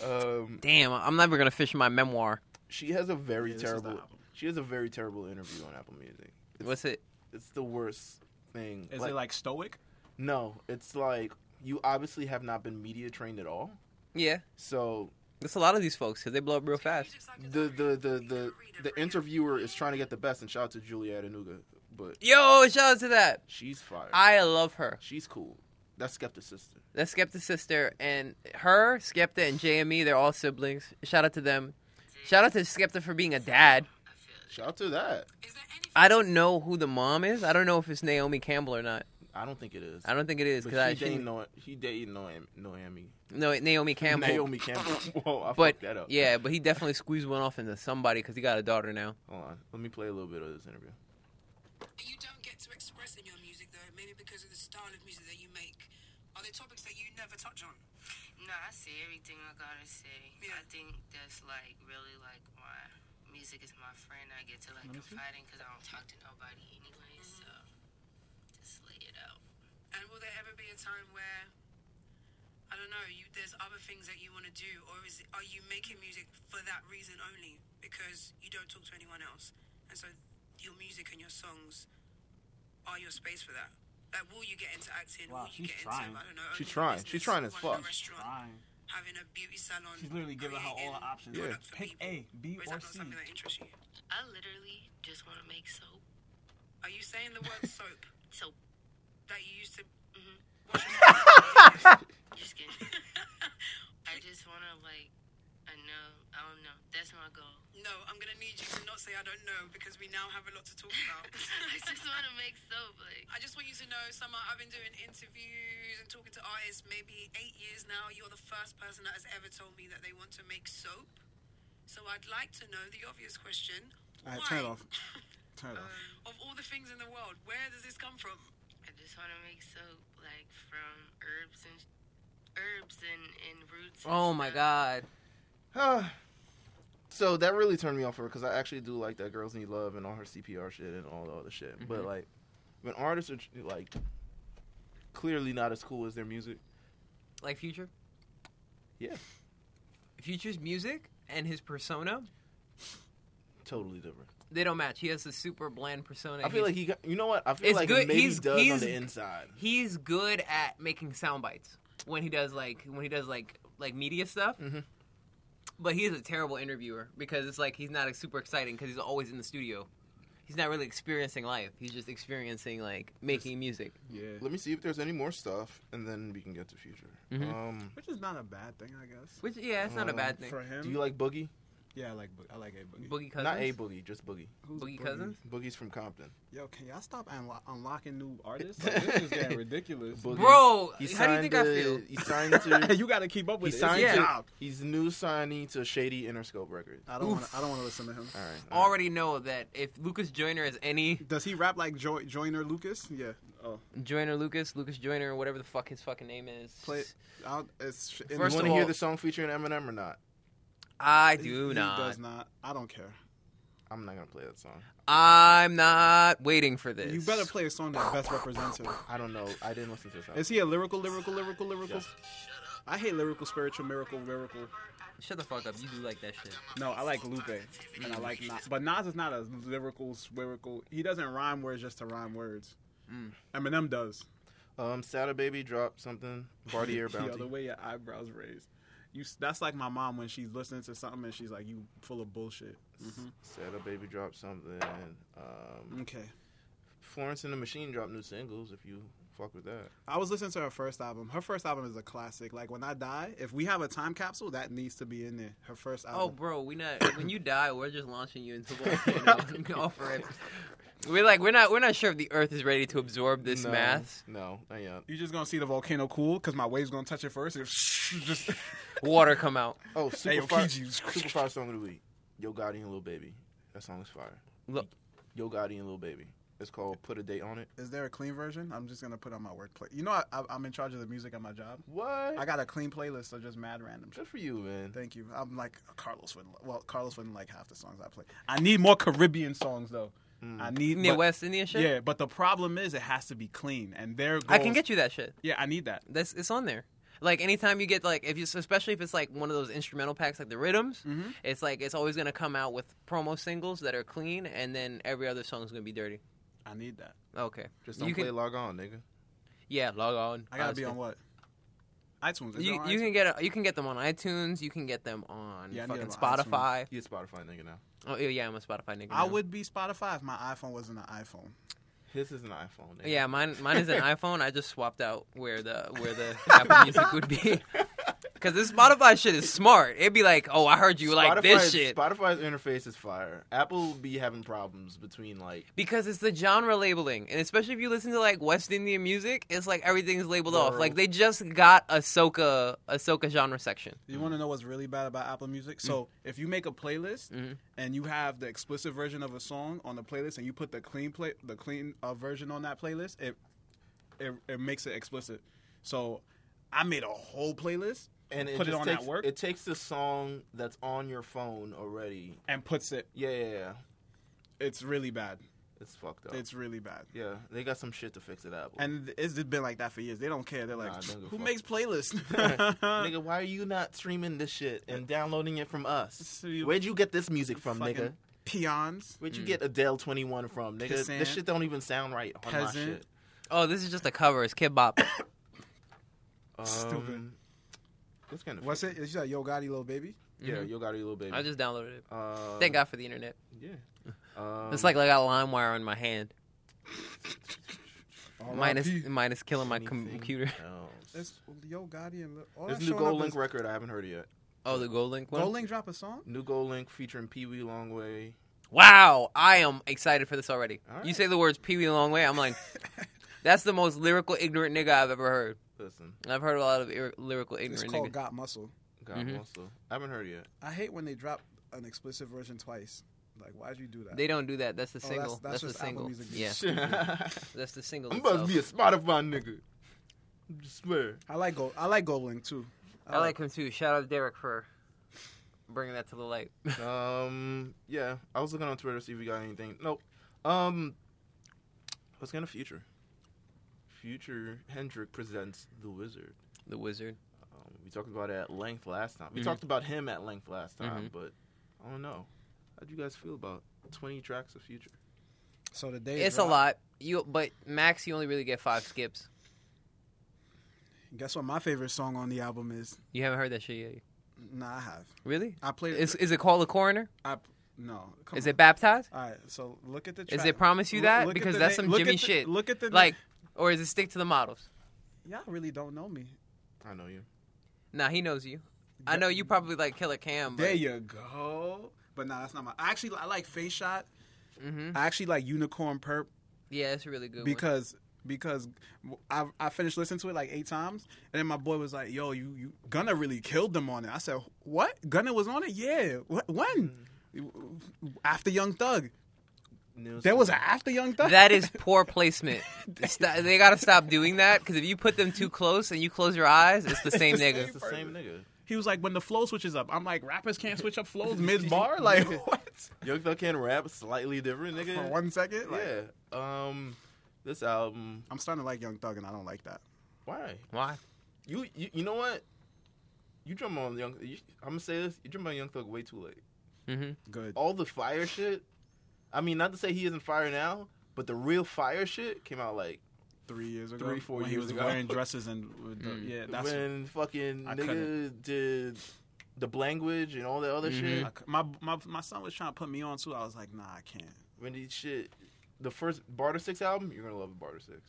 Speaker 1: Um,
Speaker 2: Damn, I'm never gonna fish my memoir.
Speaker 1: she has a very
Speaker 5: Yeah, this is the
Speaker 1: terrible.
Speaker 5: album.
Speaker 1: She has a very terrible interview on Apple Music. It's,
Speaker 2: What's it?
Speaker 1: it's the worst thing.
Speaker 7: Is it like stoic?
Speaker 1: no? It's like you obviously have not been media trained at all.
Speaker 2: Yeah,
Speaker 1: So
Speaker 2: that's a lot of these folks because they blow up real fast.
Speaker 1: the the the the, the interviewer is trying to get the best. And shout out to Julia Anuga, but
Speaker 2: Yo, shout out to that.
Speaker 1: she's fire.
Speaker 2: I love her.
Speaker 1: she's cool. That's Skepta's sister.
Speaker 2: That's Skepta's sister, and her, Skepta, and JME, they're all siblings. Shout out to them. Shout out to Skepta for being a dad.
Speaker 1: Shout out to that.
Speaker 2: I don't know who the mom is. I don't know if it's Naomi Campbell or not.
Speaker 1: I don't think it is.
Speaker 2: I don't think it is
Speaker 1: But
Speaker 2: because I
Speaker 1: she
Speaker 2: she,
Speaker 1: dating no, he dating Noam, Noami.
Speaker 2: no Naomi Campbell.
Speaker 1: Naomi Campbell. Whoa, I
Speaker 2: but
Speaker 1: fucked that up.
Speaker 2: yeah, but he definitely squeezed one off into somebody because he got a daughter now.
Speaker 1: Hold on. Let me play a little bit of this interview.
Speaker 8: You don't get to express in your music though, maybe because of the style of music that you make. Are there topics that you never touch on?
Speaker 9: No, I say everything I gotta say.
Speaker 8: Yeah.
Speaker 9: I think that's like really like my music is my friend. I get to like confide in because I don't talk to nobody anyway. So just lay it out.
Speaker 8: And will there ever be a time where I don't know, you there's other things that you want to do or is are you making music for that reason only because you don't talk to anyone else? And so your music and your songs are your space for that. Like, will you get into acting?
Speaker 7: Wow,
Speaker 8: will you
Speaker 7: she's
Speaker 8: get
Speaker 7: trying.
Speaker 8: into, I don't know,
Speaker 1: She's
Speaker 8: owning a
Speaker 1: trying.
Speaker 8: business,
Speaker 1: She's trying as
Speaker 8: running a
Speaker 1: fuck.
Speaker 8: restaurant,
Speaker 7: Fine.
Speaker 8: having a beauty salon.
Speaker 7: She's literally giving her all
Speaker 8: creating
Speaker 7: the options.
Speaker 1: Yeah.
Speaker 8: products for
Speaker 7: Pick
Speaker 8: people.
Speaker 7: A, B,
Speaker 8: Or is
Speaker 7: or
Speaker 8: that not
Speaker 7: C.
Speaker 8: something that interests you?
Speaker 9: I literally just want to make soap.
Speaker 8: Are you saying the word soap
Speaker 9: Soap.
Speaker 8: that you used to? mm-hmm.
Speaker 9: Mhm.
Speaker 8: Wash yourself with?
Speaker 9: Just kidding. I just want to like. I know. I don't know. That's my goal.
Speaker 8: no, I'm gonna need you to not say I don't know because we now have a lot to talk about.
Speaker 9: I just want to make soap. Like
Speaker 8: I just want you to know, Summer, I've been doing interviews and talking to artists maybe eight years now. You're the first person that has ever told me that they want to make soap. So I'd like to know the obvious question.
Speaker 5: All right,
Speaker 8: why?
Speaker 5: turn it off. Turn it off.
Speaker 8: Of all the things in the world, where does this come from?
Speaker 9: I just want to make soap like from herbs and herbs and and roots. and
Speaker 2: Oh my
Speaker 9: stuff.
Speaker 2: god.
Speaker 1: so that really turned me off for her because I actually do like that Girls Need Love and all her CPR shit and all the other shit. But
Speaker 2: Mm-hmm.
Speaker 1: like, when artists are like clearly not as cool as their music,
Speaker 2: Like Future?
Speaker 1: Yeah.
Speaker 2: Future's music and his persona,
Speaker 1: totally different.
Speaker 2: they don't match. He has a super bland persona.
Speaker 1: I feel
Speaker 2: He's-
Speaker 1: like he got. You know what? I feel
Speaker 2: It's
Speaker 1: like
Speaker 2: good-
Speaker 1: maybe
Speaker 2: he's-
Speaker 1: he does
Speaker 2: he's-
Speaker 1: on the inside.
Speaker 2: he's good at making sound bites when he does like when he does like like media stuff.
Speaker 1: Mhm.
Speaker 2: But he is a terrible interviewer because it's like he's not super exciting because he's always in the studio. He's not really experiencing life. He's just experiencing like making music.
Speaker 5: Yeah.
Speaker 1: Let me see if there's any more stuff, and then we can get to future.
Speaker 2: Mhm.
Speaker 1: Um,
Speaker 5: Which is not a bad thing, I guess.
Speaker 2: Which yeah, it's not a
Speaker 1: Um,
Speaker 2: bad thing.
Speaker 5: For him,
Speaker 1: do you like Boogie?
Speaker 5: yeah, I like Bo- I like a boogie.
Speaker 2: Boogie Cousins.
Speaker 1: Not a Boogie, just Boogie.
Speaker 5: Who's
Speaker 2: Boogie Cousins?
Speaker 1: Boogie's from Compton.
Speaker 5: Yo, can y'all stop unlo- unlocking new artists? Like, this is getting ridiculous.
Speaker 1: Boogie. He
Speaker 2: Bro, how do you
Speaker 1: signed
Speaker 2: think I
Speaker 1: to-
Speaker 2: feel?
Speaker 1: He signed to.
Speaker 5: you got to keep up
Speaker 1: he
Speaker 5: with it. It's
Speaker 1: signed
Speaker 5: your
Speaker 1: to-
Speaker 5: job.
Speaker 1: He's new signing to Shady Interscope Records.
Speaker 5: I don't want I don't want to listen to him.
Speaker 1: All right. all right.
Speaker 2: Already know that if Lucas Joyner is any
Speaker 5: Does he rap like jo- Joyner Lucas? Yeah. Oh,
Speaker 2: Joyner Lucas, Lucas Joyner, whatever the fuck his fucking name is.
Speaker 5: play it. I'll, it's in
Speaker 2: First
Speaker 1: you
Speaker 2: of
Speaker 1: want to hear
Speaker 2: all-
Speaker 1: the song featuring Eminem or not?
Speaker 2: I
Speaker 5: he-
Speaker 2: do
Speaker 5: he
Speaker 2: not.
Speaker 5: does not. I don't care.
Speaker 1: I'm not gonna play that song.
Speaker 2: I'm not waiting for this.
Speaker 5: You better play a song that best represents him.
Speaker 1: I don't know. I didn't listen to this. Album.
Speaker 5: Is he a lyrical, lyrical, lyrical, lyrical?
Speaker 1: Yes.
Speaker 5: I hate lyrical, spiritual, miracle, miracle.
Speaker 2: Shut the fuck up. You do like that shit.
Speaker 5: No, I like Lupe and I like Nas, but Nas is not a lyrical, spherical. He doesn't rhyme words just to rhyme words.
Speaker 2: Mm.
Speaker 5: Eminem does.
Speaker 1: Um, Sada Baby dropped something. Bartier
Speaker 5: Yo,
Speaker 1: Bounty.
Speaker 5: the way your eyebrows raised. You, s- that's like my mom when she's listening to something and she's like, "You full of bullshit."
Speaker 2: Mm-hmm.
Speaker 1: Mm-hmm. Sada Baby dropped something.
Speaker 2: Mm.
Speaker 1: Um,
Speaker 5: Okay.
Speaker 1: Florence and the Machine dropped new singles. If you fuck with that,
Speaker 5: I was listening to her first album. Her first album is a classic. Like when I die, if we have a time capsule, that needs to be in there. Her first
Speaker 2: Oh,
Speaker 5: album.
Speaker 2: bro, we not. When you die, we're just launching you into a volcano. off rip. We're like, we're not. We're not sure if the Earth is ready to absorb this
Speaker 1: no,
Speaker 2: mass
Speaker 1: No, not yet.
Speaker 5: You're just gonna see the volcano cool because my wave's gonna touch it first. And just
Speaker 2: water come out.
Speaker 1: Oh,
Speaker 5: yo,
Speaker 1: super fire,
Speaker 5: Fiji.
Speaker 1: super fire song of the week. Yo Gotti and Lil Baby. That song is fire.
Speaker 2: Look,
Speaker 1: Yo Gotti and Lil Baby. It's called Put a Date on It.
Speaker 5: Is there a clean version? I'm just gonna put on my workplace. You know, I, I, I'm in charge of the music at my job.
Speaker 1: What?
Speaker 5: I got a clean playlist of just mad random shit.
Speaker 1: Good for you, man.
Speaker 5: Thank you. I'm like Carlos wouldn't. Well, Carlos wouldn't like half the songs I play. I need more Caribbean songs though. I need
Speaker 2: Near
Speaker 5: but-
Speaker 2: West Indian shit.
Speaker 5: Yeah, but the problem is it has to be clean, and their
Speaker 2: I can
Speaker 5: goals-
Speaker 2: get you that shit.
Speaker 5: Yeah, I need that.
Speaker 2: That's it's on there. Like anytime you get like if you especially if it's like one of those instrumental packs like the rhythms,
Speaker 5: Mm-hmm.
Speaker 2: it's like it's always gonna come out with promo singles that are clean, and then every other song's gonna be dirty.
Speaker 5: I need that.
Speaker 2: Okay,
Speaker 1: Just don't
Speaker 2: you
Speaker 1: play
Speaker 2: Can,
Speaker 1: Log On, nigga.
Speaker 2: yeah, log on.
Speaker 5: I gotta
Speaker 2: honestly.
Speaker 5: be on what? iTunes. Is it
Speaker 2: You,
Speaker 5: on
Speaker 2: you
Speaker 5: iTunes?
Speaker 2: can get you can get them on iTunes. You can get them on
Speaker 5: Yeah, I need
Speaker 2: fucking
Speaker 5: them on
Speaker 2: Spotify.
Speaker 1: He a Spotify nigga now.
Speaker 2: Oh yeah, yeah, I'm a Spotify nigga.
Speaker 5: I
Speaker 2: now.
Speaker 5: would be Spotify if my iPhone wasn't an iPhone.
Speaker 1: His is an iPhone. Nigga.
Speaker 2: Yeah, mine mine is an iPhone. I just swapped out where the where the Apple Music would be. Cause this Spotify shit is smart. It'd be like, oh, I heard you like this
Speaker 1: Spotify's-
Speaker 2: shit
Speaker 1: Spotify's interface is fire. Apple be having problems between like
Speaker 2: because it's the genre labeling, and especially if you listen to like West Indian music, it's like everything's labeled off.
Speaker 1: Bro.
Speaker 2: Like they just got a soca a soca genre section.
Speaker 5: You want to know what's really bad about Apple Music?
Speaker 1: Mm.
Speaker 5: So if you make a playlist
Speaker 1: Mm-hmm.
Speaker 5: and you have the explicit version of a song on the playlist, and you put the clean play the clean uh, version on that playlist, it, it it makes it explicit. So I made a whole playlist
Speaker 1: and it
Speaker 5: put it
Speaker 1: just
Speaker 5: on
Speaker 1: takes,
Speaker 5: at work
Speaker 1: It takes the song that's on your phone already.
Speaker 5: and puts it.
Speaker 1: Yeah, yeah, yeah.
Speaker 5: It's really bad.
Speaker 1: It's fucked up.
Speaker 5: It's really bad.
Speaker 1: yeah, they got some shit to fix at Apple.
Speaker 5: And it's just been like that for years. They don't care. They're like,
Speaker 1: Nah, I don't give a
Speaker 5: who
Speaker 1: fuck."
Speaker 5: makes playlists? uh,
Speaker 1: nigga, why are you not streaming this shit and downloading it from us?
Speaker 5: So you-
Speaker 1: Where'd you get this music from,
Speaker 5: Fucking
Speaker 1: nigga?
Speaker 5: Peons.
Speaker 1: Where'd you
Speaker 2: Hmm.
Speaker 1: get Adele 21 from, nigga?
Speaker 5: Pissant.
Speaker 1: This shit don't even sound right on my
Speaker 5: Peasant.
Speaker 1: shit.
Speaker 2: Oh, this is just a cover. It's Mm-hmm. Kid Bop.
Speaker 1: Um,
Speaker 5: Stupid.
Speaker 1: What's gonna
Speaker 5: What's
Speaker 1: fix
Speaker 5: it? Mm-hmm. It's like Yo Gotti, little baby.
Speaker 1: Yeah, you got a little baby.
Speaker 2: I just downloaded it.
Speaker 1: uh,
Speaker 2: Thank God for the internet.
Speaker 1: Yeah. Um,
Speaker 2: It's like I got LimeWire in my hand.
Speaker 5: Oh,
Speaker 2: Minus
Speaker 5: R.I.P..
Speaker 2: minus killing my com-
Speaker 1: anything
Speaker 2: computer.
Speaker 1: else.
Speaker 5: It's Yo Gotti and Lil- all
Speaker 1: This
Speaker 5: that
Speaker 1: new
Speaker 5: showing up
Speaker 1: Gold
Speaker 5: is-
Speaker 1: Link record I haven't heard it yet.
Speaker 2: Oh, the Gold Link one.
Speaker 5: Gold Link drop a song.
Speaker 1: New Gold Link featuring Pee Wee Longway.
Speaker 2: Wow, I am excited for this already.
Speaker 1: All right.
Speaker 2: You say the words Pee Wee Longway, I'm like, that's the most lyrical ignorant nigga I've ever heard.
Speaker 1: Listen,
Speaker 2: And I've heard a lot of ir- lyrical
Speaker 5: It's
Speaker 2: ignorant
Speaker 5: called
Speaker 2: niggas.
Speaker 5: Got Muscle.
Speaker 1: God
Speaker 2: Mhm.
Speaker 1: also. I haven't heard it yet.
Speaker 5: I hate when they drop an explicit version twice. Like, why'd you do that?
Speaker 2: They don't do that. That's the
Speaker 5: Oh, that's-
Speaker 2: single. That's,
Speaker 5: that's just
Speaker 2: the single.
Speaker 5: Apple Music.
Speaker 2: Yeah,
Speaker 1: I'm
Speaker 2: that's the single.
Speaker 1: about to
Speaker 2: itself.
Speaker 1: be a Spotify nigga. I swear.
Speaker 5: I like Gold. I like Gold Link too.
Speaker 2: I like him too. Shout out to Derek for bringing that to the light.
Speaker 1: Um, yeah. I was looking on Twitter to see if we got anything. Nope. Um, what's gonna future? Future Hendrick presents The Wizard.
Speaker 2: the Wizard.
Speaker 1: Um, we talked about it at length last time. We talked about him at length last time, but I don't know. How do you guys feel about 20 tracks of Future?
Speaker 5: Uh, So the day it
Speaker 2: It's a
Speaker 5: drop-
Speaker 2: lot. You but max, you only really get five skips.
Speaker 5: Guess what? My favorite song on the album is.
Speaker 2: You haven't heard that shit yet.
Speaker 5: Nah, I have.
Speaker 2: Really?
Speaker 5: I played.
Speaker 2: Is is it called the Coroner?
Speaker 5: I, no. Come
Speaker 2: Is
Speaker 5: on.
Speaker 2: it baptized?
Speaker 5: All right. So look at the.
Speaker 2: Is
Speaker 5: Track.
Speaker 2: it promise you
Speaker 5: Look-
Speaker 2: that?
Speaker 5: look at
Speaker 2: because
Speaker 5: the
Speaker 2: that's
Speaker 5: na-
Speaker 2: some
Speaker 5: look
Speaker 2: Jimmy
Speaker 5: at the-
Speaker 2: shit.
Speaker 5: Look at the na-
Speaker 2: like, or is it stick to the models?
Speaker 5: Y'all really don't know me.
Speaker 1: I know you.
Speaker 2: Nah, he knows you. I know you probably like Killer Cam. But
Speaker 5: There you go. But nah, that's not my. I actually, I like Face Shot.
Speaker 2: Mhm.
Speaker 5: I actually like Unicorn Perp
Speaker 2: yeah, it's a really good. one.
Speaker 5: because because I, I finished listening to it like eight times, and then my boy was like, "Yo, you you Gunna really killed them on it." I said, "What? Gunna was on it? Yeah. What? When?
Speaker 1: Hmm.
Speaker 5: After Young Thug?
Speaker 1: News
Speaker 5: There was
Speaker 1: to-
Speaker 5: an after Young Thug.
Speaker 2: that is poor placement. Sta- they gotta stop doing that because if you put them too close and you close your eyes, it's the same nigga.
Speaker 1: It's the same nigga.
Speaker 5: he was like, "When the flow switches up, I'm like, rappers can't switch up flows mid bar. Like what?
Speaker 1: Young Thug can rap slightly different, nigga.
Speaker 5: For one second, like,
Speaker 1: yeah. Um, this album.
Speaker 5: I'm starting to like Young Thug, and I don't like that.
Speaker 1: Why?
Speaker 2: Why?
Speaker 1: You you, you know what? You drum on Young. You, I'm gonna say this. You drum on Young Thug way too late.
Speaker 2: Mm-hmm.
Speaker 5: Good.
Speaker 1: All the fire shit. I mean, not to say he isn't fire now, but the real fire shit came out like
Speaker 5: three years ago,
Speaker 1: Three, four
Speaker 5: when he
Speaker 1: years
Speaker 5: was
Speaker 1: ago. Mm.
Speaker 5: wearing dresses and with the, yeah, that's
Speaker 1: when fucking
Speaker 5: I
Speaker 1: nigga
Speaker 5: couldn't. Mm-hmm.
Speaker 1: did the language and all that other shit.
Speaker 5: I c- my my my son was trying to put me on too. I was like, nah, I can't.
Speaker 1: When he shit, the first Barter Six album, you're gonna love Barter Six.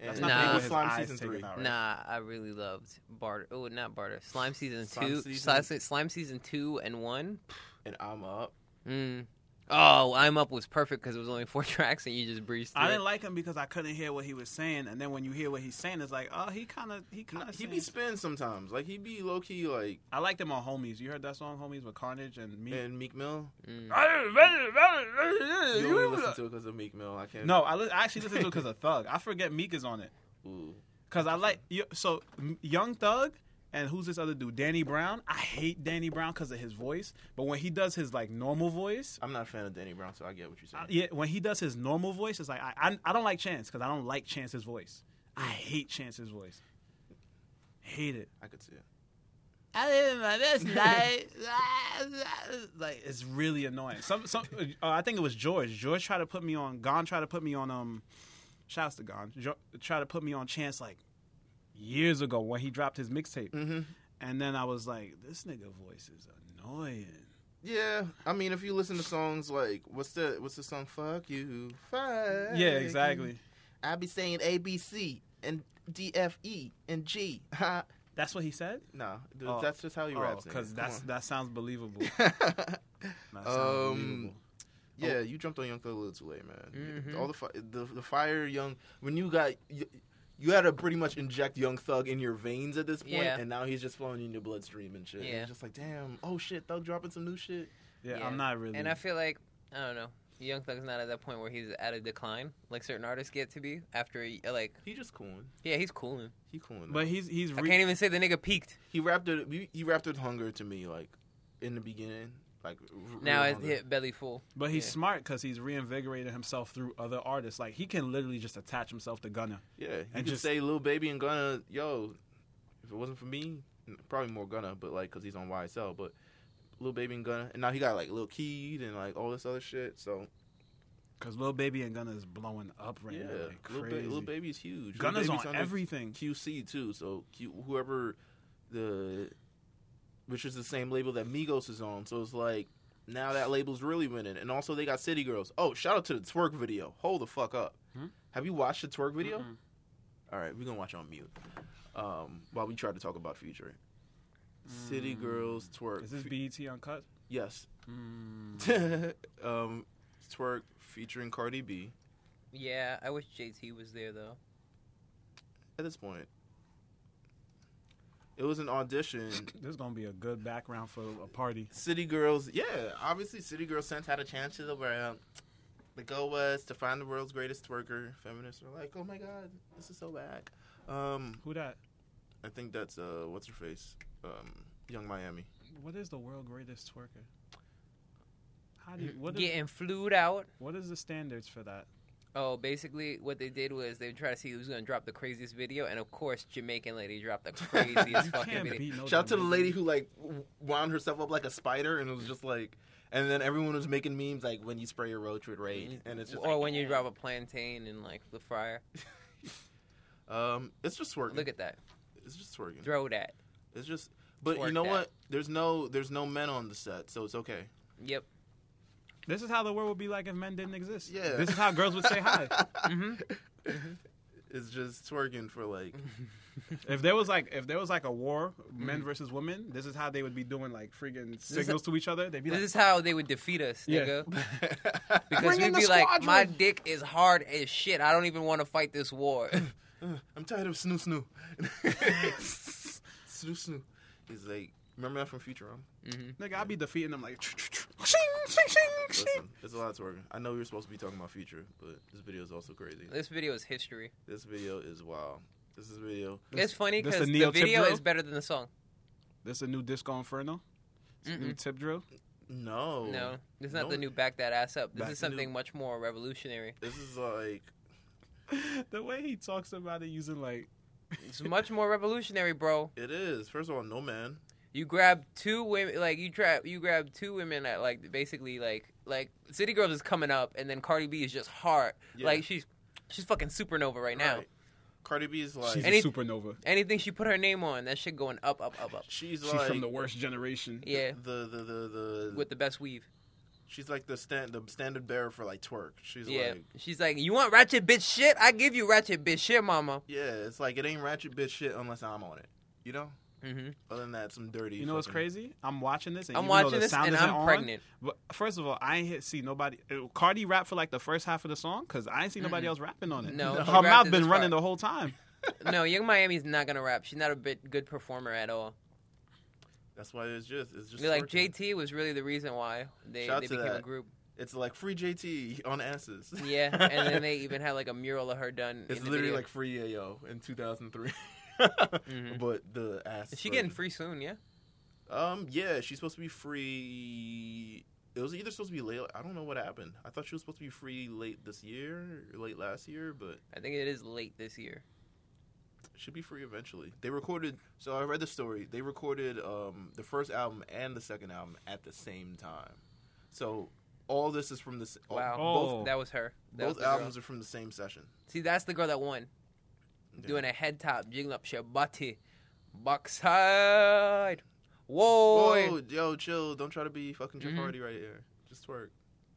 Speaker 1: And
Speaker 5: That's
Speaker 2: not the
Speaker 1: Big
Speaker 2: one
Speaker 1: With
Speaker 2: his
Speaker 1: Slime
Speaker 5: eyes
Speaker 1: season
Speaker 5: taken
Speaker 1: three.
Speaker 5: out. All right.
Speaker 2: Nah, I really loved Barter. Oh, not Barter. Slime season
Speaker 1: Slime
Speaker 2: two.
Speaker 1: Season-
Speaker 2: Slime, slime season two and one.
Speaker 1: and I'm up.
Speaker 2: Mm. Oh, I'm Up was perfect because it was only four tracks and you just breezed through.
Speaker 5: I
Speaker 2: it.
Speaker 5: didn't like him because I couldn't hear what he was saying, and then when you hear what he's saying, it's like, oh, he kind of he kind of
Speaker 1: He be spinning sometimes. Like he be low key like
Speaker 5: I liked him on Homies. You heard that song Homies with Carnage and me.
Speaker 1: and Meek Mill.
Speaker 2: Mm.
Speaker 1: You only listen to it because of Meek Mill. I can't.
Speaker 5: no, I, li- I actually listened to it because of Thug. I forget Meek is on it
Speaker 1: Ooh.
Speaker 5: because I like you- so M- Young Thug and who's this other dude? Danny Brown. I hate Danny Brown because of his voice, but when he does his like normal voice,
Speaker 1: I'm not a fan of Danny Brown, so I get what you're
Speaker 5: I-
Speaker 1: saying.
Speaker 5: Uh, yeah, when he does his normal voice, it's like I I, I don't like Chance because I don't like Chance's voice.
Speaker 1: Mm.
Speaker 5: I hate Chance's voice. Hate it.
Speaker 1: I could see it.
Speaker 5: I did my best night. like it's really annoying. Some some uh, I think it was George. George tried to put me on. Gon tried to put me on. Um, shouts to Gon. Jo- tried to put me on Chance like years ago when he dropped his mixtape,
Speaker 1: Mm-hmm.
Speaker 5: and then I was like, this nigga voice is annoying.
Speaker 1: Yeah, I mean, if you listen to songs like what's the what's the song? Fuck you, fuck.
Speaker 5: Yeah, exactly.
Speaker 1: I be saying A B C and D F E and G. Ha.
Speaker 5: That's what he said.
Speaker 1: no, dude,
Speaker 5: Oh.
Speaker 1: that's just how you rap.
Speaker 5: because
Speaker 1: nigga.
Speaker 5: that's
Speaker 1: Come
Speaker 5: that sounds believable.
Speaker 1: on.
Speaker 5: That sounds
Speaker 1: Um,
Speaker 5: believable. Oh.
Speaker 1: yeah, you jumped on Young Thug a little too late, man.
Speaker 2: Mhm.
Speaker 1: All the, fi- the the fire, Young. When you got you, you had to pretty much inject Young Thug in your veins at this point,
Speaker 2: Yeah.
Speaker 1: and now he's just flowing in your bloodstream and shit.
Speaker 2: Yeah.
Speaker 1: It's just like, damn, oh shit, Thug dropping some new shit.
Speaker 5: Yeah,
Speaker 2: yeah.
Speaker 5: I'm not really.
Speaker 2: And I feel like I don't know, Young Thug's not at that point where he's at a decline like certain artists get to be after like
Speaker 1: He just cooling.
Speaker 2: yeah he's cooling.
Speaker 1: He cooling.
Speaker 5: but
Speaker 1: now.
Speaker 5: he's he's
Speaker 2: I
Speaker 5: re-
Speaker 2: can't even say the nigga peaked.
Speaker 1: he rapped it. He, he rapped it hunger to me, like in the beginning, like r-
Speaker 2: Now
Speaker 1: real
Speaker 2: it's
Speaker 1: hunger.
Speaker 2: hit belly full.
Speaker 5: But he's
Speaker 2: Yeah.
Speaker 5: smart because he's reinvigorated himself through other artists. Like he can literally just attach himself to Gunna.
Speaker 1: Yeah, you
Speaker 5: and
Speaker 1: can
Speaker 5: just-
Speaker 1: say little baby and Gunna, yo. If it wasn't for me, n- probably more Gunna, but like because he's on YSL, but. Lil Baby and Gunna, and now he got like Lil Keed and like all this other shit. So
Speaker 5: Because Lil Baby and Gunna is blowing up right
Speaker 1: yeah,
Speaker 5: now, like
Speaker 1: Lil,
Speaker 5: crazy.
Speaker 1: ba- Lil Baby's huge. Lil
Speaker 5: Gunna's
Speaker 1: Baby's
Speaker 5: on
Speaker 1: under
Speaker 5: everything.
Speaker 1: QC too. So Q, whoever the, which is the same label that Migos is on. So it's like now that label's really winning, and also they got City Girls. Oh, shout out to the twerk video. Hold the fuck up.
Speaker 5: Hmm?
Speaker 1: Have you watched the twerk video?
Speaker 5: Mm-mm.
Speaker 1: All right, we're gonna watch it on mute. Um, while we try to talk about future. City
Speaker 5: Mm.
Speaker 1: Girls twerk.
Speaker 5: Is this E
Speaker 1: Fe-
Speaker 5: BET Uncut?
Speaker 1: yes.
Speaker 5: Mm.
Speaker 1: um, twerk featuring Cardi B.
Speaker 2: Yeah, I wish JT was there though.
Speaker 1: At this point, it was an audition
Speaker 5: this is gonna be a good background for a party.
Speaker 1: City Girls, yeah, obviously City Girls sent out a chance to the world. The goal was to find the world's greatest twerker. Feminists were like, "Oh my god, this is so whack." Um,
Speaker 5: Who that?
Speaker 1: I think that's uh, what's her face, um, Young Miami.
Speaker 5: What is the world greatest twerker? How do you, what, is,
Speaker 2: Getting flued out.
Speaker 5: what is the standards for that?
Speaker 2: Oh, basically what they did was they tried to see who's gonna drop the craziest video, and of course Jamaican lady dropped the craziest
Speaker 1: You
Speaker 2: fucking video.
Speaker 5: beat no
Speaker 1: Shout out to the
Speaker 5: Jamaican.
Speaker 1: lady who like w- wound herself up like a spider and it was just like, and then everyone was making memes like when you spray your roach with raid, and it's just
Speaker 2: or
Speaker 1: like,
Speaker 2: when you drop a plantain in like the fryer.
Speaker 1: um, it's just twerking.
Speaker 2: Look at that.
Speaker 1: it's just twerking.
Speaker 2: Throw that.
Speaker 1: It's just, but you
Speaker 2: Twerk
Speaker 1: know
Speaker 2: that.
Speaker 1: what? There's no there's no men on the set, so it's okay.
Speaker 2: Yep.
Speaker 5: This is how the world would be like if men didn't exist.
Speaker 1: Yeah.
Speaker 5: This is how girls would say hi.
Speaker 2: Mhm.
Speaker 1: It's just twerking for like
Speaker 5: If there was like if there was like a war, men versus women, this is how they would be doing like freaking signals to each other. They'd be
Speaker 2: This
Speaker 5: like,
Speaker 2: is how they would defeat us,
Speaker 5: Yeah.
Speaker 2: nigga. Because
Speaker 5: Bring in
Speaker 2: we'd
Speaker 5: the
Speaker 2: be like,
Speaker 5: squadron.
Speaker 2: my dick is hard as shit. I don't even want to fight this war.
Speaker 1: I'm tired of snoo snoo. snoo snoo. It's like remember that from Futurama?
Speaker 2: Mm-hmm.
Speaker 5: nigga, I'd be defeating them like, shing, shing, shing, shing.
Speaker 1: Listen, it's a lot of twerking. I know we were supposed to be talking about future, but this video is also crazy.
Speaker 2: This video is history.
Speaker 1: This video is wild. This is video.
Speaker 2: It's funny
Speaker 5: this the
Speaker 2: because the
Speaker 5: neo-tip
Speaker 2: video
Speaker 5: drill?
Speaker 2: is better than the song.
Speaker 5: This a new disco inferno. This a new
Speaker 2: Mm-mm.
Speaker 5: tip drill.
Speaker 1: No.
Speaker 2: No, it's not
Speaker 1: Oh. No.
Speaker 2: the new back that ass up. This
Speaker 1: Back
Speaker 2: is
Speaker 1: the new-
Speaker 2: something much more revolutionary.
Speaker 1: This is like
Speaker 5: the way he talks about it using like,
Speaker 2: It's much more revolutionary, bro.
Speaker 1: it is. First of all, no man.
Speaker 2: You grab two women, like you trap, you grab two women at like basically like like City Girls is coming up, and then Cardi B is just hard.
Speaker 1: Yeah.
Speaker 2: Like she's she's fucking supernova right now.
Speaker 1: Right. Cardi B is like
Speaker 5: she's
Speaker 2: Any-
Speaker 5: a supernova.
Speaker 2: Anything she put her name on, that shit going up, up, up, up.
Speaker 1: she's,
Speaker 5: She's
Speaker 1: like
Speaker 5: from the worst generation.
Speaker 2: Yeah,
Speaker 1: the the the, the
Speaker 2: with the best weave.
Speaker 1: she's like the stand the standard bearer for like twerk. She's
Speaker 2: Yeah,
Speaker 1: like
Speaker 2: she's like, you want ratchet bitch shit? I give you ratchet bitch shit, mama.
Speaker 1: Yeah, it's like it ain't ratchet bitch shit unless I'm on it. You know?
Speaker 2: Mm-hmm.
Speaker 1: Other than that, some dirty.
Speaker 5: You know what's
Speaker 1: fucking-
Speaker 5: crazy? I'm watching this. And
Speaker 2: I'm
Speaker 5: even though
Speaker 2: watching
Speaker 5: the
Speaker 2: this
Speaker 5: sound
Speaker 2: and
Speaker 5: isn't
Speaker 2: I'm
Speaker 5: on,
Speaker 2: pregnant.
Speaker 5: But first of all, I ain't hit, see nobody. uh, Cardi rapped for like the first half of the song because I ain't see nobody
Speaker 2: Mm-mm.
Speaker 5: else rapping on it.
Speaker 2: No, she
Speaker 5: her
Speaker 2: rapped
Speaker 5: mouth
Speaker 2: it
Speaker 5: been
Speaker 2: this
Speaker 5: running
Speaker 2: far.
Speaker 5: the whole time.
Speaker 2: no, Young Miami's not gonna rap. She's not a bit good performer at all.
Speaker 1: That's why it's just it's just
Speaker 2: You're like
Speaker 1: twerking.
Speaker 2: JT was really the reason why they,
Speaker 1: Shout
Speaker 2: they
Speaker 1: to
Speaker 2: became a
Speaker 1: that.
Speaker 2: group.
Speaker 1: It's like free JT on asses.
Speaker 2: Yeah, and then they even had like a mural of her done.
Speaker 1: It's
Speaker 2: in the
Speaker 1: literally
Speaker 2: video.
Speaker 1: like free Ayo in 2003.
Speaker 2: Mhm.
Speaker 1: But the ass.
Speaker 2: Is she getting
Speaker 1: version.
Speaker 2: free soon? Yeah.
Speaker 1: Um, yeah, she's supposed to be free. It was either supposed to be late. I don't know what happened. I thought she was supposed to be free late this year, or late last year, but
Speaker 2: I think it is late this year.
Speaker 1: should be free eventually. They recorded. So I read the story. They recorded um the first album and the second album at the same time. So all this is from this. all-
Speaker 2: Wow.
Speaker 5: Oh.
Speaker 2: Both, that was her. That was
Speaker 1: Both
Speaker 2: the girl.
Speaker 1: albums are from the same session.
Speaker 2: See, that's the girl that won.
Speaker 1: Yeah.
Speaker 2: Doing a head top, jiggling up your body. Backside. Whoa.
Speaker 1: Whoa, yo, chill. Don't try to be fucking Jeff
Speaker 2: Mhm.
Speaker 1: Hardy right here. Just twerk.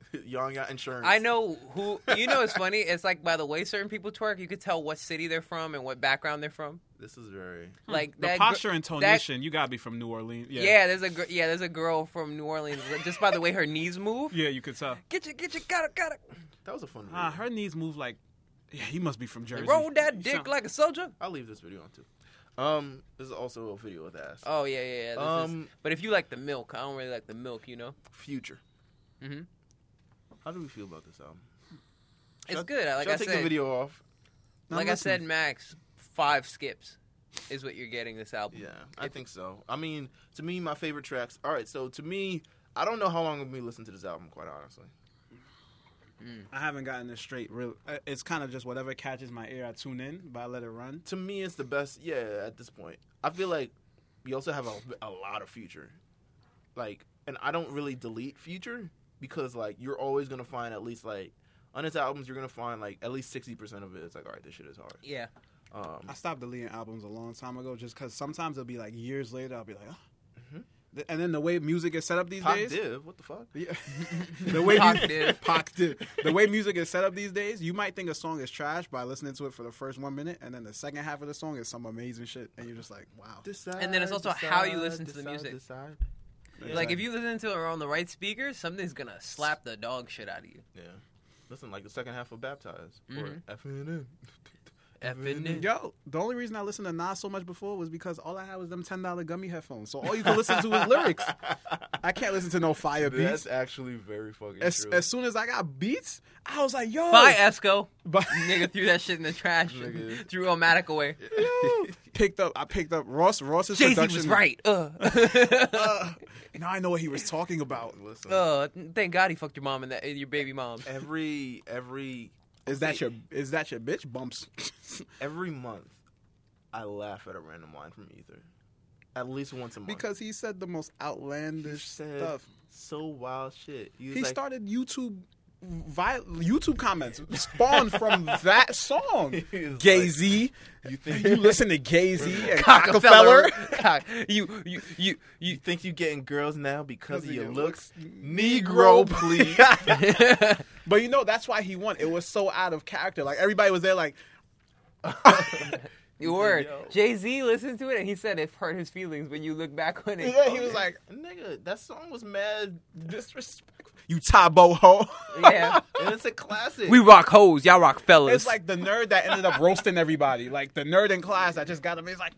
Speaker 1: Young got insurance.
Speaker 2: I know who. You know, it's funny. It's like by the way certain people twerk, you could tell what city they're from and what background they're from.
Speaker 1: This is very.
Speaker 2: Like
Speaker 5: Hmm. The
Speaker 2: that gr-
Speaker 5: posture and tonation, you gotta be from New Orleans.
Speaker 2: yeah.
Speaker 5: Yeah,
Speaker 2: there's a gr- yeah, there's a girl from New Orleans. Just by the way her knees move.
Speaker 5: Yeah, you could tell.
Speaker 2: Get you, get you, got it, got it.
Speaker 1: That was a fun.
Speaker 5: Ah,
Speaker 1: video.
Speaker 5: her knees move like. Yeah, he must be from Jersey.
Speaker 2: Roll that
Speaker 5: You
Speaker 2: dick
Speaker 5: sound-
Speaker 2: like a soldier.
Speaker 1: I'll leave this video on too. Um, this is also a video with ass.
Speaker 2: Oh yeah, yeah. yeah. This
Speaker 1: Um,
Speaker 2: is, but if you like the milk, I don't really like the milk. You know,
Speaker 1: Future.
Speaker 2: Mhm.
Speaker 1: How do we feel about this album?
Speaker 2: it's
Speaker 1: I-
Speaker 2: good. Like
Speaker 1: Should I,
Speaker 2: I,
Speaker 1: take
Speaker 2: said,
Speaker 1: the video off?
Speaker 5: Now
Speaker 2: like I
Speaker 5: listen.
Speaker 2: said, Max, five skips is what you're getting this album.
Speaker 1: Yeah, I think so. I mean, to me, my favorite tracks. All right, so to me, I don't know how long I'm gonna be listening to this album. Quite honestly,
Speaker 5: I haven't gotten this straight. Real, uh, it's kind of just whatever catches my ear. I tune in, but I let it run.
Speaker 1: to me, it's the best. Yeah, at this point, I feel like you also have a, a lot of future. Like, and I don't really delete future because like you're always gonna find at least like on his albums you're gonna find like at least sixty percent of it. It's like all right, this shit is hard.
Speaker 2: Yeah.
Speaker 1: Um,
Speaker 5: I stopped deleting albums a long time ago, just because sometimes it'll be like years later. I'll be like, oh.
Speaker 2: Mm-hmm.
Speaker 5: Th- and then the way music is set up these
Speaker 1: Pop
Speaker 5: days.
Speaker 1: Div, what the fuck?
Speaker 5: Yeah. the way
Speaker 2: Pac
Speaker 5: mu-
Speaker 2: did.
Speaker 5: Pac did. The way music is set up these days, you might think a song is trash by listening to it for the first one minute, and then the second half of the song is some amazing shit, and you're just like, wow.
Speaker 1: Decide,
Speaker 2: And then it's also how you listen to the music.
Speaker 1: Decide.
Speaker 2: Like if you listen to it on the right speakers, something's gonna slap the dog shit out of you.
Speaker 1: Yeah. Listen, like the second half of Baptized or
Speaker 2: Mhm.
Speaker 1: FNN.
Speaker 2: Effing
Speaker 5: Yo, the only reason I listened to Nas so much before was because all I had was them ten dollar gummy headphones. So all you could listen to was lyrics. I can't listen to no fire beats.
Speaker 1: That's actually very fucking
Speaker 5: As,
Speaker 1: true.
Speaker 5: as soon as I got beats, I was like, yo,
Speaker 2: Bye, Esco.
Speaker 5: Bye.
Speaker 2: Nigga threw that shit in the trash.
Speaker 1: Nigga.
Speaker 2: threw Omatic away.
Speaker 5: picked up. I picked up Ross. Ross's
Speaker 2: Jay Z
Speaker 5: production.
Speaker 2: was right. Uh.
Speaker 5: Uh, now I know what he was talking about.
Speaker 1: listen,
Speaker 2: uh, thank God he fucked your mom and that and your baby mom.
Speaker 1: every every
Speaker 5: Is that your is that your bitch bumps?
Speaker 1: every month, I laugh at a random line from Ether, at least once a month.
Speaker 5: because he said the most
Speaker 1: he
Speaker 5: outlandish
Speaker 1: said
Speaker 5: stuff.
Speaker 1: so wild shit. He, was
Speaker 5: He
Speaker 1: like,
Speaker 5: started YouTube. Vi- YouTube comments spawned from that song.
Speaker 1: He was
Speaker 5: Gay Z,
Speaker 1: You think
Speaker 5: you listen to Gay Z and
Speaker 2: Rockefeller.
Speaker 5: Rockefeller.
Speaker 2: Cock- you, you, you,
Speaker 1: You
Speaker 2: you.
Speaker 1: think you getting girls now because of
Speaker 5: of
Speaker 1: your
Speaker 5: your
Speaker 1: looks?
Speaker 5: Negro,
Speaker 1: please.
Speaker 5: But you know that's why he won. It was so out of character. Like everybody was there, like
Speaker 2: You were.
Speaker 1: Yo.
Speaker 2: Jay Z listened to it and he said it hurt his feelings when you look back on it.
Speaker 5: oh, yeah. He was like,
Speaker 1: Nigga, that song was mad disrespectful.
Speaker 5: "You Tabo ho."
Speaker 2: Yeah.
Speaker 1: and it's a classic.
Speaker 2: We rock hoes, y'all rock fellas.
Speaker 5: It's like the nerd that ended up roasting everybody. Like the nerd in class that just got him. He's like,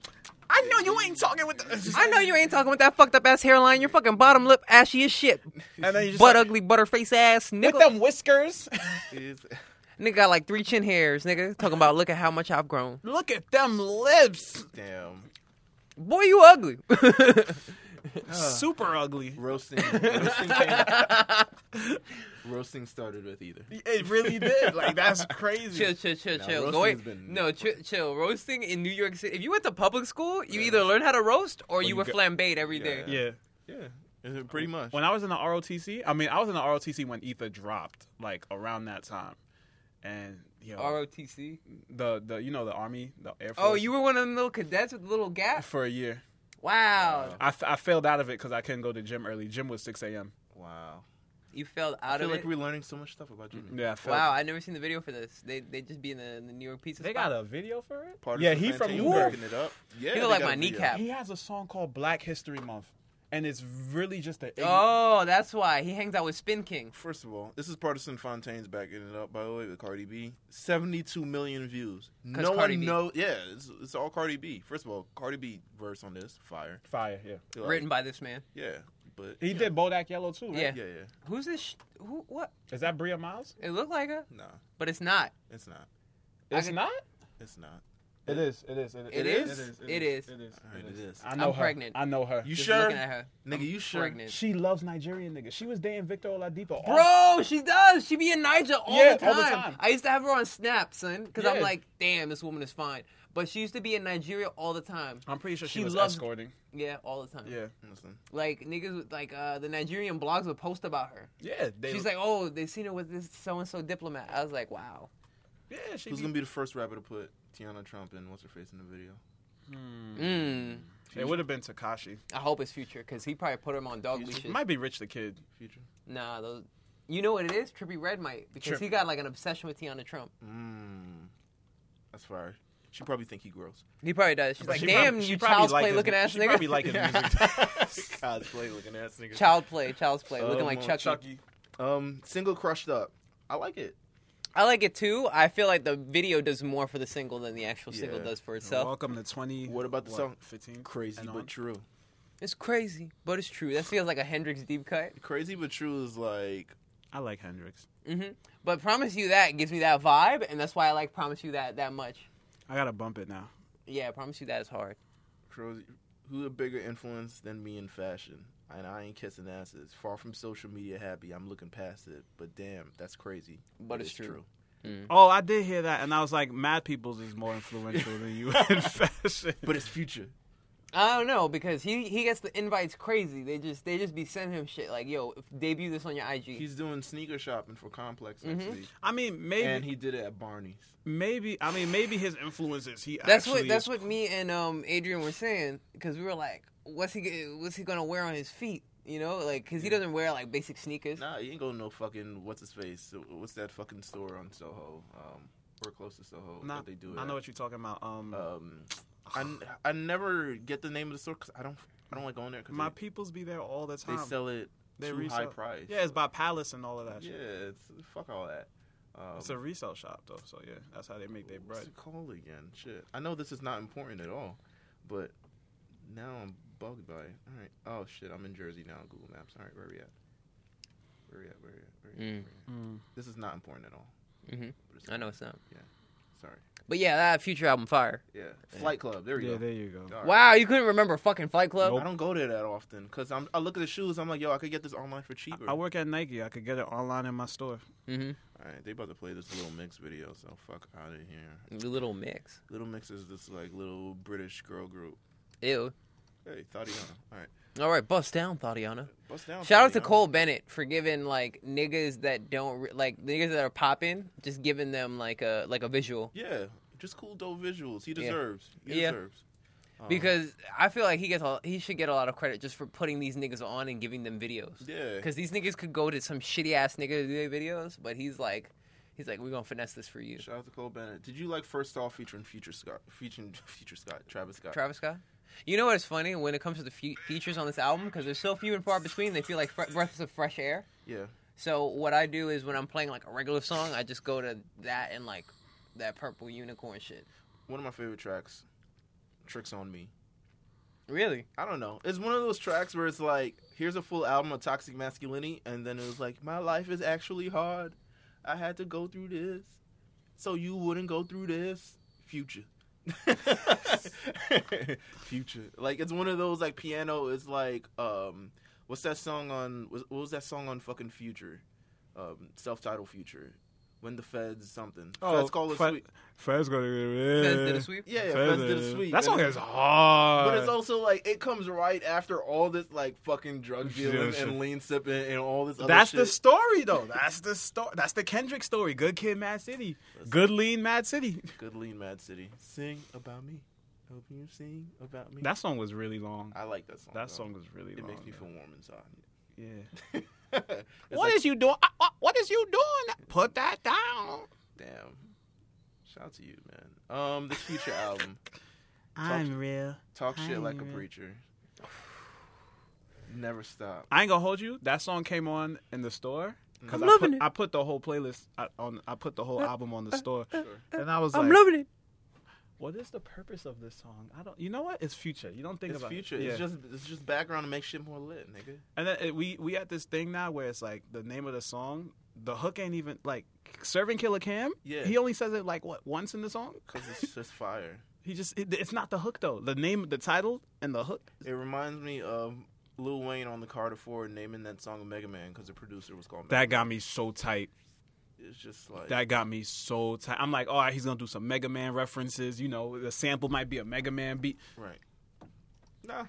Speaker 5: I know you ain't talking with. The,
Speaker 2: I know you ain't talking with that fucked up ass hairline. Your fucking bottom lip ashy as shit.
Speaker 5: And then you just
Speaker 2: Butt
Speaker 5: like,
Speaker 2: ugly, butterface ass nigga.
Speaker 5: with them whiskers.
Speaker 1: It's-
Speaker 2: Nigga got like three chin hairs. Nigga talking about look at how much I've grown.
Speaker 5: Look at them lips.
Speaker 1: Damn.
Speaker 2: Boy, you ugly.
Speaker 5: Super ugly.
Speaker 1: Roasting. Roasting, came- roasting started with either.
Speaker 5: It really did. Like that's crazy.
Speaker 2: chill, chill, chill,
Speaker 1: Nah,
Speaker 2: chill.
Speaker 1: roasting
Speaker 2: Go
Speaker 1: has been-
Speaker 2: No, chill, chill. Roasting in New York City. If you went to public school, you either learned how to roast or you,
Speaker 5: you
Speaker 2: were
Speaker 5: got-
Speaker 2: flambéed every day.
Speaker 5: yeah.
Speaker 1: Yeah. It's Pretty much.
Speaker 5: When I was in the ROTC, I mean, I was in the ROTC when Ether dropped, like around that time, and you know,
Speaker 2: ROTC.
Speaker 5: the the you know the army, the air force.
Speaker 2: Oh, you were one of them little cadets with the little gap.
Speaker 5: for a year.
Speaker 2: Wow.
Speaker 5: I, f- I failed out of it because I couldn't go to gym early. Gym was six a.m.
Speaker 1: Wow.
Speaker 2: You failed
Speaker 1: I
Speaker 2: out
Speaker 1: feel
Speaker 2: of
Speaker 1: like
Speaker 2: it.
Speaker 1: we're learning so much stuff about Jimmy.
Speaker 4: Yeah, I felt-
Speaker 2: Mm-hmm. Wow, I never seen the video for this. They they just be in the, the New York pizza.
Speaker 4: They
Speaker 2: spot.
Speaker 4: got a video for it.
Speaker 1: Part of
Speaker 4: yeah,
Speaker 1: the
Speaker 4: he
Speaker 1: fan
Speaker 4: from
Speaker 1: team
Speaker 4: Wolf.
Speaker 1: breaking it up. Yeah,
Speaker 2: look
Speaker 1: they
Speaker 2: like
Speaker 1: got
Speaker 2: my
Speaker 1: a video.
Speaker 2: kneecap.
Speaker 4: He has a song called Black History Month, and it's really just a.
Speaker 2: Oh, that's why he hangs out with Spin King.
Speaker 1: First of all, this is Partisan Fontaine's backing it up, by the way, with Cardi B. 72 million views.
Speaker 2: 'Cause
Speaker 1: No
Speaker 2: Cardi
Speaker 1: one
Speaker 2: B.
Speaker 1: knows. Yeah, it's, it's all Cardi B. First of all, Cardi B verse on this, fire.
Speaker 4: fire. Yeah,
Speaker 1: Like,
Speaker 2: Written by this man.
Speaker 1: Yeah, but.
Speaker 4: he
Speaker 1: yeah.
Speaker 4: did Bodak Yellow too. Right?
Speaker 2: Yeah.
Speaker 1: Yeah, yeah.
Speaker 2: Who's this? Sh- who? What?
Speaker 4: is that Bria Miles?
Speaker 2: It looked like her,
Speaker 1: Nah,
Speaker 2: but it's not.
Speaker 1: it's not.
Speaker 2: I
Speaker 4: It's
Speaker 2: can-
Speaker 4: not.
Speaker 1: It's not.
Speaker 4: It is. It is.
Speaker 2: It is? It is.
Speaker 5: It is.
Speaker 1: All right, it is.
Speaker 4: I know
Speaker 2: I'm
Speaker 4: her.
Speaker 2: pregnant.
Speaker 4: I know her.
Speaker 1: You
Speaker 2: Just
Speaker 1: sure?
Speaker 2: Looking at her.
Speaker 1: Nigga, you sure?
Speaker 2: Pregnant.
Speaker 4: She loves Nigerian niggas. She was dating Victor Oladipo.
Speaker 2: Bro, she does. She be in Niger all,
Speaker 4: Yeah,
Speaker 2: the, time.
Speaker 4: all the time.
Speaker 2: I used to have her on Snap, son, because I'm
Speaker 4: Yeah.
Speaker 2: like, damn, this woman is fine. But she used to be in Nigeria all the time.
Speaker 5: I'm pretty sure she,
Speaker 2: She
Speaker 5: was
Speaker 2: loved-
Speaker 5: escorting.
Speaker 2: Yeah, all the time.
Speaker 5: Yeah.
Speaker 1: Listen,
Speaker 2: Like niggas, would- like uh, the Nigerian blogs would post about her.
Speaker 5: Yeah. They,
Speaker 2: She's like, oh, they seen her with this so and so diplomat. I was like, wow.
Speaker 5: yeah. She
Speaker 1: who's
Speaker 5: be-
Speaker 1: gonna be the first rapper to put Tiana Trump and what's her face in the video?
Speaker 2: Mm,
Speaker 5: It would have been Takashi.
Speaker 2: I hope it's future because he probably put him on dog leashes.
Speaker 5: It might be Rich the Kid.
Speaker 1: Future.
Speaker 2: Nah, those. You know what it is? Trippy Red might because he got like an obsession with Tiana Trump.
Speaker 5: Mm.
Speaker 1: Mmm,
Speaker 2: Mm.
Speaker 1: that's fire. She probably think he gross.
Speaker 2: He probably does. She's like,
Speaker 5: She
Speaker 2: damn,
Speaker 5: prob- she
Speaker 2: you
Speaker 5: probably
Speaker 2: child's
Speaker 5: like
Speaker 2: play
Speaker 5: his-
Speaker 2: looking ass
Speaker 5: she
Speaker 2: nigga.
Speaker 5: probably like his music.
Speaker 1: Cosplay looking ass nigga.
Speaker 2: child play, child's play, looking
Speaker 1: Um,
Speaker 2: like Chucky.
Speaker 5: Oh, Chucky.
Speaker 1: Um, single crushed up. I like it.
Speaker 2: I like it too. I feel like the video does more for the single than the actual single
Speaker 1: Yeah.
Speaker 5: Oh,
Speaker 2: does for itself.
Speaker 5: Welcome to 20.
Speaker 1: What about the song?
Speaker 5: Fifteen.
Speaker 1: Crazy
Speaker 5: and
Speaker 1: but
Speaker 5: on.
Speaker 1: true.
Speaker 2: It's crazy, but it's true. That feels like a Hendrix deep cut.
Speaker 1: Crazy but true is like
Speaker 5: I like Hendrix.
Speaker 2: But promise you that gives me that vibe, and that's why I like promise you that that much.
Speaker 5: I gotta bump it now.
Speaker 2: Yeah, promise you that is hard.
Speaker 1: crazy. Who a bigger influence than me in fashion? And I ain't kissing asses. Far from social media happy. I'm looking past it. But damn, that's crazy.
Speaker 2: But
Speaker 1: It
Speaker 2: it's
Speaker 1: is
Speaker 2: true. Mm.
Speaker 5: Oh, I did hear that, and I was like, Mad Peoples is more influential than you in fashion.
Speaker 1: But it's future.
Speaker 2: I don't know because he he gets the invites crazy. They just they just be sending him shit like, yo, if- debut this on your IG.
Speaker 1: He's doing sneaker shopping for Complex next week,
Speaker 5: I mean, maybe,
Speaker 1: and he did it at Barney's.
Speaker 5: maybe. I mean, maybe his influences. He
Speaker 2: that's what
Speaker 5: actually
Speaker 2: that's
Speaker 5: is-
Speaker 2: what me and um Adrian were saying because we were like, what's he g- what's he gonna wear on his feet? You know, like because he doesn't wear like basic sneakers.
Speaker 1: Nah, he ain't going to no fucking what's his face. What's that fucking store on Soho? Um, we're close to Soho.
Speaker 5: Nah,
Speaker 1: that they do. It
Speaker 5: I
Speaker 1: at.
Speaker 5: know what you're talking about. Um,
Speaker 1: um, I, n- I never get the name of the store because I don't I don't like going there because
Speaker 5: my
Speaker 1: they,
Speaker 5: peoples be there all the
Speaker 1: they
Speaker 5: time.
Speaker 1: sell it
Speaker 5: They
Speaker 1: too high
Speaker 5: resell-
Speaker 1: price.
Speaker 5: Yeah, it's by Palace and all of that.
Speaker 1: yeah,
Speaker 5: shit.
Speaker 1: it's fuck all that. Um,
Speaker 5: It's a resale shop though, so yeah, that's how they make their
Speaker 1: what's
Speaker 5: bread.
Speaker 1: it called again? Shit, I know this is not important at all, but now I'm bugged by it. All right, oh shit, I'm in Jersey now. on Google Maps. All right, where we at? Where we at? Where we at? Where we at?
Speaker 2: Mm.
Speaker 1: Where we at? This is not important at all.
Speaker 2: Mhm.
Speaker 1: But it's
Speaker 2: I know it's not,
Speaker 1: Sorry.
Speaker 2: but yeah, that future album fire.
Speaker 1: Yeah, Flight Club. There we
Speaker 5: Yeah,
Speaker 1: go.
Speaker 5: there you go.
Speaker 1: All right.
Speaker 2: Wow, you couldn't remember fucking Fight Club.
Speaker 1: I don't go there that often because I'm. I look at the shoes. I'm like, yo, I could get this online for cheaper.
Speaker 5: I work at Nike. I could get it online in my store.
Speaker 2: Mm-hmm.
Speaker 1: All right, they about to play this little mix video, so fuck out of here.
Speaker 2: The Little Mix.
Speaker 1: Little Mix is this like little British girl group.
Speaker 2: Ew.
Speaker 1: Hey, Thadiana. All right,
Speaker 2: All right, bust down, Thadiana.
Speaker 1: bust down.
Speaker 2: Shout out to
Speaker 1: Thadiana.
Speaker 2: Cole Bennett for giving like niggas that don't re- like niggas that are popping, just giving them like a like a visual
Speaker 1: Yeah, just cool, dope visuals. He deserves. He
Speaker 2: Yeah.
Speaker 1: deserves. Um,
Speaker 2: because I feel like he gets a, he should get a lot of credit just for putting these niggas on and giving them videos.
Speaker 1: Yeah.
Speaker 2: because these niggas could go to some shitty ass nigga to do their videos, but he's like, he's like, we're gonna finesse this for you,
Speaker 1: Shout out to Cole Bennett. Did you like First Off featuring Future Scott? Featuring Future Scott, Travis Scott.
Speaker 2: Travis Scott. You know what's funny when it comes to the fe- features on this album because there's so few and far between. They feel like fre- breaths of fresh air.
Speaker 1: yeah.
Speaker 2: So what I do is when I'm playing like a regular song, I just go to that and like that purple unicorn shit.
Speaker 1: One of my favorite tracks, Tricks on Me.
Speaker 2: Really?
Speaker 1: I don't know. It's one of those tracks where it's like, here's a full album of toxic masculinity, and then it was like, my life is actually hard. I had to go through this, so you wouldn't go through this. Future. Future. Like it's one of those like piano is like um what's that song on what was that song on fucking Future? Um self-titled Future. When the Feds something. Feds call it
Speaker 5: Oh, Fe-
Speaker 1: sweet.
Speaker 5: Fez go to
Speaker 2: Fez did a sweep?
Speaker 1: Uh, Yeah, yeah, Feds did a sweet.
Speaker 5: That song
Speaker 1: And-
Speaker 5: is hard.
Speaker 1: but it's also like it comes right after all this like fucking drug
Speaker 5: Yeah,
Speaker 1: dealing
Speaker 5: shit.
Speaker 1: and lean sipping and all this. Other
Speaker 5: That's
Speaker 1: shit.
Speaker 5: the story, though. That's the story. That's the Kendrick story. Good kid, Mad City. Good lean, Mad City.
Speaker 1: good lean Mad City. Sing about me, hope you sing about me.
Speaker 5: That song was really long.
Speaker 1: I like that song.
Speaker 5: That
Speaker 1: though.
Speaker 5: song was really
Speaker 1: it
Speaker 5: long.
Speaker 1: makes me
Speaker 5: yeah.
Speaker 1: feel warm inside.
Speaker 5: Yeah.
Speaker 1: What is
Speaker 7: you doing? What is you doing? Put that down.
Speaker 1: Damn. Shout out to you, man. Um, this future album,
Speaker 7: I'm real.
Speaker 1: Talk Shit
Speaker 7: I'm
Speaker 1: Like a
Speaker 7: real.
Speaker 1: Preacher. Never stop.
Speaker 5: I ain't gonna hold you. That song came on in the store because
Speaker 7: I'm
Speaker 5: I,
Speaker 7: loving
Speaker 5: put-
Speaker 7: it. Uh,
Speaker 5: I put the whole playlist I- on. I put the whole album on the store, and I was
Speaker 7: I'm
Speaker 5: like,
Speaker 7: loving it.
Speaker 5: "What is the purpose of this song? I don't. You know what? It's future. You don't think
Speaker 1: It's
Speaker 5: about
Speaker 1: future.
Speaker 5: It. Yeah.
Speaker 1: It's just it's just background to make shit more lit, nigga.
Speaker 5: And then it, we we at this thing now where it's like the name of the song, the hook ain't even like serving Killer Cam.
Speaker 1: Yeah.
Speaker 5: He only says it like what once in the song.
Speaker 1: Cause it's just fire.
Speaker 5: He just it, it's not the hook though. The name, the title, and the hook.
Speaker 1: It reminds me of Lil Wayne on the Carter Ford naming that song Mega Man because the producer was called.
Speaker 5: That got me so tight.
Speaker 1: It's just like
Speaker 5: That got me so tight. I'm like, all right, he's gonna do some Mega Man references. You know, the sample might be a Mega Man beat.
Speaker 1: right. Nah,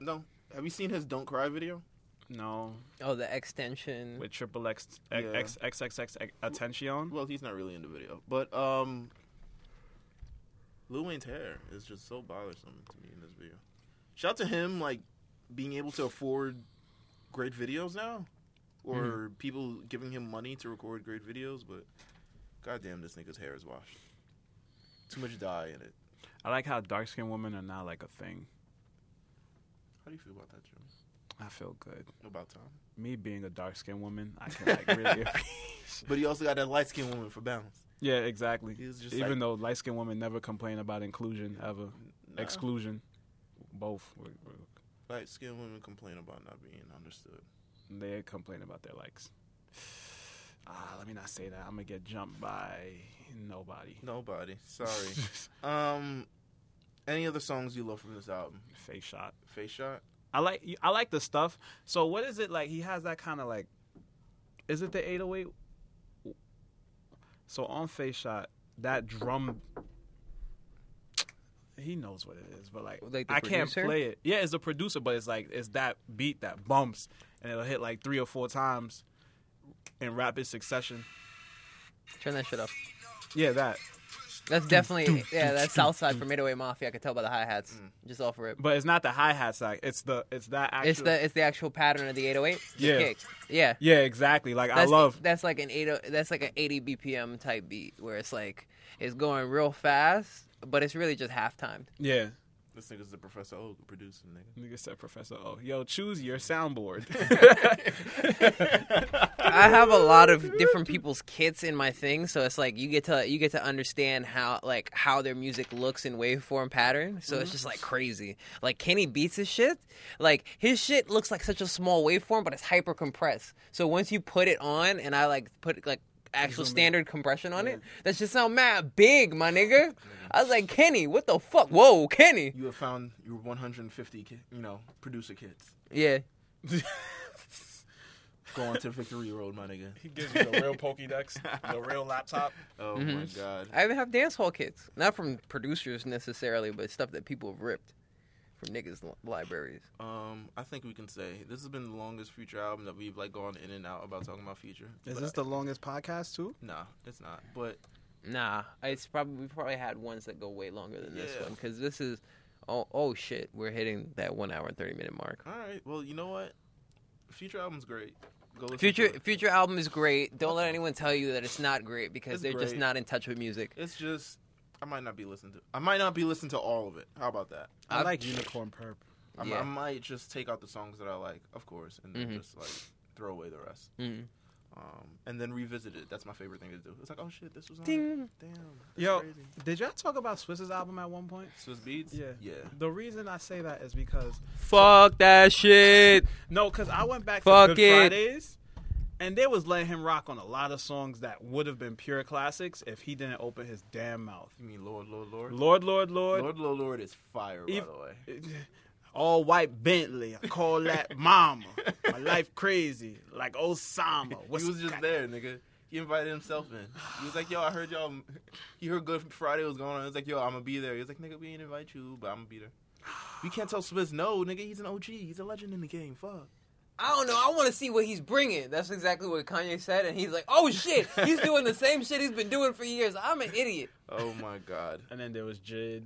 Speaker 1: no. Have you seen his "Don't Cry" video?
Speaker 5: No,
Speaker 2: Oh, the extension.
Speaker 5: with triple X
Speaker 1: Yeah.
Speaker 5: X X X X attention.
Speaker 1: Well, he's not really in the video, but um, Lil Wayne's hair is just so bothersome to me in this video. Shout out to him, like being able to afford great videos now, or
Speaker 5: Mm-hmm.
Speaker 1: people giving him money to record great videos. But goddamn, this nigga's hair is washed. Too much dye in it.
Speaker 5: I like how dark skinned women are now like a thing.
Speaker 1: How do you feel about that, Jimmy?
Speaker 5: I feel good.
Speaker 1: About Tom.
Speaker 5: Me being a dark skinned woman, I can like really.
Speaker 1: But he also got that light skinned woman for balance.
Speaker 5: yeah, exactly.
Speaker 1: He was just
Speaker 5: Even
Speaker 1: like-
Speaker 5: though light skinned women never complain about inclusion ever,
Speaker 1: Nah.
Speaker 5: exclusion, both were- were-
Speaker 1: Light skinned women complain about not being understood.
Speaker 5: they complain about their likes. Ah, let me not say that. I'm gonna get jumped by nobody.
Speaker 1: Nobody. Sorry. um, any other songs you love from this album?
Speaker 5: Face shot.
Speaker 1: Face Shot.
Speaker 5: I like I like the stuff. So what is it like? He has that kind of like, is it the 808? So on Face Shot, that drum. He knows what it is, but like,
Speaker 2: Like the
Speaker 5: I can't
Speaker 2: producer?
Speaker 5: play it. Yeah, it's the producer, but it's like it's that beat that bumps, and it'll hit like three or four times in rapid succession.
Speaker 2: Turn that shit off.
Speaker 5: Yeah, that.
Speaker 2: That's definitely yeah. That's Southside from Midway Mafia. I could tell by the hi hats. Just off rip.
Speaker 5: Mm. But it's not the hi hat side. It's the it's that actual.
Speaker 2: It's the it's the actual pattern of the 808. the
Speaker 5: Yeah.
Speaker 2: kick. Yeah.
Speaker 5: yeah, exactly. Like I
Speaker 2: That's,
Speaker 5: love
Speaker 2: that's like an 80 that's like an 80 BPM type beat where it's like it's going real fast, but it's really just half timed.
Speaker 5: yeah.
Speaker 1: This nigga's the Professor Oak producing nigga.
Speaker 5: Nigga said Professor O. Yo, choose your soundboard.
Speaker 2: I have a lot of different people's kits in my thing, so it's like you get to you get to understand how like how their music looks in waveform pattern. So it's just like crazy. Like Kenny beats his shit. Like his shit looks like such a small waveform, but it's hyper compressed. So once you put it on, and I like put like actual standard compression on it, that shit sound mad big, my nigga. I was like Kenny, what the fuck? Whoa, Kenny.
Speaker 1: You have found your 150, ki- you know, producer kids.
Speaker 2: Yeah.
Speaker 1: Go on to victory road, my nigga.
Speaker 4: He gives you the real Pokédex, the real laptop.
Speaker 1: Oh my
Speaker 5: Mm-hmm.
Speaker 1: god.
Speaker 2: I even have dance hall kits. Not from producers necessarily, but stuff that people have ripped from niggas' li- libraries.
Speaker 1: Um, I think we can say this has been the longest future album that we've like gone in and out about talking about future.
Speaker 5: Is
Speaker 1: But
Speaker 5: this the longest podcast too?
Speaker 1: I- nah, it's not. But
Speaker 2: Nah, it's probably we probably had ones that go way longer than this
Speaker 1: Yeah.
Speaker 2: one because this is oh oh shit, we're hitting that one hour and thirty minute mark.
Speaker 1: all right, well, you know what? Future album's great. Go listen
Speaker 2: Future
Speaker 1: to it.
Speaker 2: future album is great. Don't let anyone tell you that it's not great because
Speaker 1: It's
Speaker 2: they're just
Speaker 1: great.
Speaker 2: not in touch with music.
Speaker 1: It's just I might not be listening to. I might not be listening to all of it. How about that?
Speaker 5: I,
Speaker 2: I-
Speaker 5: like Unicorn Perp.
Speaker 1: I,
Speaker 2: Yeah.
Speaker 1: I might just take out the songs that I like, of course, and then
Speaker 2: Mhm.
Speaker 1: just like throw away the rest.
Speaker 2: Mm.
Speaker 1: Um, and then revisit it. That's my favorite thing to do. It's like, oh shit, this was on.
Speaker 2: Ding.
Speaker 1: it. Damn. That's
Speaker 5: Yo,
Speaker 1: crazy.
Speaker 5: did y'all talk about Swiss's album at one point?
Speaker 1: Swiss Beats?
Speaker 5: Yeah.
Speaker 1: Yeah.
Speaker 5: The reason I say that is because
Speaker 2: Fuck that shit.
Speaker 5: no, because I went back
Speaker 2: Fuck
Speaker 5: to Good
Speaker 2: it.
Speaker 5: Fridays, and they was letting him rock on a lot of songs that would have been pure classics if he didn't open his damn mouth.
Speaker 1: You mean Lord, Lord, Lord?
Speaker 5: Lord, Lord, Lord,
Speaker 1: Lord, Lord, Lord is fire, by
Speaker 5: If-
Speaker 1: the way.
Speaker 5: all white Bentley. I call that mama. My life crazy like Osama. What's
Speaker 1: he was just there, nigga. He invited himself in. He was like, yo, I heard y'all. He heard Good Friday was going on. He was like, yo, I'm going to be there. He was like, nigga, we ain't invite you, but I'm going to be there. We can't tell Swiss no, nigga. He's an OG. He's a legend in the game. Fuck.
Speaker 2: I don't know. I want to see what he's bringing. That's exactly what Kanye said, and he's like, "Oh shit, he's doing the same shit he's been doing for years." I'm an idiot.
Speaker 1: Oh my God.
Speaker 5: And then there was Jid,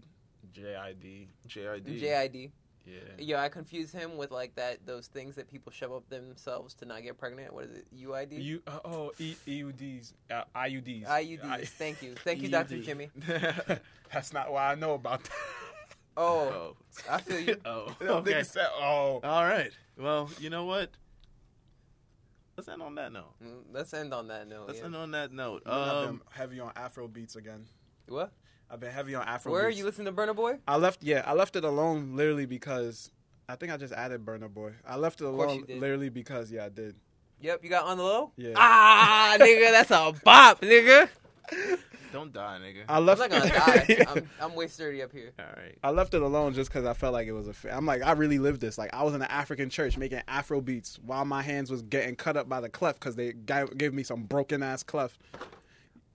Speaker 5: JID.
Speaker 1: JID.
Speaker 2: JID.
Speaker 1: Yeah.
Speaker 2: Yeah, I confuse him with like that those things that people shove up themselves to not get pregnant. What is it? UID?
Speaker 4: You uh, oh E- EUDs uh, IUDs
Speaker 2: IUDs.
Speaker 4: I-
Speaker 2: Thank you. Thank you, Dr. Jimmy.
Speaker 4: That's not why I know about that.
Speaker 2: Oh,
Speaker 1: oh.
Speaker 2: I feel you.
Speaker 1: Oh.
Speaker 4: Nigga
Speaker 1: Okay.
Speaker 4: said, oh.
Speaker 1: All right. Well, you know what? Let's end on that note.
Speaker 2: Mm, Let's end on that note.
Speaker 1: Let's
Speaker 2: Oh, yeah.
Speaker 1: end on that note.
Speaker 5: I've
Speaker 1: Um,
Speaker 5: been heavy on Afro beats again.
Speaker 2: What?
Speaker 5: I've been heavy on Afro.
Speaker 2: Where
Speaker 5: beats.
Speaker 2: you listen to Burner Boy?
Speaker 5: I left. Yeah, I left it alone literally because I think I just added Burner Boy. I left it
Speaker 2: course
Speaker 5: alone
Speaker 2: you did.
Speaker 5: literally because yeah, I did.
Speaker 2: Yep, you got on the low.
Speaker 5: Yeah.
Speaker 2: Ah, nigga, that's a bop, nigga.
Speaker 1: don't die, nigga.
Speaker 5: I
Speaker 2: I'm
Speaker 5: left.
Speaker 2: not gonna die. I'm, I'm way sturdy up here.
Speaker 1: All right.
Speaker 5: I left it alone just because I felt like it was a. Fa- I'm like, I really lived this. Like, I was in an African church making Afro beats while my hands was getting cut up by the clef because they ga- gave me some broken ass clef.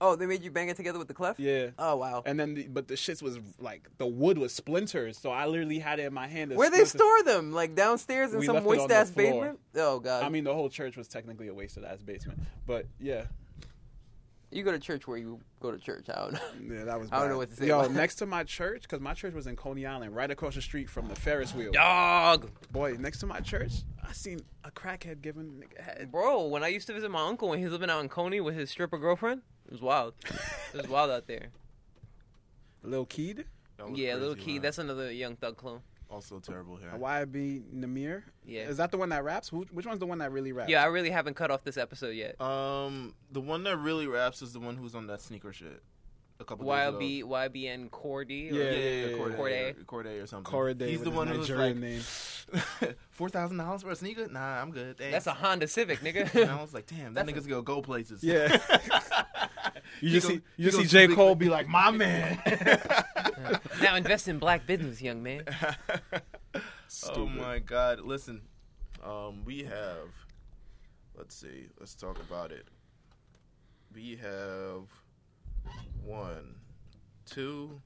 Speaker 2: Oh, they made you bang it together with the clef?
Speaker 5: Yeah.
Speaker 2: Oh wow.
Speaker 5: And then, the, but the shits was like the wood was splinters, so I literally had it in my hand. as
Speaker 2: Where they
Speaker 5: splinters.
Speaker 2: store them? Like downstairs in
Speaker 5: We
Speaker 2: some
Speaker 5: left it on
Speaker 2: moist ass
Speaker 5: the floor.
Speaker 2: basement? Oh god.
Speaker 5: I mean, the whole church was technically a wasted ass basement, but yeah,
Speaker 2: you go to church where you go to church. I don't know.
Speaker 5: yeah, that was.
Speaker 2: I don't
Speaker 5: bad.
Speaker 2: know what to say
Speaker 5: Yo,
Speaker 2: about that.
Speaker 5: next to my church, because my church was in Coney Island, right across the street from the Ferris wheel.
Speaker 2: Dog.
Speaker 5: Boy, next to my church, I seen a crackhead giving a nigga head.
Speaker 2: Bro, when I used to visit my uncle when he was living out in Coney with his stripper girlfriend, it was wild. it was wild out there.
Speaker 5: Lil Keed,
Speaker 1: That was
Speaker 2: yeah,
Speaker 1: crazy,
Speaker 2: little key.
Speaker 1: man.
Speaker 2: That's another young thug clone.
Speaker 1: also terrible hair.
Speaker 5: YB Namir.
Speaker 2: Uh, Yeah.
Speaker 5: Is that the one that raps? Who, which one's the one that really raps?
Speaker 2: Yeah, I really haven't cut off this episode yet.
Speaker 1: Um, the one that really raps is the one who's on that sneaker shit. A couple days ago.
Speaker 2: YB, YBN Cordy. or-
Speaker 5: Yeah,
Speaker 1: Yeah, yeah, yeah,
Speaker 5: yeah,
Speaker 1: Corday,
Speaker 2: Corday.
Speaker 1: or- Corday or something.
Speaker 5: Corey Day
Speaker 1: He's
Speaker 5: with
Speaker 1: the
Speaker 5: his
Speaker 1: one who's
Speaker 5: Nigerian
Speaker 1: like
Speaker 5: name.
Speaker 1: four thousand dollars for a sneaker. Nah, I'm good. Thanks.
Speaker 2: That's a Honda Civic,
Speaker 1: And I
Speaker 2: nigga.
Speaker 1: was like, damn, that
Speaker 2: That's a-
Speaker 1: nigga's gonna go places.
Speaker 5: Yeah. You
Speaker 1: He
Speaker 5: just
Speaker 1: go-
Speaker 5: see,
Speaker 1: he
Speaker 5: you just
Speaker 1: go
Speaker 5: see J
Speaker 1: big-
Speaker 5: Cole be like, my man.
Speaker 2: now invest in black business, young man.
Speaker 1: oh my god! Listen, um, we have. Let's see. Let's talk about it. We have one, two,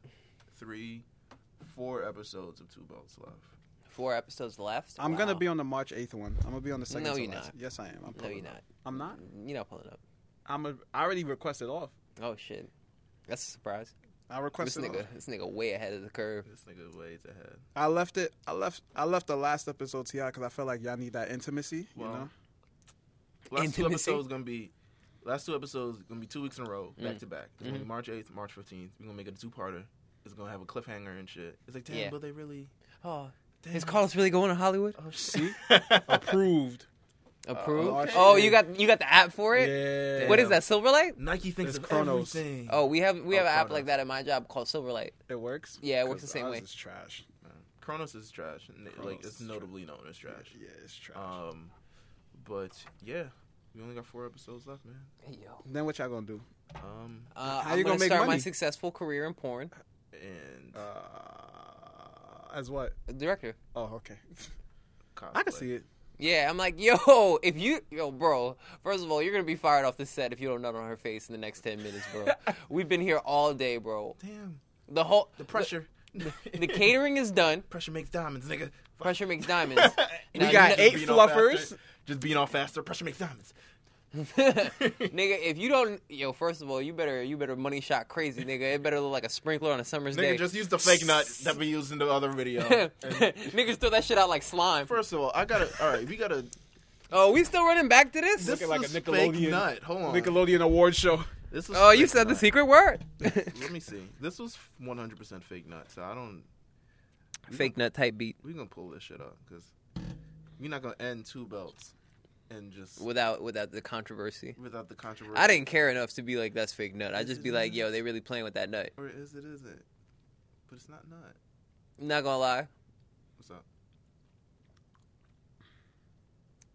Speaker 1: three, four episodes of Two Belts left.
Speaker 2: Four episodes left.
Speaker 5: I'm
Speaker 2: Wow.
Speaker 5: gonna be on the March 8th one. I'm gonna be on the second.
Speaker 2: No,
Speaker 5: to
Speaker 2: you're
Speaker 5: last.
Speaker 2: not.
Speaker 5: Yes, I am. I'm
Speaker 2: No,
Speaker 5: pulling
Speaker 2: you're
Speaker 5: up.
Speaker 2: not.
Speaker 5: I'm not.
Speaker 2: You're not pulling up.
Speaker 5: I'm a. I already requested off.
Speaker 2: Oh shit. That's a surprise.
Speaker 5: I
Speaker 2: This
Speaker 5: requested.
Speaker 2: nigga,
Speaker 5: off.
Speaker 2: this nigga way ahead of the curve.
Speaker 1: This nigga ways ahead.
Speaker 5: I left it. I left. I left the last episode to y'all because I felt like y'all need that intimacy.
Speaker 1: Well,
Speaker 5: you know.
Speaker 1: Last two
Speaker 2: Intimacy?
Speaker 1: episodes gonna be. Last two episodes gonna be two weeks in a row,
Speaker 2: Mm.
Speaker 1: back to back. It's
Speaker 2: Mm-hmm.
Speaker 1: gonna be March eighth, March fifteenth. We're gonna make it a two parter. It's gonna have a cliffhanger and shit. It's like, damn,
Speaker 2: Yeah.
Speaker 1: but they really
Speaker 2: Oh, is Carlos really going to Hollywood?
Speaker 1: oh
Speaker 5: See?
Speaker 1: shit.
Speaker 5: Approved.
Speaker 2: Approved.
Speaker 5: okay.
Speaker 2: Oh, you got you got the app for it.
Speaker 5: Yeah.
Speaker 2: What is that? Silverlight.
Speaker 1: Nike thinks
Speaker 5: It's
Speaker 1: of
Speaker 5: Chronos.
Speaker 1: everything.
Speaker 2: Oh, we have we
Speaker 1: Oh,
Speaker 2: have an app
Speaker 1: Chronos.
Speaker 2: like that at my job called Silverlight.
Speaker 5: It works.
Speaker 2: Yeah, it works
Speaker 5: 'Cause
Speaker 2: the same
Speaker 5: ours
Speaker 2: way.
Speaker 5: is trash.
Speaker 1: Chronos is trash. and it-
Speaker 5: Chronos
Speaker 1: Like it's
Speaker 5: is
Speaker 1: notably known as trash.
Speaker 5: Yeah, it's trash.
Speaker 1: Um, but yeah, we only got four episodes left, man.
Speaker 2: Hey, yo.
Speaker 5: then what y'all gonna do?
Speaker 1: Um,
Speaker 2: Uh,
Speaker 5: How
Speaker 2: I'm
Speaker 5: you
Speaker 2: gonna,
Speaker 5: gonna make
Speaker 2: start my
Speaker 5: money?
Speaker 2: successful career in porn.
Speaker 1: and
Speaker 5: Uh, as what?
Speaker 2: A Uh, director.
Speaker 5: Oh, okay. I can see it.
Speaker 2: Yeah, I'm like, yo, if you, yo, bro. First of all, you're gonna be fired off the set if you don't nut on her face in the next ten minutes, bro. We've been here all day, bro.
Speaker 1: Damn,
Speaker 2: The whole
Speaker 1: the pressure.
Speaker 2: the catering is done.
Speaker 1: pressure makes diamonds, nigga. Fuck.
Speaker 2: Pressure makes diamonds. Now,
Speaker 5: We got
Speaker 2: you-
Speaker 5: eight
Speaker 1: being all
Speaker 5: fluffers.
Speaker 1: faster. Just being all faster. Pressure makes diamonds.
Speaker 2: nigga, if you don't, yo, first of all, you better, you better money shot crazy, nigga. It better look like a sprinkler on a summer's day.
Speaker 1: Nigga, just use the fake nut that we used in the other video. And
Speaker 2: Niggas throw that shit out like slime.
Speaker 1: First of all, I gotta. All right, we gotta.
Speaker 2: Oh, we still running back to this?
Speaker 1: This
Speaker 5: Looking like a
Speaker 1: is fake
Speaker 5: Nickelodeon-
Speaker 1: nut. Hold on.
Speaker 5: Nickelodeon award show.
Speaker 1: This is
Speaker 2: oh, you
Speaker 1: fake
Speaker 2: said the
Speaker 1: nut.
Speaker 2: secret word.
Speaker 1: Let me see. This was 100% fake nut, so I don't.
Speaker 2: Fake nut type beat
Speaker 1: We're gonna pull this shit up because we're not gonna end two belts and just
Speaker 2: without without the controversy.
Speaker 1: without the controversy.
Speaker 2: I didn't care enough to be like that's fake nut. I just be like, yo, they really playing with that nut.
Speaker 1: Or is it? Is it? But it's not nut.
Speaker 2: I'm not gonna lie,
Speaker 1: What's up?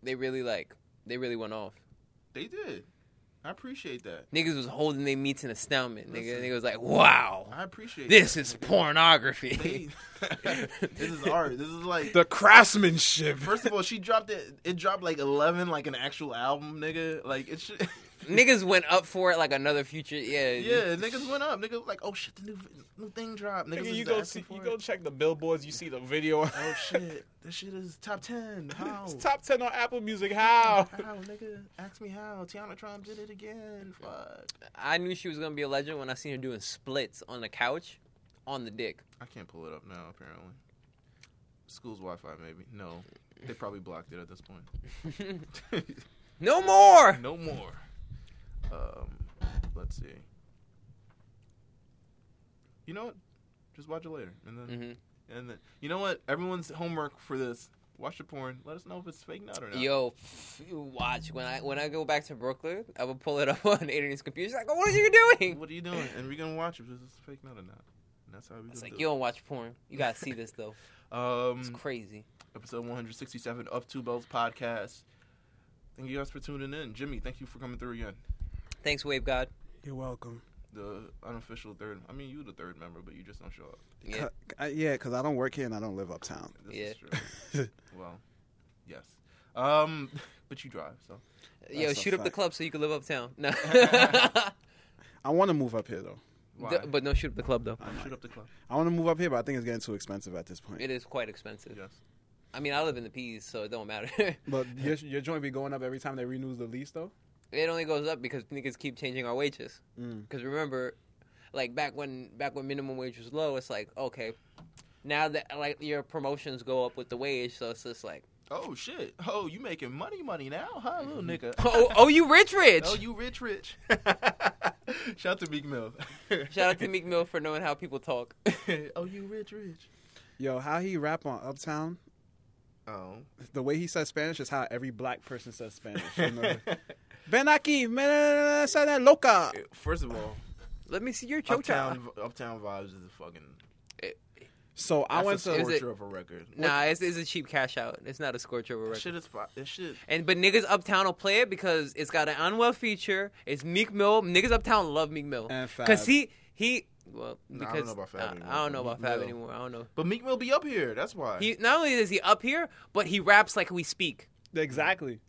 Speaker 2: they really like they really went off.
Speaker 1: They did. I appreciate that.
Speaker 2: Niggas was holding their meats in astoundment. Nigga,
Speaker 1: Listen.
Speaker 2: nigga was like, wow,
Speaker 1: I appreciate
Speaker 2: this
Speaker 1: that.
Speaker 2: is pornography.
Speaker 1: They- this is art. This is like
Speaker 5: The craftsmanship.
Speaker 1: First of all, she dropped it. It dropped like eleven, like an actual album, nigga. Like it should.
Speaker 2: Niggas went up for it like another future. Yeah,
Speaker 1: yeah, niggas went up. Niggas like, oh shit, the new new thing dropped. Niggas
Speaker 4: Nigga,
Speaker 1: is
Speaker 4: you go
Speaker 1: asking
Speaker 4: see,
Speaker 1: for
Speaker 4: you
Speaker 1: it.
Speaker 4: go check the billboards. You see the video.
Speaker 1: Oh shit, this shit is top ten. How?
Speaker 4: It's top ten on Apple Music. How?
Speaker 1: How, nigga? Ask me how. Tiana Trump did it again. Fuck.
Speaker 2: I knew she was gonna be a legend when I seen her doing splits on the couch, on the dick.
Speaker 1: I can't pull it up now. Apparently, school's Wi-Fi, maybe. No, they probably blocked it at this point.
Speaker 2: No more.
Speaker 1: no more. Um, let's see. You know what? Just watch it later, and then
Speaker 2: Mhm.
Speaker 1: and then you know what? Everyone's homework for this: watch the porn. Let us know if it's fake nut or not.
Speaker 2: Yo, pff, you watch when I when I go back to Brooklyn, I will pull it up on Adrian's computer. She's like, "What are you doing?"
Speaker 1: What are you doing? And we're gonna watch if this is fake nut or not. And that's how we.
Speaker 2: It's
Speaker 1: gonna
Speaker 2: like you
Speaker 1: do
Speaker 2: don't watch porn. You gotta see this though.
Speaker 1: it. Um,
Speaker 2: It's crazy.
Speaker 1: episode 167 of Two Bells Podcast. Thank you guys for tuning in. Jimmy, thank you for coming through again.
Speaker 2: Thanks, Wave God.
Speaker 5: You're welcome.
Speaker 1: The unofficial third. I mean, you the third member, but you just don't show up.
Speaker 2: Yeah.
Speaker 5: I, yeah, because I don't work here and I don't live uptown.
Speaker 1: This
Speaker 2: Yeah.
Speaker 1: is true. well, yes. Um, but you drive, so
Speaker 2: Yo,
Speaker 5: That's a
Speaker 2: shoot up the
Speaker 5: fact.
Speaker 2: club so you can live uptown. No,
Speaker 5: I want to move up here though.
Speaker 1: why?
Speaker 2: D- but no, shoot up the club though.
Speaker 1: I shoot up the club.
Speaker 5: I want to move up here, but I think it's getting too expensive at this point.
Speaker 2: It is quite expensive.
Speaker 1: Yes.
Speaker 2: I mean, I live in the P's, so it don't matter.
Speaker 5: But your, your joint be going up every time they renews the lease though.
Speaker 2: it only goes up because niggas keep changing our wages.
Speaker 5: Mm.
Speaker 2: Because remember, like back when back when minimum wage was low, it's like okay, now that like your promotions go up with the wage, so it's just like
Speaker 1: Oh shit! Oh, you making money, money now, huh, little nigga?
Speaker 2: oh, oh you rich rich.
Speaker 1: Oh, you rich, rich. Shout to Big Mill.
Speaker 2: Shout out to Meek Mill for knowing how people talk.
Speaker 1: oh, you rich, rich.
Speaker 5: Yo, how he rap on Uptown?
Speaker 1: Oh.
Speaker 5: The way he says Spanish is how every black person says Spanish. You know? Ven aquí, me sana loca.
Speaker 1: First of all,
Speaker 2: Let me see your chocha.
Speaker 1: Uptown Uptown Vibes is a fucking.
Speaker 5: So I
Speaker 1: That's
Speaker 5: went
Speaker 1: a
Speaker 5: to.
Speaker 2: Is it-
Speaker 1: scorcher of a record.
Speaker 2: Nah, it's, it's a cheap cash out. It's not a scorch over
Speaker 1: That
Speaker 2: record.
Speaker 1: shit is fi- that shit.
Speaker 2: And but niggas uptown will play it because it's got an unwell feature. It's Meek Mill. Niggas uptown love Meek Mill
Speaker 5: And Fab.
Speaker 2: because he he well
Speaker 1: Nah, I
Speaker 2: because
Speaker 1: don't know about Fab
Speaker 2: I-
Speaker 1: anymore,
Speaker 2: I
Speaker 1: but
Speaker 2: don't know about
Speaker 1: Meek
Speaker 2: Fab
Speaker 1: Mill.
Speaker 2: anymore. I don't know.
Speaker 1: But Meek Mill be up here. That's why.
Speaker 2: He not only is he up here, but he raps like we speak.
Speaker 5: Exactly.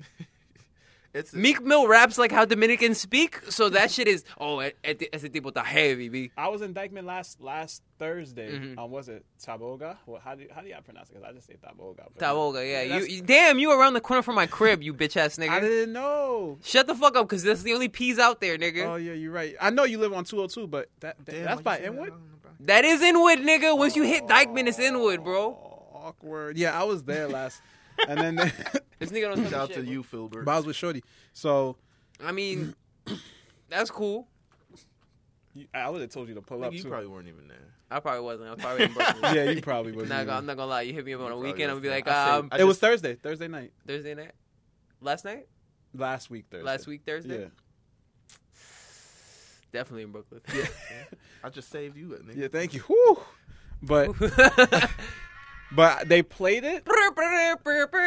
Speaker 1: it's
Speaker 2: Meek Mill raps like how Dominicans speak, so that shit is oh, e- e- ese tipo está heavy, b.
Speaker 5: I was in Dykeman last last Thursday.
Speaker 2: Mhm.
Speaker 5: Um, was it Taboga? Well, how do how do y'all pronounce it? Because I just say Taboga. but-
Speaker 2: Taboga, yeah. You,
Speaker 5: That's-
Speaker 2: you- damn, you around the corner from my crib, you bitch ass
Speaker 5: I
Speaker 2: nigga.
Speaker 5: didn't know.
Speaker 2: Shut the fuck up, cause that's the only peas out there, nigga.
Speaker 5: Oh yeah, you're right. I know you live on 202, but that, that-
Speaker 1: Damn,
Speaker 5: that's
Speaker 1: why you
Speaker 5: by
Speaker 1: say that? I
Speaker 5: Inwood.
Speaker 1: don't know about-
Speaker 2: that is Inwood, nigga. Once you hit Dykeman, it's Inwood, bro.
Speaker 5: Oh, awkward. Yeah, I was there last, and then
Speaker 2: This nigga don't
Speaker 1: Shout
Speaker 2: know
Speaker 1: out
Speaker 2: shit.
Speaker 1: to
Speaker 2: bro.
Speaker 1: you, Filbert.
Speaker 5: but I was with Shorty. So
Speaker 2: I mean, that's cool.
Speaker 5: you- I would have told you to pull up
Speaker 1: you
Speaker 5: too.
Speaker 1: probably weren't even there.
Speaker 2: I probably wasn't. I was probably in Brooklyn.
Speaker 5: yeah, you probably
Speaker 2: I'm
Speaker 5: was.
Speaker 2: not, gonna, I'm not gonna lie. You hit me up on a
Speaker 1: probably
Speaker 2: weekend, I'm gonna be
Speaker 1: wasn't.
Speaker 2: like,
Speaker 1: I say-
Speaker 2: um,
Speaker 1: I
Speaker 5: it
Speaker 1: just-
Speaker 5: was Thursday, Thursday night,
Speaker 2: Thursday night, last night,
Speaker 5: last week Thursday,
Speaker 2: last week Thursday,
Speaker 5: Yeah,
Speaker 2: definitely in Brooklyn.
Speaker 1: Yeah. I just saved you, nigga.
Speaker 5: yeah. Thank you. Whew. But but they played it.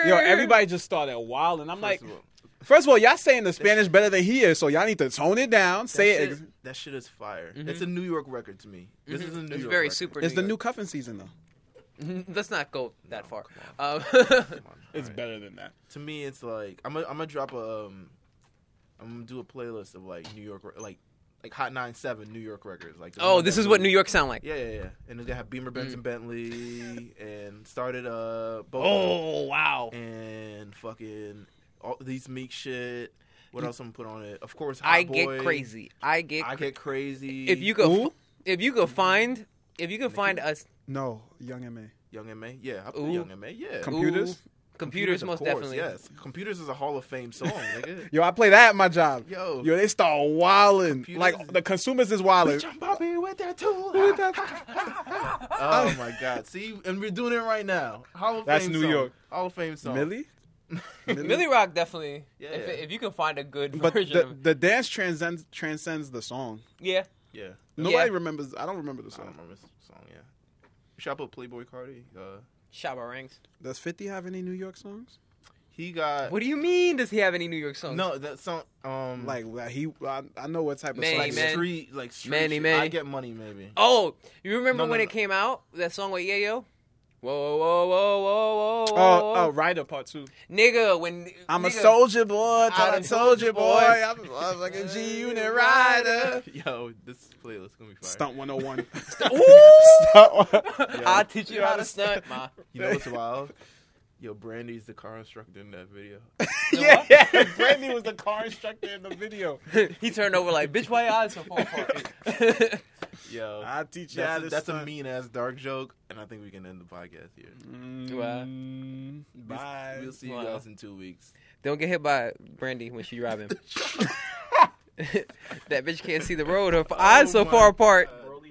Speaker 5: Yo, everybody just started wild, and I'm
Speaker 1: First
Speaker 5: like,
Speaker 1: of all,
Speaker 5: first of all, y'all saying the Spanish better than he is, so y'all need to tone it down.
Speaker 1: that,
Speaker 5: Say it.
Speaker 1: shit,
Speaker 5: Ex-
Speaker 1: that shit is fire. It's a New York record to me. This is a New
Speaker 2: it's
Speaker 1: York.
Speaker 2: very
Speaker 1: record.
Speaker 2: super.
Speaker 5: it's the
Speaker 2: New
Speaker 5: new
Speaker 2: York.
Speaker 5: cuffing season, though.
Speaker 2: Let's not go that far. Um,
Speaker 1: Come on.
Speaker 5: It's
Speaker 1: Alright.
Speaker 5: better than that.
Speaker 1: To me, it's like I'm gonna I'm gonna drop a um, I'm gonna do a playlist of like New York re- like like Hot 97 New York records. Like the
Speaker 2: oh,
Speaker 1: ones
Speaker 2: this
Speaker 1: that
Speaker 2: is what
Speaker 1: blew-
Speaker 2: New York sound like.
Speaker 1: Yeah, yeah, yeah. And it's gonna have Beamer
Speaker 2: Mm.
Speaker 1: Benson Bentley and started uh both
Speaker 2: Oh wow.
Speaker 1: and fucking all these meek shit. What else I'm gonna put on it? Of course, Hot
Speaker 2: Mm. I
Speaker 1: Boy,
Speaker 2: get crazy. I get.
Speaker 1: I get crazy.
Speaker 2: if you could, if you could find, if you could find us
Speaker 5: No, Young and May.
Speaker 1: Young MA, yeah, I put
Speaker 2: Ooh.
Speaker 1: Young MA, yeah.
Speaker 5: Ooh. Computers?
Speaker 2: Ooh, computers,
Speaker 1: of
Speaker 2: most
Speaker 1: course,
Speaker 2: definitely.
Speaker 1: Yes, computers is a Hall of Fame song, nigga.
Speaker 5: Yo, I play that at my job.
Speaker 1: Yo.
Speaker 5: yo, they start wilding.
Speaker 1: Computers
Speaker 5: Like
Speaker 1: is-
Speaker 5: the consumers is wilding.
Speaker 1: Bitch, I'm Bobby with that tool. oh my god! See, and we're doing it right now. Hall of
Speaker 5: That's
Speaker 1: Fame
Speaker 5: New
Speaker 1: song.
Speaker 5: York.
Speaker 1: Hall of Fame song.
Speaker 5: Millie,
Speaker 2: Millie Rock definitely.
Speaker 1: Yeah,
Speaker 2: if,
Speaker 1: yeah.
Speaker 2: if you can find a good
Speaker 5: but
Speaker 2: version of
Speaker 5: the,
Speaker 2: it.
Speaker 5: the dance transcends transcends the song.
Speaker 2: Yeah.
Speaker 1: Yeah,
Speaker 5: Nobody
Speaker 2: Yeah.
Speaker 5: remembers. I don't remember the
Speaker 1: I don't
Speaker 5: song.
Speaker 1: remember this song. Yeah, should I put Playboy Cardi? Uh,
Speaker 2: Shop our ranks.
Speaker 5: Does Fifty have any New York songs?
Speaker 1: he got
Speaker 2: What do you mean? Does he have any New York songs?
Speaker 1: Uh, no that song. Um,
Speaker 5: Like that he, I, I know what type of
Speaker 2: Many
Speaker 1: like
Speaker 5: song.
Speaker 2: men.
Speaker 1: street, like street.
Speaker 2: Many
Speaker 1: shit.
Speaker 2: men.
Speaker 1: I get money, maybe.
Speaker 2: Oh, you remember
Speaker 1: No, no,
Speaker 2: when
Speaker 1: no.
Speaker 2: it came out? That song with Yayo? Whoa, whoa, whoa, whoa, whoa, whoa.
Speaker 5: Oh,
Speaker 2: whoa.
Speaker 5: oh, Rider Part Two.
Speaker 2: Nigga, when.
Speaker 5: I'm a
Speaker 2: nigga,
Speaker 5: soldier boy,
Speaker 2: I'm
Speaker 5: thought I
Speaker 2: a
Speaker 5: told
Speaker 2: soldier
Speaker 5: you, boy.
Speaker 2: boy.
Speaker 5: I'm, I'm like a G Unit rider.
Speaker 1: Yo, this playlist gonna be fire.
Speaker 5: Stunt 101.
Speaker 2: Ooh!
Speaker 5: Stunt one-
Speaker 2: I'll teach you how to stunt, ma.
Speaker 1: You know what's wild? Yo, Brandy's the car instructor in that video.
Speaker 4: yeah, yeah. Brandy was the car instructor in the video.
Speaker 2: he turned over like, bitch, why your eyes so far apart?
Speaker 1: Yo,
Speaker 5: I teach you how
Speaker 1: that's,
Speaker 5: to
Speaker 1: a, that's a
Speaker 5: Ah, stunt.
Speaker 1: mean ass dark joke, and I think we can end the podcast here.
Speaker 5: Mm, bye.
Speaker 1: We'll see you
Speaker 2: Wow.
Speaker 1: guys in two weeks.
Speaker 2: Don't get hit by Brandy when she driving. that bitch can't see the road. Her f- eyes so
Speaker 1: Oh my
Speaker 2: far apart.